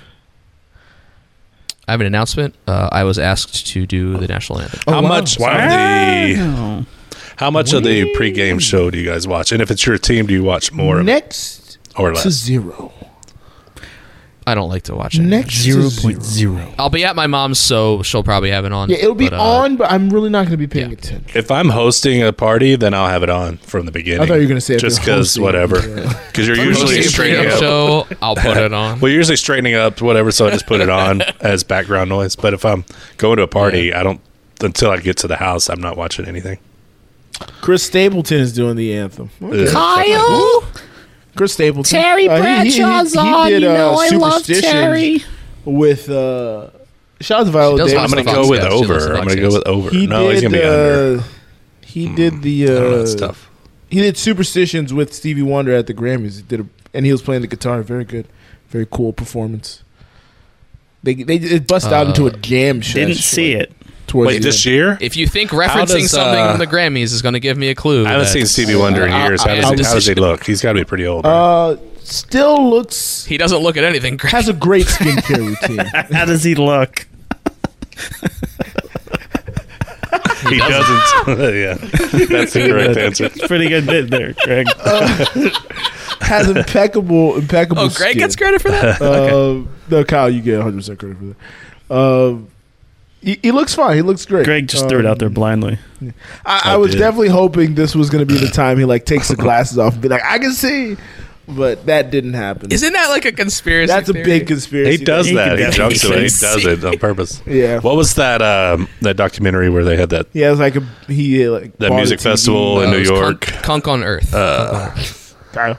[SPEAKER 2] I have an announcement. Uh, I was asked to do the national anthem.
[SPEAKER 7] How much of the how much of the pregame show do you guys watch? And if it's your team, do you watch more of it
[SPEAKER 1] next
[SPEAKER 7] or less?
[SPEAKER 1] to zero.
[SPEAKER 2] I don't like to watch it.
[SPEAKER 1] Next zero point
[SPEAKER 4] zero.
[SPEAKER 2] I'll be at my mom's, so she'll probably have it on.
[SPEAKER 1] Yeah, it'll be
[SPEAKER 2] but, uh,
[SPEAKER 1] on, but I'm really not gonna be paying attention.
[SPEAKER 7] If I'm hosting a party, then I'll have it on from the beginning.
[SPEAKER 1] I thought you were gonna say if
[SPEAKER 7] just
[SPEAKER 1] you're
[SPEAKER 7] because
[SPEAKER 1] hosting it,
[SPEAKER 7] whatever.
[SPEAKER 1] yeah.
[SPEAKER 7] Because you're
[SPEAKER 2] If I'm
[SPEAKER 7] usually
[SPEAKER 2] hosting a
[SPEAKER 7] straightening up.
[SPEAKER 2] pregame show, I'll put it on.
[SPEAKER 7] well, you're usually straightening up whatever, so I just put it on as background noise. But if I'm going to a party, I don't until I get to the house. I'm not watching anything.
[SPEAKER 1] Chris Stapleton is doing the anthem.
[SPEAKER 7] Ugh.
[SPEAKER 5] Kyle?
[SPEAKER 1] Chris Stapleton. Uh,
[SPEAKER 5] Terry Bradshaw's on. You know I love
[SPEAKER 1] Superstition
[SPEAKER 5] Terry.
[SPEAKER 1] uh, With uh, shout out to Viola
[SPEAKER 7] I'm
[SPEAKER 1] Davis.
[SPEAKER 7] gonna go with over. I'm gonna go with over.
[SPEAKER 1] He
[SPEAKER 7] no,
[SPEAKER 1] did,
[SPEAKER 7] he's gonna be under. Hmm.
[SPEAKER 1] uh, He did the. Uh,
[SPEAKER 7] that's tough.
[SPEAKER 1] He did Superstitions with Stevie Wonder at the Grammys. He did, a, and he was playing the guitar. Very good, very cool performance. They they it bust out
[SPEAKER 2] Uh,
[SPEAKER 1] into a jam.
[SPEAKER 2] didn't see
[SPEAKER 1] it. Towards the end.
[SPEAKER 2] If you think
[SPEAKER 1] How
[SPEAKER 2] referencing
[SPEAKER 1] does,
[SPEAKER 2] something
[SPEAKER 1] uh,
[SPEAKER 2] from the Grammys is going to give me a clue,
[SPEAKER 7] I haven't
[SPEAKER 2] that-
[SPEAKER 7] seen Stevie Wonder in years. How does, he, how does he look? He's got to be pretty old.
[SPEAKER 1] Uh, still looks.
[SPEAKER 2] He doesn't look at anything. Great.
[SPEAKER 1] Has a great skincare routine.
[SPEAKER 4] How does he look?
[SPEAKER 7] he doesn't. yeah, that's the correct answer.
[SPEAKER 4] Pretty good bit there, Greg.
[SPEAKER 1] has impeccable, impeccable.
[SPEAKER 4] Oh, Greg
[SPEAKER 1] skin.
[SPEAKER 4] gets credit for that?
[SPEAKER 1] Uh, No, Kyle, you get 100 percent credit for that. Um, he, he looks fine. He looks great.
[SPEAKER 4] Greg just threw it
[SPEAKER 1] Um,
[SPEAKER 4] out there blindly.
[SPEAKER 1] I,
[SPEAKER 4] I
[SPEAKER 1] I was
[SPEAKER 4] did.
[SPEAKER 1] definitely hoping this was going to be the time he like takes the glasses off and be like, "I can see." but that didn't happen.
[SPEAKER 2] Isn't that like a conspiracy?
[SPEAKER 1] That's a
[SPEAKER 2] theory?
[SPEAKER 1] big conspiracy.
[SPEAKER 7] He does
[SPEAKER 1] theory.
[SPEAKER 7] that. He jumps to it. He does it on purpose.
[SPEAKER 1] Yeah.
[SPEAKER 7] What was that um, that documentary where they had that
[SPEAKER 1] Yeah, it's like a he uh, like
[SPEAKER 7] that
[SPEAKER 1] bought a
[SPEAKER 7] music
[SPEAKER 1] TV.
[SPEAKER 7] festival
[SPEAKER 2] uh,
[SPEAKER 7] in New York?
[SPEAKER 2] Kunk on Earth.
[SPEAKER 7] Oh, Uh,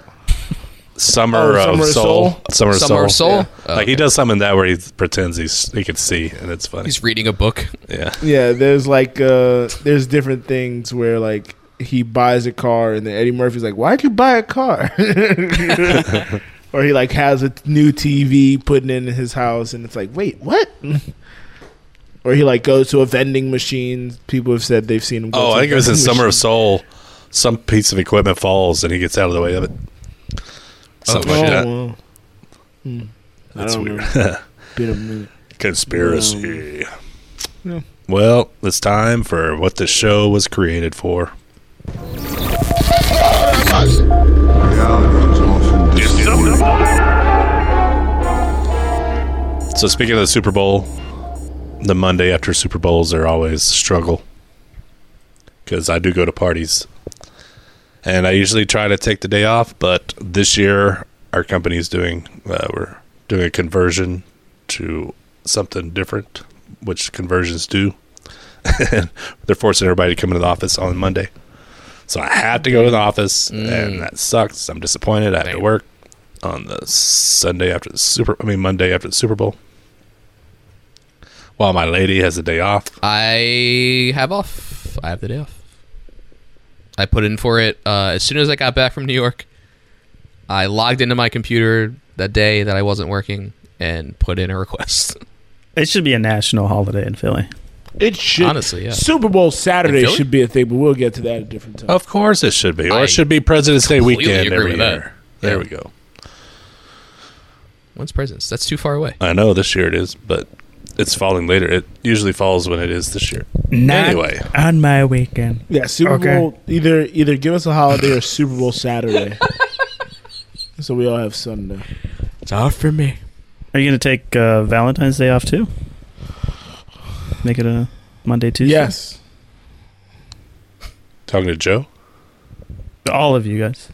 [SPEAKER 7] Summer,
[SPEAKER 2] Oh,
[SPEAKER 7] of
[SPEAKER 2] Summer of
[SPEAKER 7] Soul.
[SPEAKER 2] Soul?
[SPEAKER 7] Summer of
[SPEAKER 2] Summer
[SPEAKER 7] Soul.
[SPEAKER 2] of Soul?
[SPEAKER 7] Yeah.
[SPEAKER 2] Oh,
[SPEAKER 7] like he does something that where he pretends he's he can see, and it's funny.
[SPEAKER 2] He's reading a book.
[SPEAKER 7] Yeah.
[SPEAKER 1] Yeah, there's like uh there's different things where like he buys a car and then Eddie Murphy's like, "Why'd you buy a car?" or he like has a new TV putting in his house and it's like, "Wait, what?" or he like goes to a vending machine. People have said they've seen him. Go
[SPEAKER 7] Oh,
[SPEAKER 1] to
[SPEAKER 7] I
[SPEAKER 1] a
[SPEAKER 7] think it was in
[SPEAKER 1] vending
[SPEAKER 7] Summer
[SPEAKER 1] machine.
[SPEAKER 7] of Soul. Some piece of equipment falls, and he gets out of the way of it. Something like that.
[SPEAKER 1] wow. Hmm. I
[SPEAKER 7] That's
[SPEAKER 1] Oh, don't
[SPEAKER 7] weird.
[SPEAKER 1] know. Um, Been a minute.
[SPEAKER 7] Conspiracy.
[SPEAKER 1] No.
[SPEAKER 7] Well, it's time for what the show was created for. So speaking of the Super Bowl, the Monday after Super Bowls are always a struggle because I do go to parties, and I usually try to take the day off. But this year, our company is doing uh, we're doing a conversion to something different, which conversions do. They're forcing everybody to come into the office on Monday, so I had to go to the office, and that sucks. I'm disappointed. I have to work on the Sunday after the Super. I mean Monday after the Super Bowl. While my lady has a day off.
[SPEAKER 2] I have off. I have the day off. I put in for it uh, as soon as I got back from New York. I logged into my computer that day that I wasn't working and put in a request.
[SPEAKER 4] It should be a national holiday in Philly.
[SPEAKER 1] It should
[SPEAKER 2] Honestly, yeah.
[SPEAKER 1] Super Bowl Saturday
[SPEAKER 2] In Philly?
[SPEAKER 1] should be a thing, but we'll get to that at a different time.
[SPEAKER 7] Of course it should be. Or
[SPEAKER 1] I
[SPEAKER 7] it should be President's Day
[SPEAKER 2] completely
[SPEAKER 7] weekend
[SPEAKER 2] agree
[SPEAKER 7] every
[SPEAKER 2] with
[SPEAKER 7] year.
[SPEAKER 2] that.
[SPEAKER 7] There
[SPEAKER 2] Yeah.
[SPEAKER 7] we go.
[SPEAKER 2] When's presents? That's too far away.
[SPEAKER 7] I know this year it is, but it's falling later. It usually falls when it is this year.
[SPEAKER 4] Not
[SPEAKER 7] Anyway,
[SPEAKER 4] on my weekend.
[SPEAKER 1] Yeah, Super
[SPEAKER 4] Okay.
[SPEAKER 1] Bowl either either give us a holiday or Super Bowl Saturday. so we all have Sunday.
[SPEAKER 2] It's off for me.
[SPEAKER 4] Are you going to take uh, Valentine's Day off too? Make it a Monday, Tuesday?
[SPEAKER 1] Yes.
[SPEAKER 7] talking to Joe.
[SPEAKER 4] All of you guys.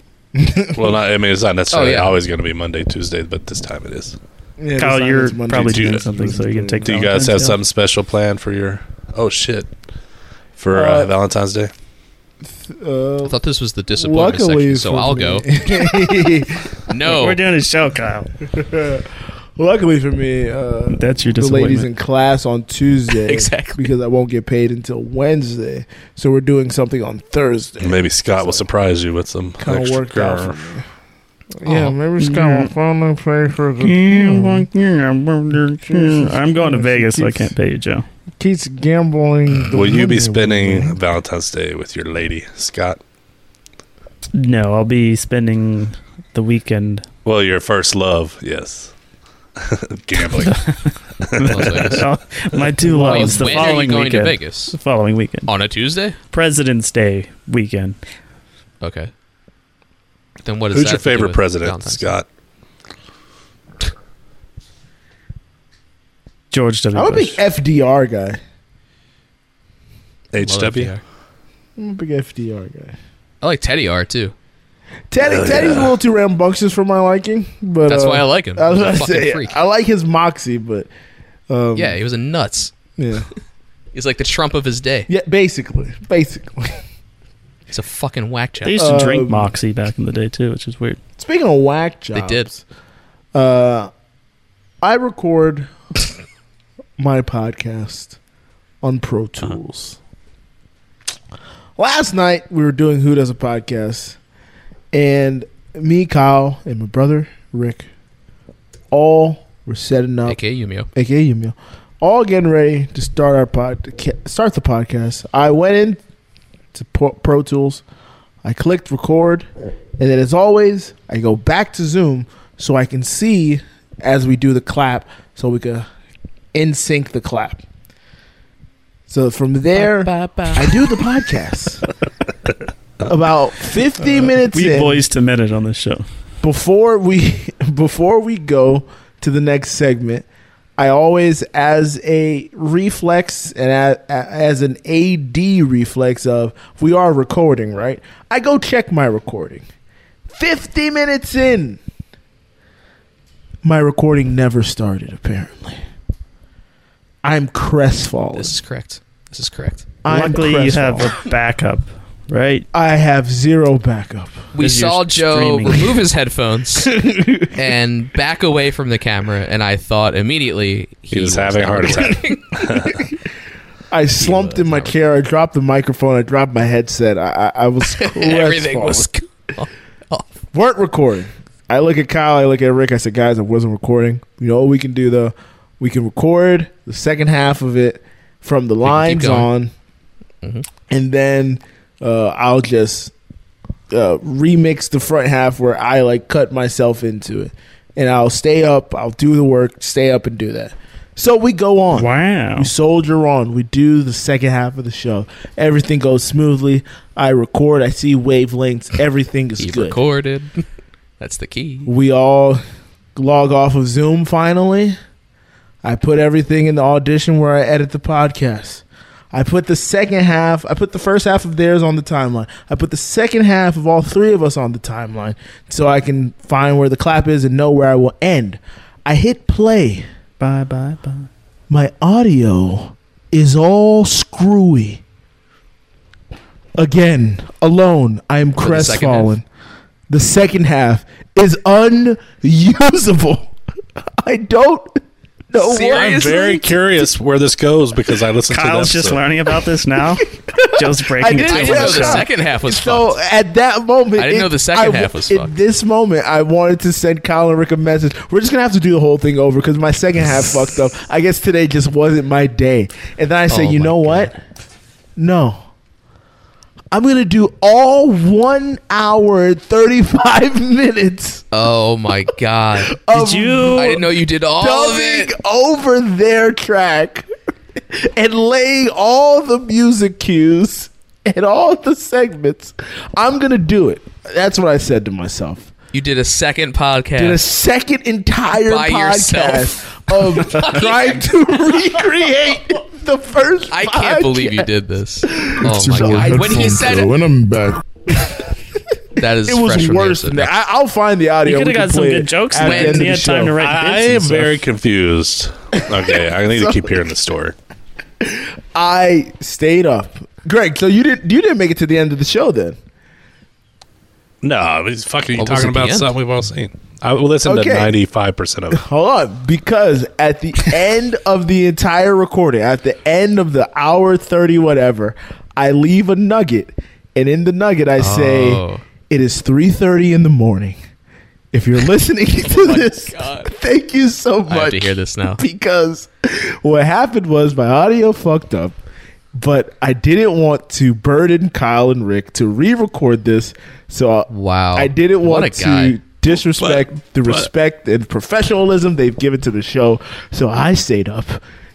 [SPEAKER 7] Well, not, I mean,
[SPEAKER 2] Oh,
[SPEAKER 7] it's not necessarily
[SPEAKER 4] yeah.
[SPEAKER 7] always going to be Monday, Tuesday, but this time it is.
[SPEAKER 1] Yeah,
[SPEAKER 4] Kyle,
[SPEAKER 1] this
[SPEAKER 4] you're
[SPEAKER 1] is Monday,
[SPEAKER 4] probably
[SPEAKER 1] Tuesday.
[SPEAKER 4] doing something, so you can take
[SPEAKER 7] Do you
[SPEAKER 4] Valentine's
[SPEAKER 7] guys have
[SPEAKER 4] Day off.
[SPEAKER 7] something special planned for your? Oh shit! For uh,
[SPEAKER 1] Uh,
[SPEAKER 7] Valentine's Day.
[SPEAKER 1] Uh,
[SPEAKER 2] I thought this was the disappointment
[SPEAKER 1] luckily
[SPEAKER 2] section, so
[SPEAKER 1] for
[SPEAKER 2] I'll
[SPEAKER 1] me-
[SPEAKER 2] go.
[SPEAKER 1] Oh.
[SPEAKER 2] No.
[SPEAKER 4] We're doing a show, Kyle.
[SPEAKER 1] Luckily for me, uh,
[SPEAKER 4] That's your
[SPEAKER 1] the ladies
[SPEAKER 4] disappointment.
[SPEAKER 1] in class on Tuesday,
[SPEAKER 4] Exactly.
[SPEAKER 1] because I won't get paid until Wednesday. So we're doing something on Thursday.
[SPEAKER 7] Maybe Scott will surprise you with some
[SPEAKER 1] Kinda
[SPEAKER 7] extra
[SPEAKER 1] worked out for
[SPEAKER 7] girl.
[SPEAKER 1] Yeah,
[SPEAKER 4] Oh.
[SPEAKER 1] maybe Scott will finally pay for the.
[SPEAKER 4] I'm going to Vegas, so I can't pay you, Joe.
[SPEAKER 1] Keeps gambling. the
[SPEAKER 7] Will you
[SPEAKER 1] money
[SPEAKER 7] be
[SPEAKER 1] away.
[SPEAKER 7] spending Valentine's Day with your lady, Scott?
[SPEAKER 4] No, I'll be spending the weekend.
[SPEAKER 7] Well, your first love, yes. Gambling.
[SPEAKER 4] My two
[SPEAKER 2] Wait,
[SPEAKER 4] loves the
[SPEAKER 2] when are you
[SPEAKER 4] following
[SPEAKER 2] going to
[SPEAKER 4] weekend.
[SPEAKER 2] Vegas?
[SPEAKER 4] The following weekend.
[SPEAKER 2] On a Tuesday?
[SPEAKER 4] President's Day weekend.
[SPEAKER 2] Okay. Then what is
[SPEAKER 7] Who's
[SPEAKER 2] that
[SPEAKER 7] your
[SPEAKER 2] to do
[SPEAKER 7] favorite
[SPEAKER 2] with
[SPEAKER 7] president,
[SPEAKER 2] Valentine's Day?
[SPEAKER 7] Scott?
[SPEAKER 4] George W.
[SPEAKER 1] I'm a big FDR guy.
[SPEAKER 7] HW?
[SPEAKER 1] I'm a big FDR guy.
[SPEAKER 2] I like Teddy R too.
[SPEAKER 1] Teddy,
[SPEAKER 2] Hell
[SPEAKER 1] Teddy's
[SPEAKER 2] yeah.
[SPEAKER 1] a little too rambunctious for my liking, but
[SPEAKER 2] That's
[SPEAKER 1] uh,
[SPEAKER 2] why I like him.
[SPEAKER 1] I, was
[SPEAKER 2] He's a
[SPEAKER 1] gonna
[SPEAKER 2] fucking
[SPEAKER 1] say,
[SPEAKER 2] freak.
[SPEAKER 1] I like his moxie, but um,
[SPEAKER 2] yeah, he was a nuts.
[SPEAKER 1] yeah,
[SPEAKER 2] He's like the Trump of his day.
[SPEAKER 1] yeah, basically, basically.
[SPEAKER 2] He's a fucking whack job.
[SPEAKER 4] They used to drink
[SPEAKER 1] Um,
[SPEAKER 4] Moxie back in the day too, which is weird.
[SPEAKER 1] Speaking of whack jobs,
[SPEAKER 2] They did.
[SPEAKER 1] Uh, I record my podcast on Pro
[SPEAKER 2] Uh-huh.
[SPEAKER 1] Tools. Last night we were doing Who Does a Podcast, and me, Kyle, and my brother Rick, all were setting up,
[SPEAKER 2] aka Yumio,
[SPEAKER 1] aka Yumio, all getting ready to start our pod, start the podcast. I went in to Pro, Pro Tools, I clicked record, and then as always, I go back to Zoom so I can see as we do the clap, so we can in sync the clap. So from there, I do the podcast. About 50 minutes
[SPEAKER 4] We
[SPEAKER 1] in,
[SPEAKER 4] boys to minute on this show.
[SPEAKER 1] before we before we go to the next segment, I always, as a reflex and a- a- as an AD reflex of we are recording, right? I go check my recording. 50 minutes in. My recording never started, apparently. I'm crestfallen.
[SPEAKER 2] This is correct. This is correct.
[SPEAKER 4] Luckily, you have a backup, right?
[SPEAKER 1] I have zero backup.
[SPEAKER 2] We saw Joe
[SPEAKER 4] streaming.
[SPEAKER 2] remove his headphones and back away from the camera, and I thought immediately he, was having a heart attack.
[SPEAKER 1] I slumped in my chair. I dropped the microphone. I dropped my headset. I, I, I was
[SPEAKER 2] Everything was
[SPEAKER 1] weren't recording. I look at Kyle. I look at Rick. I said, guys, I wasn't recording. You know what we can do though? We can record the second half of it from the lines
[SPEAKER 2] going.
[SPEAKER 1] on, and then uh, I'll just uh, remix the front half where I like cut myself into it, and I'll stay up. I'll do the work. Stay up and do that. So we go on.
[SPEAKER 4] Wow.
[SPEAKER 1] We soldier on. We do the second half of the show. Everything goes smoothly. I record. I see wavelengths. Everything is
[SPEAKER 2] he
[SPEAKER 1] good.
[SPEAKER 2] recorded. That's the key.
[SPEAKER 1] We all log off of Zoom finally. I put everything in the audition where I edit the podcast. I put the second half, I put the first half of theirs on the timeline. I put the second half of all three of us on the timeline so I can find where the clap is and know where I will end. I hit play.
[SPEAKER 4] Bye, bye, bye.
[SPEAKER 1] My audio is all screwy. Again, alone, I am
[SPEAKER 2] For the second half?
[SPEAKER 1] crestfallen. The second half is unusable. I don't know what-
[SPEAKER 7] I'm very curious where this goes because I listened
[SPEAKER 4] Kyle's
[SPEAKER 7] to this.
[SPEAKER 4] just learning about this now. Joe's breaking it to him.
[SPEAKER 2] know the second half was
[SPEAKER 1] so. At that moment,
[SPEAKER 2] I didn't know the second
[SPEAKER 1] I-
[SPEAKER 2] half was
[SPEAKER 1] At
[SPEAKER 2] fucked.
[SPEAKER 1] this moment, I wanted to send Kyle and Rick a message. We're just gonna have to do the whole thing over because my second half fucked up. I guess today just wasn't my day. And then I say,
[SPEAKER 2] Oh
[SPEAKER 1] you
[SPEAKER 2] my
[SPEAKER 1] know what? No. I'm gonna do all one hour and thirty-five minutes
[SPEAKER 2] Oh my god!
[SPEAKER 1] of
[SPEAKER 2] I didn't know you did all of it.
[SPEAKER 1] dubbing over their track and laying all the music cues and all the segments. I'm gonna do it. That's what I said to myself.
[SPEAKER 2] You did a second podcast.
[SPEAKER 1] Did a second entire
[SPEAKER 2] By
[SPEAKER 1] podcast
[SPEAKER 2] yourself.
[SPEAKER 1] of trying to recreate the first.
[SPEAKER 2] I can't believe you did this. Oh my god! When he said it,
[SPEAKER 13] when I'm back,
[SPEAKER 2] that is
[SPEAKER 1] It was worse than that. I, I'll find the audio.
[SPEAKER 4] You coulda
[SPEAKER 1] We can
[SPEAKER 4] got some
[SPEAKER 1] play
[SPEAKER 4] good
[SPEAKER 1] it
[SPEAKER 4] jokes
[SPEAKER 1] at
[SPEAKER 4] in
[SPEAKER 1] the
[SPEAKER 4] there.
[SPEAKER 1] end of
[SPEAKER 4] He
[SPEAKER 1] the
[SPEAKER 4] had time
[SPEAKER 1] show.
[SPEAKER 4] to write
[SPEAKER 7] I
[SPEAKER 4] bits and
[SPEAKER 7] am
[SPEAKER 4] stuff.
[SPEAKER 7] very confused. Okay, I need to keep hearing the story.
[SPEAKER 1] I stayed up. Greg, so you didn't you didn't make it to the end of the show then?
[SPEAKER 7] No, it's fucking you
[SPEAKER 1] What was
[SPEAKER 7] talking
[SPEAKER 1] at the
[SPEAKER 7] about
[SPEAKER 1] end?
[SPEAKER 7] something we've all seen. I will listen
[SPEAKER 1] Okay.
[SPEAKER 7] to ninety five percent of it.
[SPEAKER 1] Hold on, because at the end of the entire recording, at the end of the hour 30, whatever, I leave a nugget. And in the nugget, I
[SPEAKER 2] Oh.
[SPEAKER 1] say, it is 3.30 in the morning. If you're listening to this, thank you so much.
[SPEAKER 2] Oh I have to hear this now.
[SPEAKER 1] Because what happened was my audio fucked up, but I didn't want to burden Kyle and Rick to re-record this. So
[SPEAKER 2] wow,
[SPEAKER 1] I didn't
[SPEAKER 2] What
[SPEAKER 1] want
[SPEAKER 2] a guy.
[SPEAKER 1] to disrespect the
[SPEAKER 2] but-
[SPEAKER 1] respect and professionalism they've given to the show. So I stayed up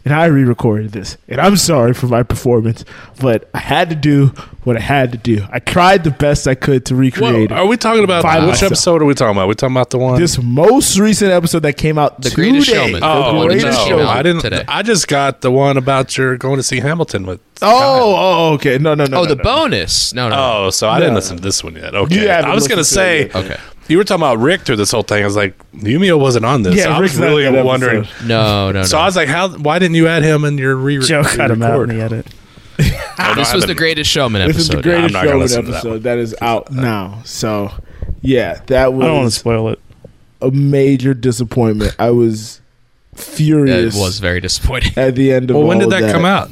[SPEAKER 1] and I re-recorded this. And I'm sorry for my performance, but I had to do what I had to do. I tried the best I could to recreate.
[SPEAKER 7] Well, are we talking about
[SPEAKER 1] By
[SPEAKER 7] which
[SPEAKER 1] myself.
[SPEAKER 7] episode are we talking about? we talking about the one
[SPEAKER 1] This most recent episode that came out the
[SPEAKER 2] Greatest Showman. The
[SPEAKER 7] Oh,
[SPEAKER 2] one that
[SPEAKER 7] no.
[SPEAKER 2] just came out
[SPEAKER 7] I didn't.
[SPEAKER 2] today.
[SPEAKER 7] I just got the one about your going to see Hamilton with.
[SPEAKER 1] Oh, oh, okay. No, no, no.
[SPEAKER 2] oh,
[SPEAKER 1] no,
[SPEAKER 2] the
[SPEAKER 1] no.
[SPEAKER 2] bonus. No, no.
[SPEAKER 7] Oh, so I didn't
[SPEAKER 1] No.
[SPEAKER 7] listen to this one yet. Okay,
[SPEAKER 1] haven't
[SPEAKER 7] I was gonna
[SPEAKER 1] listened to
[SPEAKER 7] say.
[SPEAKER 1] it
[SPEAKER 2] Okay.
[SPEAKER 7] You were talking about Rick through this whole thing. I was like, Yumio wasn't on this.
[SPEAKER 1] Yeah,
[SPEAKER 7] I
[SPEAKER 1] Rick's
[SPEAKER 7] was
[SPEAKER 1] not
[SPEAKER 7] really
[SPEAKER 1] in that
[SPEAKER 7] wondering.
[SPEAKER 1] episode.
[SPEAKER 2] No, no, no.
[SPEAKER 7] So I was like, how? Why didn't you add him in your re?
[SPEAKER 4] Joe cut him out in the edit.
[SPEAKER 2] this was the greatest showman
[SPEAKER 1] This
[SPEAKER 2] episode.
[SPEAKER 1] is the
[SPEAKER 2] Yeah,
[SPEAKER 1] greatest
[SPEAKER 2] I'm not gonna
[SPEAKER 1] showman
[SPEAKER 2] listen to that
[SPEAKER 1] episode that is out now. So, yeah, that was.
[SPEAKER 4] I don't want to spoil it.
[SPEAKER 1] a major disappointment. I was furious.
[SPEAKER 2] That was very disappointing.
[SPEAKER 1] at the end of.
[SPEAKER 7] Well, when
[SPEAKER 1] all
[SPEAKER 7] did
[SPEAKER 1] of
[SPEAKER 7] that come out?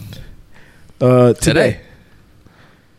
[SPEAKER 1] Uh, today.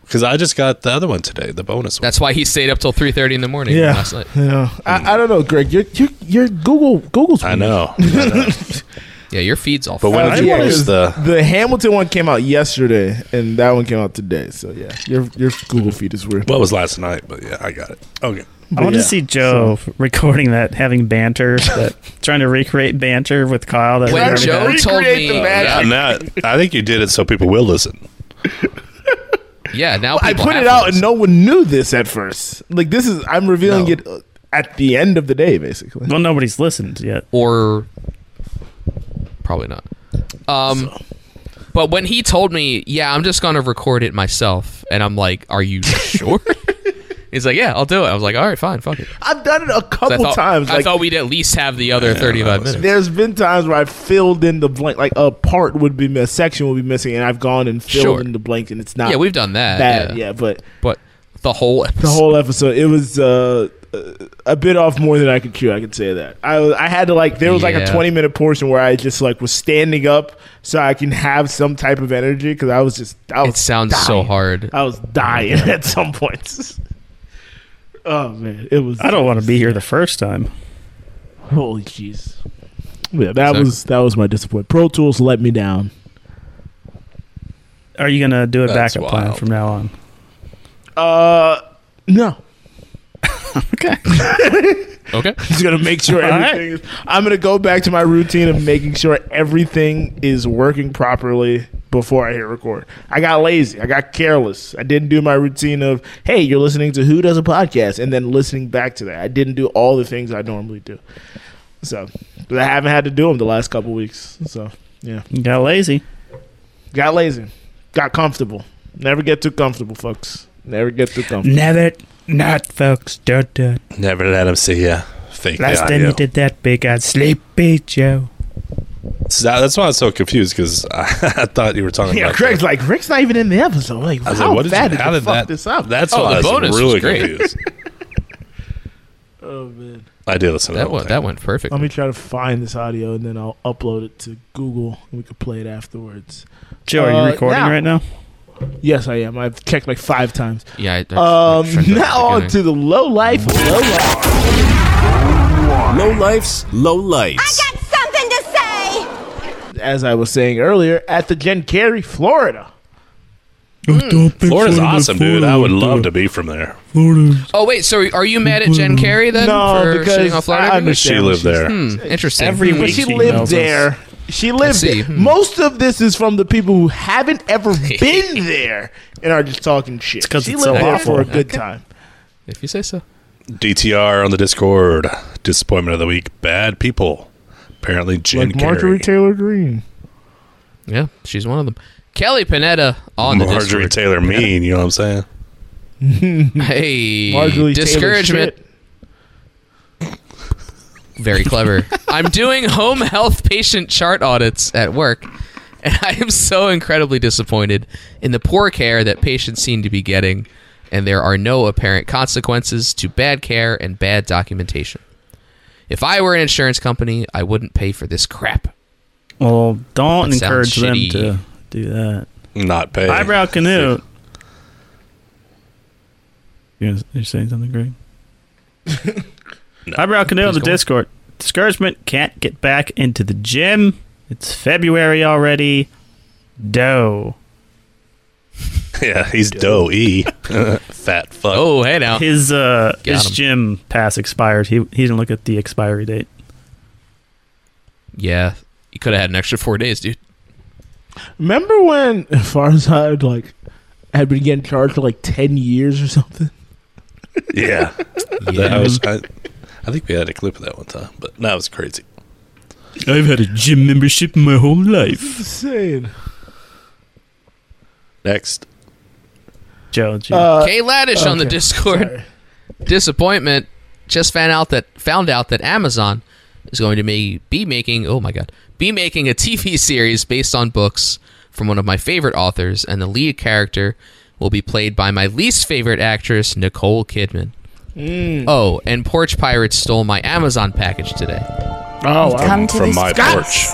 [SPEAKER 7] Because I just got the other one today, the bonus one.
[SPEAKER 2] That's why he stayed up till three thirty in the morning
[SPEAKER 1] Yeah.
[SPEAKER 2] last night.
[SPEAKER 1] Yeah.
[SPEAKER 2] Hmm.
[SPEAKER 1] I, I don't know, Greg. Your your your Google Google's.
[SPEAKER 7] I know.
[SPEAKER 2] Yeah, your feed's all.
[SPEAKER 7] But when
[SPEAKER 2] fucked.
[SPEAKER 7] did you
[SPEAKER 1] Yeah, 'cause
[SPEAKER 7] post the?
[SPEAKER 1] the Hamilton one came out yesterday, and that one came out today. So yeah, your your Google feed is weird.
[SPEAKER 7] Well, it was last night, but yeah, I got it. Okay.
[SPEAKER 4] I want
[SPEAKER 1] Yeah,
[SPEAKER 4] to see Joe recording that, having banter, that trying to recreate banter with Kyle. That we
[SPEAKER 2] when
[SPEAKER 4] already
[SPEAKER 2] Joe
[SPEAKER 4] had.
[SPEAKER 2] told me,
[SPEAKER 7] Yeah, now, I think you did it so people will listen.
[SPEAKER 2] yeah, now
[SPEAKER 1] I
[SPEAKER 2] people
[SPEAKER 1] put
[SPEAKER 2] have
[SPEAKER 1] it
[SPEAKER 2] to
[SPEAKER 1] out,
[SPEAKER 2] listen.
[SPEAKER 1] and no one knew this at first. Like this is I'm revealing it uh, at the end of the day, basically.
[SPEAKER 4] well, nobody's listened yet.
[SPEAKER 2] or probably not. Um, but when he told me, yeah, I'm just gonna record it myself, and I'm like, are you sure? He's like, yeah, I'll do it. I was like, all right, fine, fuck it.
[SPEAKER 1] I've done it a
[SPEAKER 2] So I
[SPEAKER 1] couple
[SPEAKER 2] thought-
[SPEAKER 1] times.
[SPEAKER 2] I
[SPEAKER 1] Like,
[SPEAKER 2] thought we'd at least have the other 35 minutes.
[SPEAKER 1] there's been times where I filled in the blank, like a part would be a section would be missing, and I've gone and filled
[SPEAKER 2] Sure.
[SPEAKER 1] in the blank, and it's not.
[SPEAKER 2] yeah, we've done that.
[SPEAKER 1] bad, yeah, but
[SPEAKER 2] but the whole
[SPEAKER 1] the whole episode. It was uh, a bit off more than I could chew. I can say that. I was- I had to like there was like a
[SPEAKER 2] Yeah.
[SPEAKER 1] twenty minute portion where I just like was standing up so I can have some type of energy because I was just I was
[SPEAKER 2] it sounds so
[SPEAKER 1] dying. Uh,
[SPEAKER 2] hard.
[SPEAKER 1] I was dying at some points. oh man, it was.
[SPEAKER 4] I don't want to be here the first time.
[SPEAKER 1] Holy jeez. Yeah, that
[SPEAKER 4] So-
[SPEAKER 1] was that was my disappointment. Pro Tools let me down.
[SPEAKER 4] Are you gonna do a
[SPEAKER 1] That's
[SPEAKER 4] backup plan
[SPEAKER 1] wild.
[SPEAKER 4] from now on?
[SPEAKER 1] Uh, no.
[SPEAKER 2] okay.
[SPEAKER 1] Just gonna make sure
[SPEAKER 4] All right.
[SPEAKER 1] everything. Is, I'm gonna go back to my routine of making sure everything is working properly before I hit record. I got lazy. I got careless. I didn't do my routine of hey, you're listening to who does a podcast, and then listening back to that. I didn't do all the things I normally do. So, but I haven't had to do them the last couple weeks. So, yeah,
[SPEAKER 4] You got lazy.
[SPEAKER 1] got lazy, got comfortable. Never get too comfortable, folks. Never get too comfortable.
[SPEAKER 4] Never, not folks. Don't do it.
[SPEAKER 7] Never let him see ya. Fake
[SPEAKER 4] Last time you did that, big eyed sleepy Joe.
[SPEAKER 7] So that- that's why I was so confused because I, I thought you were talking
[SPEAKER 1] Yeah,
[SPEAKER 7] about.
[SPEAKER 1] Craig's like Rick's not even in the episode. Like,
[SPEAKER 7] I was
[SPEAKER 1] how
[SPEAKER 7] like, what did
[SPEAKER 1] bad
[SPEAKER 7] you,
[SPEAKER 1] did,
[SPEAKER 7] how
[SPEAKER 1] you
[SPEAKER 7] did
[SPEAKER 1] fuck
[SPEAKER 7] that?
[SPEAKER 1] this up?
[SPEAKER 7] Oh, That's why I was really confused.
[SPEAKER 1] oh man.
[SPEAKER 7] I did listen to
[SPEAKER 2] That
[SPEAKER 7] that one.
[SPEAKER 2] went, that went perfect.
[SPEAKER 1] Let me try to find this audio and then I'll upload it to Google and we can play it afterwards.
[SPEAKER 4] Joe, are you
[SPEAKER 1] Uh,
[SPEAKER 4] recording right now?
[SPEAKER 1] Yes, I am. I've checked like five times.
[SPEAKER 2] Yeah, I- I- I
[SPEAKER 1] Um,
[SPEAKER 2] checked that
[SPEAKER 1] now
[SPEAKER 2] at the
[SPEAKER 1] on to the low life. of Low life.
[SPEAKER 13] Low life's low lights.
[SPEAKER 5] Something to say.
[SPEAKER 1] As I was saying earlier, at the Jen Carey, Florida.
[SPEAKER 7] Florida's awesome, dude. I would love to be from there.
[SPEAKER 2] Oh wait, so are you mad at Jen Carey then
[SPEAKER 1] Mm-hmm. No,
[SPEAKER 2] for
[SPEAKER 1] because
[SPEAKER 2] shitting on Florida?
[SPEAKER 1] I
[SPEAKER 2] every week?
[SPEAKER 7] She lived there.
[SPEAKER 2] Hmm, interesting.
[SPEAKER 1] But she lived there. She lived
[SPEAKER 2] see.
[SPEAKER 1] there. Most of this is from the people who haven't ever been there and are just talking shit.
[SPEAKER 4] 'cause
[SPEAKER 1] She
[SPEAKER 4] it's
[SPEAKER 1] lived
[SPEAKER 4] so
[SPEAKER 1] there
[SPEAKER 4] awful.
[SPEAKER 1] for a good
[SPEAKER 4] Okay.
[SPEAKER 1] time.
[SPEAKER 2] If you say so.
[SPEAKER 7] DTR on the Discord. Disappointment of the week. Bad people. Apparently, Jen
[SPEAKER 1] Like Marjorie Taylor Greene.
[SPEAKER 2] Yeah, she's one of them. Kelly Panetta on
[SPEAKER 7] Carey.
[SPEAKER 2] the
[SPEAKER 7] Marjorie
[SPEAKER 2] Discord.
[SPEAKER 7] Taylor Mean. You know what I'm saying?
[SPEAKER 2] Hey,
[SPEAKER 1] Marjorie Taylor
[SPEAKER 2] discouragement. Very clever. I'm doing home health patient chart audits at work, and I am so incredibly disappointed in the poor care that patients seem to be getting, and there are no apparent consequences to bad care and bad documentation. If I were an insurance company, I wouldn't pay for this crap.
[SPEAKER 4] Well, don't
[SPEAKER 2] That sounds
[SPEAKER 4] encourage them
[SPEAKER 2] shitty.
[SPEAKER 4] to do that.
[SPEAKER 7] Not pay.
[SPEAKER 4] Eyebrow Canute. You're, gonna- you're saying something great? Eyebrow Canute on the
[SPEAKER 7] Please go on.
[SPEAKER 4] Discord. Discouragement can't get back into the gym. It's February already. Doe.
[SPEAKER 7] Yeah, he's dough E. Fat fuck.
[SPEAKER 2] Oh, hey now.
[SPEAKER 4] His uh
[SPEAKER 2] Got
[SPEAKER 4] his
[SPEAKER 2] him.
[SPEAKER 4] gym pass expired. He he didn't look at the expiry date.
[SPEAKER 2] Yeah, you could have had an extra four days, dude.
[SPEAKER 1] Remember when Farzad like had been getting charged for like ten years or something?
[SPEAKER 7] Yeah.
[SPEAKER 1] Yeah.
[SPEAKER 7] That was, I, I think we had a clip of that one time, but that was crazy.
[SPEAKER 4] I've had a gym membership my whole life.
[SPEAKER 1] Insane.
[SPEAKER 7] Next.
[SPEAKER 4] Joe,
[SPEAKER 1] Uh,
[SPEAKER 2] Kay Laddish on the Discord. Disappointment. Just found out that found out that Amazon is going to may, be making oh my god be making a TV series based on books from one of my favorite authors, and the lead character will be played by my least favorite actress Nicole Kidman. Oh, and porch pirates stole my Amazon package today.
[SPEAKER 1] Oh,
[SPEAKER 14] wow. Come to From this- my
[SPEAKER 2] porch.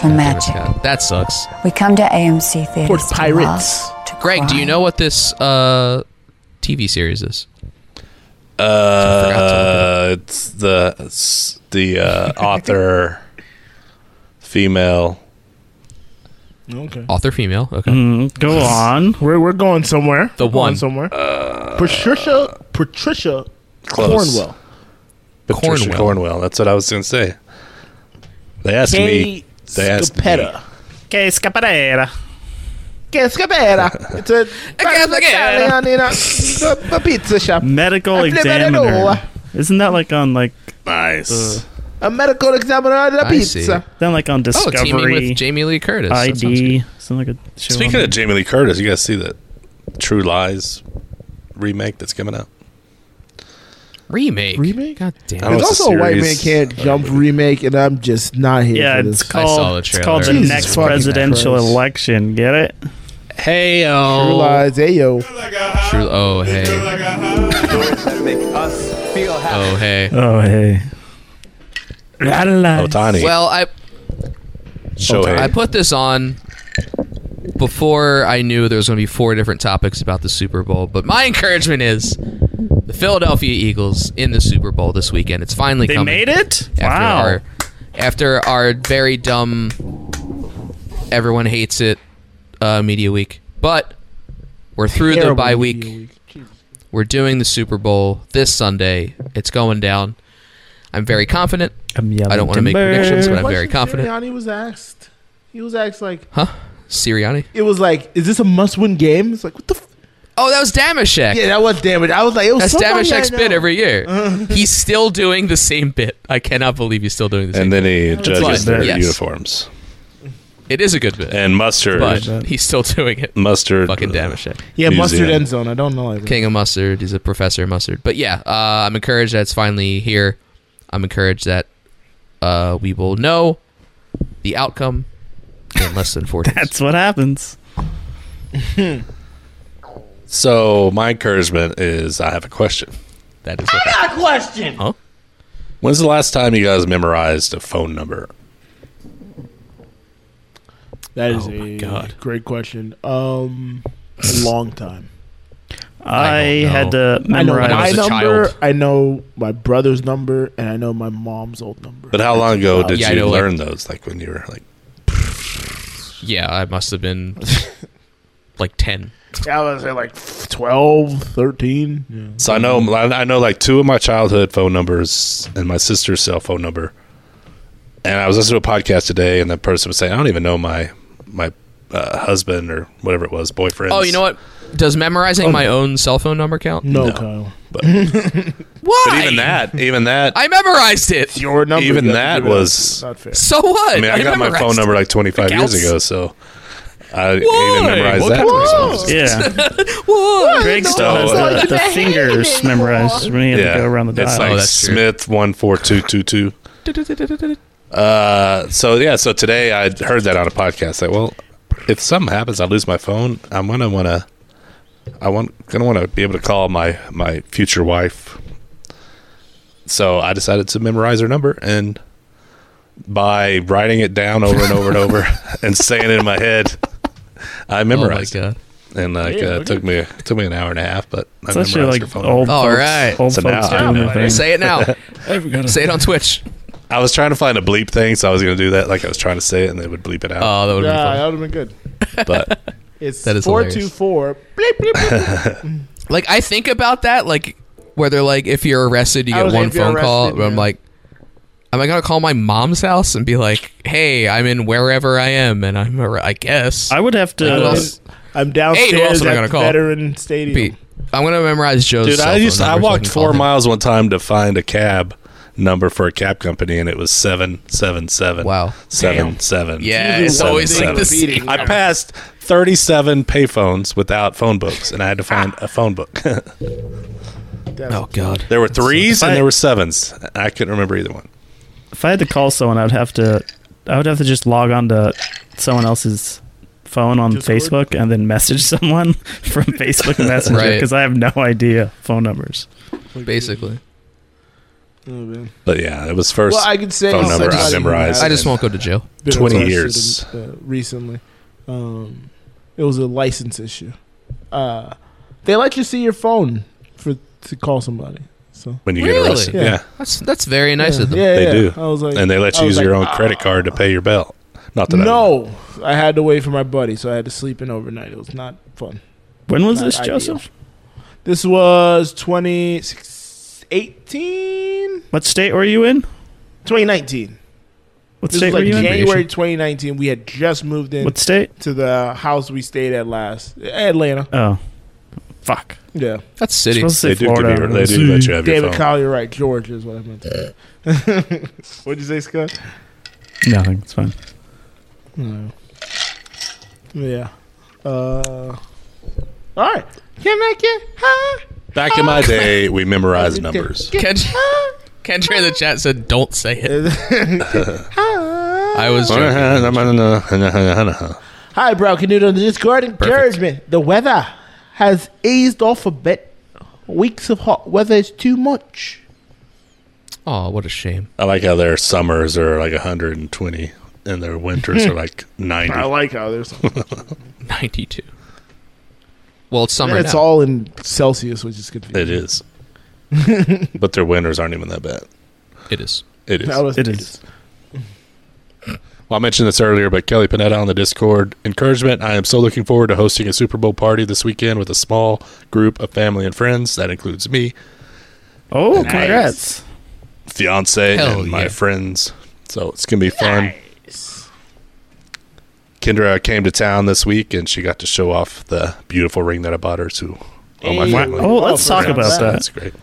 [SPEAKER 14] for magic.
[SPEAKER 2] Oh That sucks.
[SPEAKER 14] We come to AMC theaters
[SPEAKER 2] Poor
[SPEAKER 14] to
[SPEAKER 2] pirates.
[SPEAKER 14] laugh, to
[SPEAKER 2] Greg, do
[SPEAKER 14] cry.
[SPEAKER 2] you know what this uh, TV series is?
[SPEAKER 7] Uh, it's the it's the uh, author, female.
[SPEAKER 1] Okay.
[SPEAKER 2] Author female. Okay.
[SPEAKER 4] go on.
[SPEAKER 1] We're we're going somewhere.
[SPEAKER 2] The
[SPEAKER 1] We're going
[SPEAKER 2] one.
[SPEAKER 1] somewhere. Patricia Patricia
[SPEAKER 7] Close.
[SPEAKER 1] Cornwell.
[SPEAKER 7] Patricia
[SPEAKER 2] Cornwell.
[SPEAKER 7] Cornwell. That's what I was going to say. They asked me. They asked me.
[SPEAKER 4] Que escapadera.
[SPEAKER 1] Que escapera. It's a Italian in a, a pizza shop.
[SPEAKER 4] Medical
[SPEAKER 1] I've never had all.
[SPEAKER 4] examiner. Isn't that like on like
[SPEAKER 1] Uh,
[SPEAKER 7] nice?
[SPEAKER 1] A medical examiner on a pizza.
[SPEAKER 4] Then like on
[SPEAKER 2] Oh,
[SPEAKER 4] Discovery.
[SPEAKER 2] teaming with Jamie Lee Curtis. That sounds
[SPEAKER 4] ID. Something like a show
[SPEAKER 7] Speaking
[SPEAKER 4] on
[SPEAKER 7] of Jamie Lee Curtis, you guys see that True Lies remake that's coming out.
[SPEAKER 2] Remake. Remake. God damn.
[SPEAKER 1] There's also a white man can't jump remake, and I'm just not here
[SPEAKER 4] Yeah,
[SPEAKER 1] for
[SPEAKER 4] it's
[SPEAKER 1] this.
[SPEAKER 4] called, it's called the
[SPEAKER 1] Jesus
[SPEAKER 4] next
[SPEAKER 1] fucking
[SPEAKER 4] presidential
[SPEAKER 1] Christ.
[SPEAKER 4] election. Get it?
[SPEAKER 2] Hey,
[SPEAKER 1] True lies, ayo.
[SPEAKER 2] True. Oh hey. oh hey.
[SPEAKER 4] Oh, hey.
[SPEAKER 7] Oh, Otani.
[SPEAKER 2] Well, I I put this on before I knew there was going to be four different topics about the Super Bowl. But my encouragement is the Philadelphia Eagles in the Super Bowl this weekend. It's finally
[SPEAKER 4] They
[SPEAKER 2] coming.
[SPEAKER 4] made it?
[SPEAKER 2] After
[SPEAKER 4] Wow.
[SPEAKER 2] Our, after our very dumb, everyone hates it uh, media week, but we're through the
[SPEAKER 1] Terrible
[SPEAKER 2] bye
[SPEAKER 1] media
[SPEAKER 2] week. We're doing the Super Bowl this Sunday. It's going down. I'm very confident.
[SPEAKER 4] I'm
[SPEAKER 2] I don't want to make
[SPEAKER 4] timber.
[SPEAKER 2] predictions, but I'm
[SPEAKER 1] Question
[SPEAKER 2] very confident.
[SPEAKER 1] Giuliani was asked. He was asked like,
[SPEAKER 2] Huh? Sirianni?
[SPEAKER 1] it was like, is this a must-win game? It's like, what the? F-
[SPEAKER 2] Oh, that was Damashek.
[SPEAKER 1] yeah, that was damage. I was like, it was uh,
[SPEAKER 2] That's
[SPEAKER 1] somebody I
[SPEAKER 2] Damashek's
[SPEAKER 1] know.
[SPEAKER 2] bit every
[SPEAKER 1] Uh-huh.
[SPEAKER 2] year. he's still doing the same bit. I cannot believe he's still doing the same.
[SPEAKER 7] And then he
[SPEAKER 2] But,
[SPEAKER 7] judges their
[SPEAKER 2] yes,
[SPEAKER 7] uniforms.
[SPEAKER 2] It is a good bit.
[SPEAKER 7] And mustard.
[SPEAKER 2] But he's still doing it.
[SPEAKER 7] Mustard.
[SPEAKER 2] Fucking Damashek.
[SPEAKER 1] Yeah, mustard
[SPEAKER 7] Museum.
[SPEAKER 1] end zone. I don't know. Like,
[SPEAKER 2] King of Mustard. He's a professor of mustard. But yeah, uh, I'm encouraged that it's finally here. I'm encouraged that uh, we will know the outcome in less than four days.
[SPEAKER 4] That's what happens.
[SPEAKER 7] So my encouragement is I have a question.
[SPEAKER 2] That is
[SPEAKER 6] I got a question.
[SPEAKER 2] Huh?
[SPEAKER 7] When's the last time you guys memorized a phone number?
[SPEAKER 1] That is a great question. Um, a long time.
[SPEAKER 4] I had to
[SPEAKER 1] I know
[SPEAKER 4] memorize
[SPEAKER 1] my number. I know my brother's number, and I know my mom's old number.
[SPEAKER 7] But how long ago did
[SPEAKER 2] Yeah, I
[SPEAKER 7] you
[SPEAKER 2] know, like-
[SPEAKER 7] learn those? Like when you were like
[SPEAKER 2] Yeah, I must have been like 10.
[SPEAKER 1] I was at like 12, 13. Yeah.
[SPEAKER 7] So I know I know like two of my childhood phone numbers and my sister's cell phone number. And I was listening to a podcast today, and the person was saying, "I don't even know my my uh, husband or whatever it was, boyfriend."
[SPEAKER 2] Oh, you know what? Does memorizing
[SPEAKER 7] Oh,
[SPEAKER 2] my
[SPEAKER 7] no.
[SPEAKER 2] own cell phone number count?
[SPEAKER 7] No,
[SPEAKER 1] Kyle.
[SPEAKER 7] But, But even that, even that,
[SPEAKER 2] I memorized it.
[SPEAKER 1] Your number.
[SPEAKER 7] even
[SPEAKER 1] doesn't
[SPEAKER 7] that
[SPEAKER 1] do it.
[SPEAKER 7] was
[SPEAKER 1] not fair.
[SPEAKER 2] So what?
[SPEAKER 7] I mean, I, got my
[SPEAKER 2] memorized
[SPEAKER 7] phone number
[SPEAKER 2] it.
[SPEAKER 7] like 25 years
[SPEAKER 2] Counts.
[SPEAKER 7] ago, so I
[SPEAKER 2] Why?
[SPEAKER 7] even memorized
[SPEAKER 2] What
[SPEAKER 7] that.
[SPEAKER 2] kind of
[SPEAKER 4] Yeah.
[SPEAKER 2] What?
[SPEAKER 4] Craig
[SPEAKER 2] No,
[SPEAKER 4] still
[SPEAKER 2] it's
[SPEAKER 4] has
[SPEAKER 2] not
[SPEAKER 4] the, the
[SPEAKER 2] that.
[SPEAKER 4] fingers memorized. We had to go around the dial.
[SPEAKER 2] Oh,
[SPEAKER 7] It's like Smith one four two two two. Uh, so yeah, so today I heard that on a podcast. Like, well, if something happens, I lose my phone. I'm gonna wanna, I want gonna wanna be able to call my my future wife. So I decided to memorize her number and by writing it down over and over and over and saying it in my head, I memorized.
[SPEAKER 2] it.
[SPEAKER 7] And like
[SPEAKER 2] Yeah,
[SPEAKER 7] uh,
[SPEAKER 2] look
[SPEAKER 7] it took me took me an hour and a half, but I
[SPEAKER 4] It's actually
[SPEAKER 7] memorized
[SPEAKER 4] like
[SPEAKER 7] her phone.
[SPEAKER 4] old
[SPEAKER 7] number.
[SPEAKER 4] folks- All right. old folks doing their thing.
[SPEAKER 2] Say it now. Say it on Twitch.
[SPEAKER 7] I was trying to find a bleep thing, so I was going to do that. Like I was trying to say it, and they would bleep it out.
[SPEAKER 2] Oh, that
[SPEAKER 1] Yeah, that would have been good.
[SPEAKER 7] But
[SPEAKER 1] It's
[SPEAKER 7] That is
[SPEAKER 1] four two
[SPEAKER 7] hilarious.
[SPEAKER 1] four. Bleep bleep.
[SPEAKER 2] Like I think about that, like where they're like, if you're arrested, you
[SPEAKER 1] I
[SPEAKER 2] get
[SPEAKER 1] was
[SPEAKER 2] one
[SPEAKER 1] if you're
[SPEAKER 2] phone call.
[SPEAKER 1] arrested,
[SPEAKER 2] But I'm
[SPEAKER 1] yeah.
[SPEAKER 2] like, am I gonna call my mom's house and be like, hey, I'm in wherever I am, and I'm, ar- I guess
[SPEAKER 4] I would have to.
[SPEAKER 2] Like, what else?
[SPEAKER 1] I'm
[SPEAKER 2] Hey, who else
[SPEAKER 1] downstairs
[SPEAKER 2] am I
[SPEAKER 1] at
[SPEAKER 2] gonna
[SPEAKER 1] the
[SPEAKER 2] call?
[SPEAKER 1] Veteran Stadium.
[SPEAKER 2] Pete, I'm gonna memorize Joe's.
[SPEAKER 7] dude,
[SPEAKER 2] cell
[SPEAKER 7] I
[SPEAKER 2] phone
[SPEAKER 7] used I
[SPEAKER 2] number so
[SPEAKER 7] walked
[SPEAKER 2] can
[SPEAKER 7] four
[SPEAKER 2] call him.
[SPEAKER 7] miles one time to find a cab number for a cab company, and it was seven seven seven. Wow, seven
[SPEAKER 2] Damn.
[SPEAKER 7] seven.
[SPEAKER 2] Yeah, it's
[SPEAKER 7] seven,
[SPEAKER 2] always like the
[SPEAKER 7] seven.
[SPEAKER 2] same
[SPEAKER 7] I
[SPEAKER 2] number.
[SPEAKER 7] passed thirty-seven payphones without phone books, and I had to find a phone book.
[SPEAKER 2] oh God,
[SPEAKER 7] there were threes
[SPEAKER 4] I-
[SPEAKER 7] and there were sevens. I couldn't remember either one.
[SPEAKER 4] If I had to call someone, I'd have to. I would have to just log on to someone else's phone on Facebook and then message someone from Facebook Messenger
[SPEAKER 2] Right.
[SPEAKER 4] because I have no idea phone numbers.
[SPEAKER 2] basically.
[SPEAKER 1] Oh, man.
[SPEAKER 7] But yeah, it was first
[SPEAKER 1] Well, I could say
[SPEAKER 7] phone
[SPEAKER 1] it's
[SPEAKER 7] number
[SPEAKER 1] like
[SPEAKER 7] I
[SPEAKER 1] somebody
[SPEAKER 7] memorized.
[SPEAKER 1] who I just
[SPEAKER 7] in
[SPEAKER 1] won't
[SPEAKER 2] go to jail.
[SPEAKER 1] Been
[SPEAKER 7] Twenty
[SPEAKER 1] arrested,
[SPEAKER 7] years.
[SPEAKER 1] uh, recently. Um, it was a license issue. Uh, they let you see your phone for to call somebody. So
[SPEAKER 7] When you get
[SPEAKER 2] Really?
[SPEAKER 7] arrested, yeah.
[SPEAKER 2] That's that's very nice
[SPEAKER 1] Yeah.
[SPEAKER 2] of them.
[SPEAKER 1] Yeah,
[SPEAKER 7] they
[SPEAKER 1] yeah.
[SPEAKER 7] do.
[SPEAKER 1] I was like-
[SPEAKER 7] and they let
[SPEAKER 1] I
[SPEAKER 7] you
[SPEAKER 1] was
[SPEAKER 7] use your
[SPEAKER 1] like,
[SPEAKER 7] own credit card to pay your bill. Not that I
[SPEAKER 1] no, I had to wait for my buddy, so I had to sleep in overnight. It was not fun.
[SPEAKER 4] When was
[SPEAKER 1] Not
[SPEAKER 4] this,
[SPEAKER 1] ideal.
[SPEAKER 4] Joseph?
[SPEAKER 1] This was 2018,
[SPEAKER 4] What state were you in?
[SPEAKER 1] 2019.
[SPEAKER 4] What
[SPEAKER 1] this
[SPEAKER 4] state
[SPEAKER 1] was
[SPEAKER 4] were
[SPEAKER 1] like
[SPEAKER 4] you in?
[SPEAKER 1] January 2019. We had just moved in.
[SPEAKER 4] What state?
[SPEAKER 1] To the house we stayed at last, Atlanta.
[SPEAKER 4] Oh, fuck.
[SPEAKER 1] Yeah,
[SPEAKER 2] That's city.
[SPEAKER 4] Supposed to say
[SPEAKER 7] They do give
[SPEAKER 4] Florida.
[SPEAKER 7] you- they do let you have your
[SPEAKER 1] David
[SPEAKER 7] phone.
[SPEAKER 1] Cowell, you're right. George is what I meant. to say. What'd you say, Scott?
[SPEAKER 4] Nothing. It's fine.
[SPEAKER 1] No. Yeah. Uh, All right. Can make it huh?
[SPEAKER 7] Back in my day, we memorized numbers.
[SPEAKER 2] Kendra, Kendra in the chat said, "Don't say it." I was joking.
[SPEAKER 1] Hi, bro. Can do it on the Discord. Encouragement. The weather has eased off a bit. Weeks of hot weather is too much.
[SPEAKER 2] Oh, what a shame.
[SPEAKER 7] I like how their summers are like 120 and their winters are like 90.
[SPEAKER 1] I like how there's
[SPEAKER 2] 92. Well, it's summer.
[SPEAKER 1] And it's
[SPEAKER 2] now.
[SPEAKER 1] all in Celsius, which is confusing.
[SPEAKER 7] It is. but their winters aren't even that bad.
[SPEAKER 2] It is.
[SPEAKER 7] It is.
[SPEAKER 1] That was-
[SPEAKER 7] it is. Well, I mentioned this earlier, but Kelly Panetta on the Discord encouragement. I am so looking forward to hosting a Super Bowl party this weekend with a small group of family and friends. That includes me.
[SPEAKER 4] Oh,
[SPEAKER 7] Nice.
[SPEAKER 4] congrats.
[SPEAKER 7] fiance
[SPEAKER 4] Hell
[SPEAKER 7] and my
[SPEAKER 4] yeah.
[SPEAKER 7] friends. So it's gonna be fun. Kendra came to town this week and she got to show off the beautiful ring that I bought her to all my
[SPEAKER 4] Hey.
[SPEAKER 7] family.
[SPEAKER 4] Oh, let's talk
[SPEAKER 7] That's-
[SPEAKER 4] about that.
[SPEAKER 7] That's great.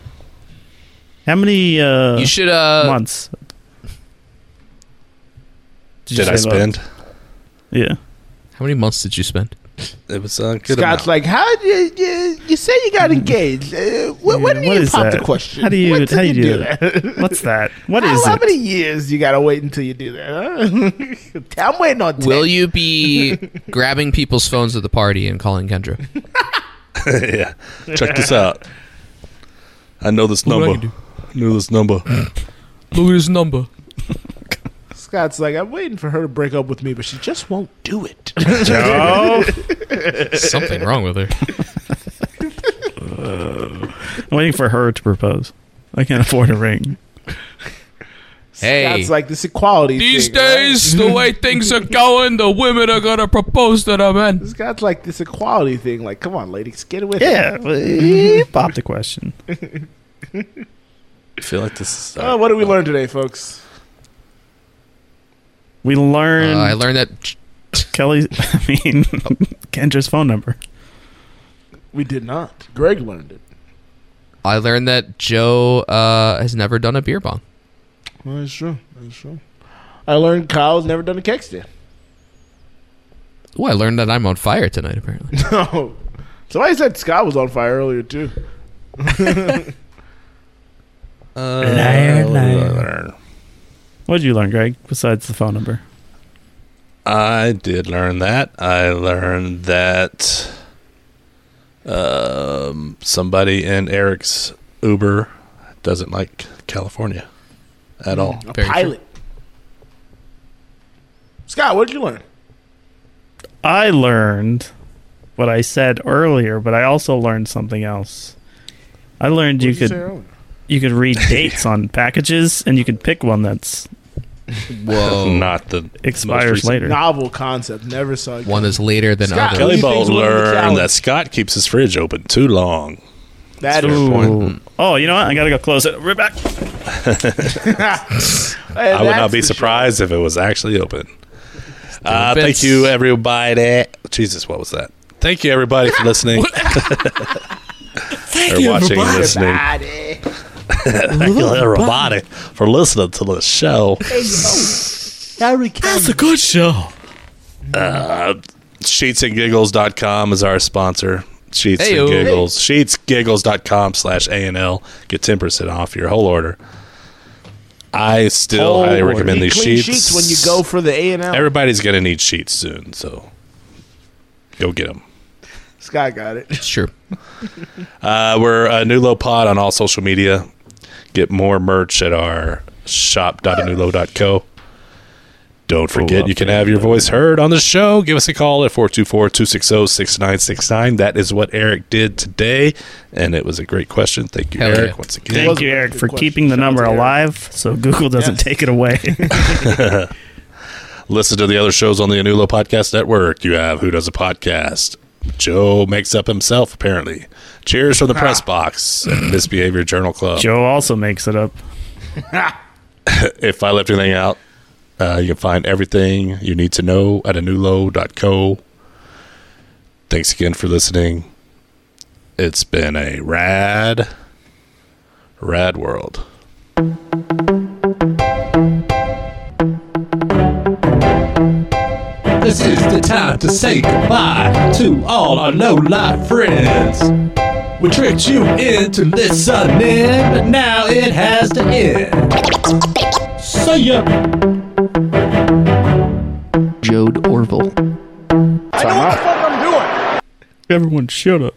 [SPEAKER 4] How many uh,
[SPEAKER 2] You should, uh,
[SPEAKER 4] months?
[SPEAKER 7] Did,
[SPEAKER 4] you
[SPEAKER 7] I
[SPEAKER 4] save up?
[SPEAKER 7] spend?
[SPEAKER 4] Yeah.
[SPEAKER 2] How many months did you spend?
[SPEAKER 7] It was a good
[SPEAKER 1] Scott's
[SPEAKER 7] amount.
[SPEAKER 1] like, how did you, you, you say you got engaged? Uh, what, when do
[SPEAKER 4] What
[SPEAKER 1] you
[SPEAKER 4] is
[SPEAKER 1] pop
[SPEAKER 4] that?
[SPEAKER 1] the question?
[SPEAKER 4] How do you
[SPEAKER 1] When did
[SPEAKER 4] how do you do
[SPEAKER 1] that?
[SPEAKER 4] that? What's that? What
[SPEAKER 1] how,
[SPEAKER 4] is
[SPEAKER 1] how
[SPEAKER 4] it?
[SPEAKER 1] many years you gotta wait until you do that? Huh? I'm waiting on.
[SPEAKER 2] Will you be grabbing people's phones at the party and calling Kendra?
[SPEAKER 7] yeah. Check this out. I know this
[SPEAKER 2] What do I
[SPEAKER 7] number. Knew this number.
[SPEAKER 2] Look at his number.
[SPEAKER 1] Scott's like, I'm waiting for her to break up with me, but she just won't do it.
[SPEAKER 4] No.
[SPEAKER 2] Something wrong with her.
[SPEAKER 4] I'm waiting for her to propose. I can't afford a ring.
[SPEAKER 2] Hey.
[SPEAKER 1] Scott's like, this equality.
[SPEAKER 2] These
[SPEAKER 1] thing,
[SPEAKER 2] days,
[SPEAKER 1] right?
[SPEAKER 2] the way things are going, the women are gonna propose to the men.
[SPEAKER 1] Scott's like, this equality thing. Like, come on, ladies, get with
[SPEAKER 4] Yeah,
[SPEAKER 1] it.
[SPEAKER 4] we
[SPEAKER 2] Mm-hmm.
[SPEAKER 4] popped a question.
[SPEAKER 7] I feel like this is.
[SPEAKER 1] Oh, what did we learn today, folks?
[SPEAKER 4] We learned.
[SPEAKER 2] Uh, I learned that.
[SPEAKER 4] Kelly's. I mean, Kendra's phone number.
[SPEAKER 1] We did not. Greg learned it.
[SPEAKER 2] I learned that Joe uh, has never done a beer bong.
[SPEAKER 1] That's true. That's true. I learned Kyle's never done a cake stand.
[SPEAKER 2] Oh, I learned that I'm on fire tonight. Apparently,
[SPEAKER 1] No. Somebody said Scott was on fire earlier too.
[SPEAKER 7] uh,
[SPEAKER 4] Liar, liar. What did you learn, Greg? Besides the phone number,
[SPEAKER 7] I did learn that. I learned that um, somebody in Eric's Uber doesn't like California at all.
[SPEAKER 1] A pilot. Scott, what did you learn?
[SPEAKER 4] I learned what I said earlier, but I also learned something else. I learned you
[SPEAKER 1] What'd you say
[SPEAKER 4] could
[SPEAKER 1] earlier?
[SPEAKER 4] you could read dates on packages, and you could pick one that's
[SPEAKER 2] whoa,
[SPEAKER 7] Not the most
[SPEAKER 4] expires
[SPEAKER 7] recent-
[SPEAKER 4] later.
[SPEAKER 1] Novel concept. Never saw it.
[SPEAKER 2] one is later than
[SPEAKER 1] Scott,
[SPEAKER 2] others.
[SPEAKER 7] Kelly
[SPEAKER 1] These
[SPEAKER 7] Bolt
[SPEAKER 1] things will be the
[SPEAKER 7] learned
[SPEAKER 1] challenge.
[SPEAKER 7] that Scott keeps his fridge open too long.
[SPEAKER 1] That
[SPEAKER 7] Fair
[SPEAKER 1] is.
[SPEAKER 7] point.
[SPEAKER 4] Oh, you know what? I gotta go close it. We're back.
[SPEAKER 7] I would not
[SPEAKER 1] that's
[SPEAKER 7] be
[SPEAKER 1] the
[SPEAKER 7] surprised if it was actually open. Uh,
[SPEAKER 2] bits.
[SPEAKER 7] thank you, everybody. Jesus, what was that? Thank you, everybody, for listening. Thank
[SPEAKER 1] you,
[SPEAKER 7] watching and
[SPEAKER 1] everybody.
[SPEAKER 7] listening.
[SPEAKER 1] Everybody.
[SPEAKER 7] Thank you, everybody, for listening to the show.
[SPEAKER 1] That's
[SPEAKER 2] a good show.
[SPEAKER 7] Uh, sheetsandgiggles.com is our sponsor. Sheets
[SPEAKER 2] Hey-o.
[SPEAKER 7] and Giggles. Sheetsgiggles.com slash A&L. Get 10% off your whole order. I still highly recommend
[SPEAKER 1] Need
[SPEAKER 7] these
[SPEAKER 1] clean
[SPEAKER 7] sheets.
[SPEAKER 1] when you go for the A and L.
[SPEAKER 7] Everybody's going to need sheets soon, so go get them.
[SPEAKER 1] Scott got it.
[SPEAKER 2] It's true.
[SPEAKER 7] Uh, we're a Nulo Pod on all social media. Get more merch at our shop.anulo.co. Don't forget, you can have your voice heard on the show. Give us a call at 424 260 6969. That is what Eric did today, and it was a great question. Thank you,
[SPEAKER 4] Hell
[SPEAKER 7] Eric,
[SPEAKER 4] yeah.
[SPEAKER 7] once again.
[SPEAKER 4] Thank you, Eric, for keeping the number alive so Google doesn't take it away.
[SPEAKER 7] Listen to the other shows on the Anulo Podcast Network. You have Who Does a Podcast? Joe makes up himself, apparently. Cheers
[SPEAKER 4] Ah.
[SPEAKER 7] from the Press Box and Misbehavior Journal Club.
[SPEAKER 4] Joe also makes it up.
[SPEAKER 7] if I left anything out, uh, you can find everything you need to know at anulo.co. Thanks again for listening. It's been a rad, rad world.
[SPEAKER 3] This is the time to say goodbye to all our low life friends. We tricked you into listening, but now it has to end. See ya.
[SPEAKER 15] Jode Orville.
[SPEAKER 1] I know what the fuck I'm doing.
[SPEAKER 4] Everyone, shut up.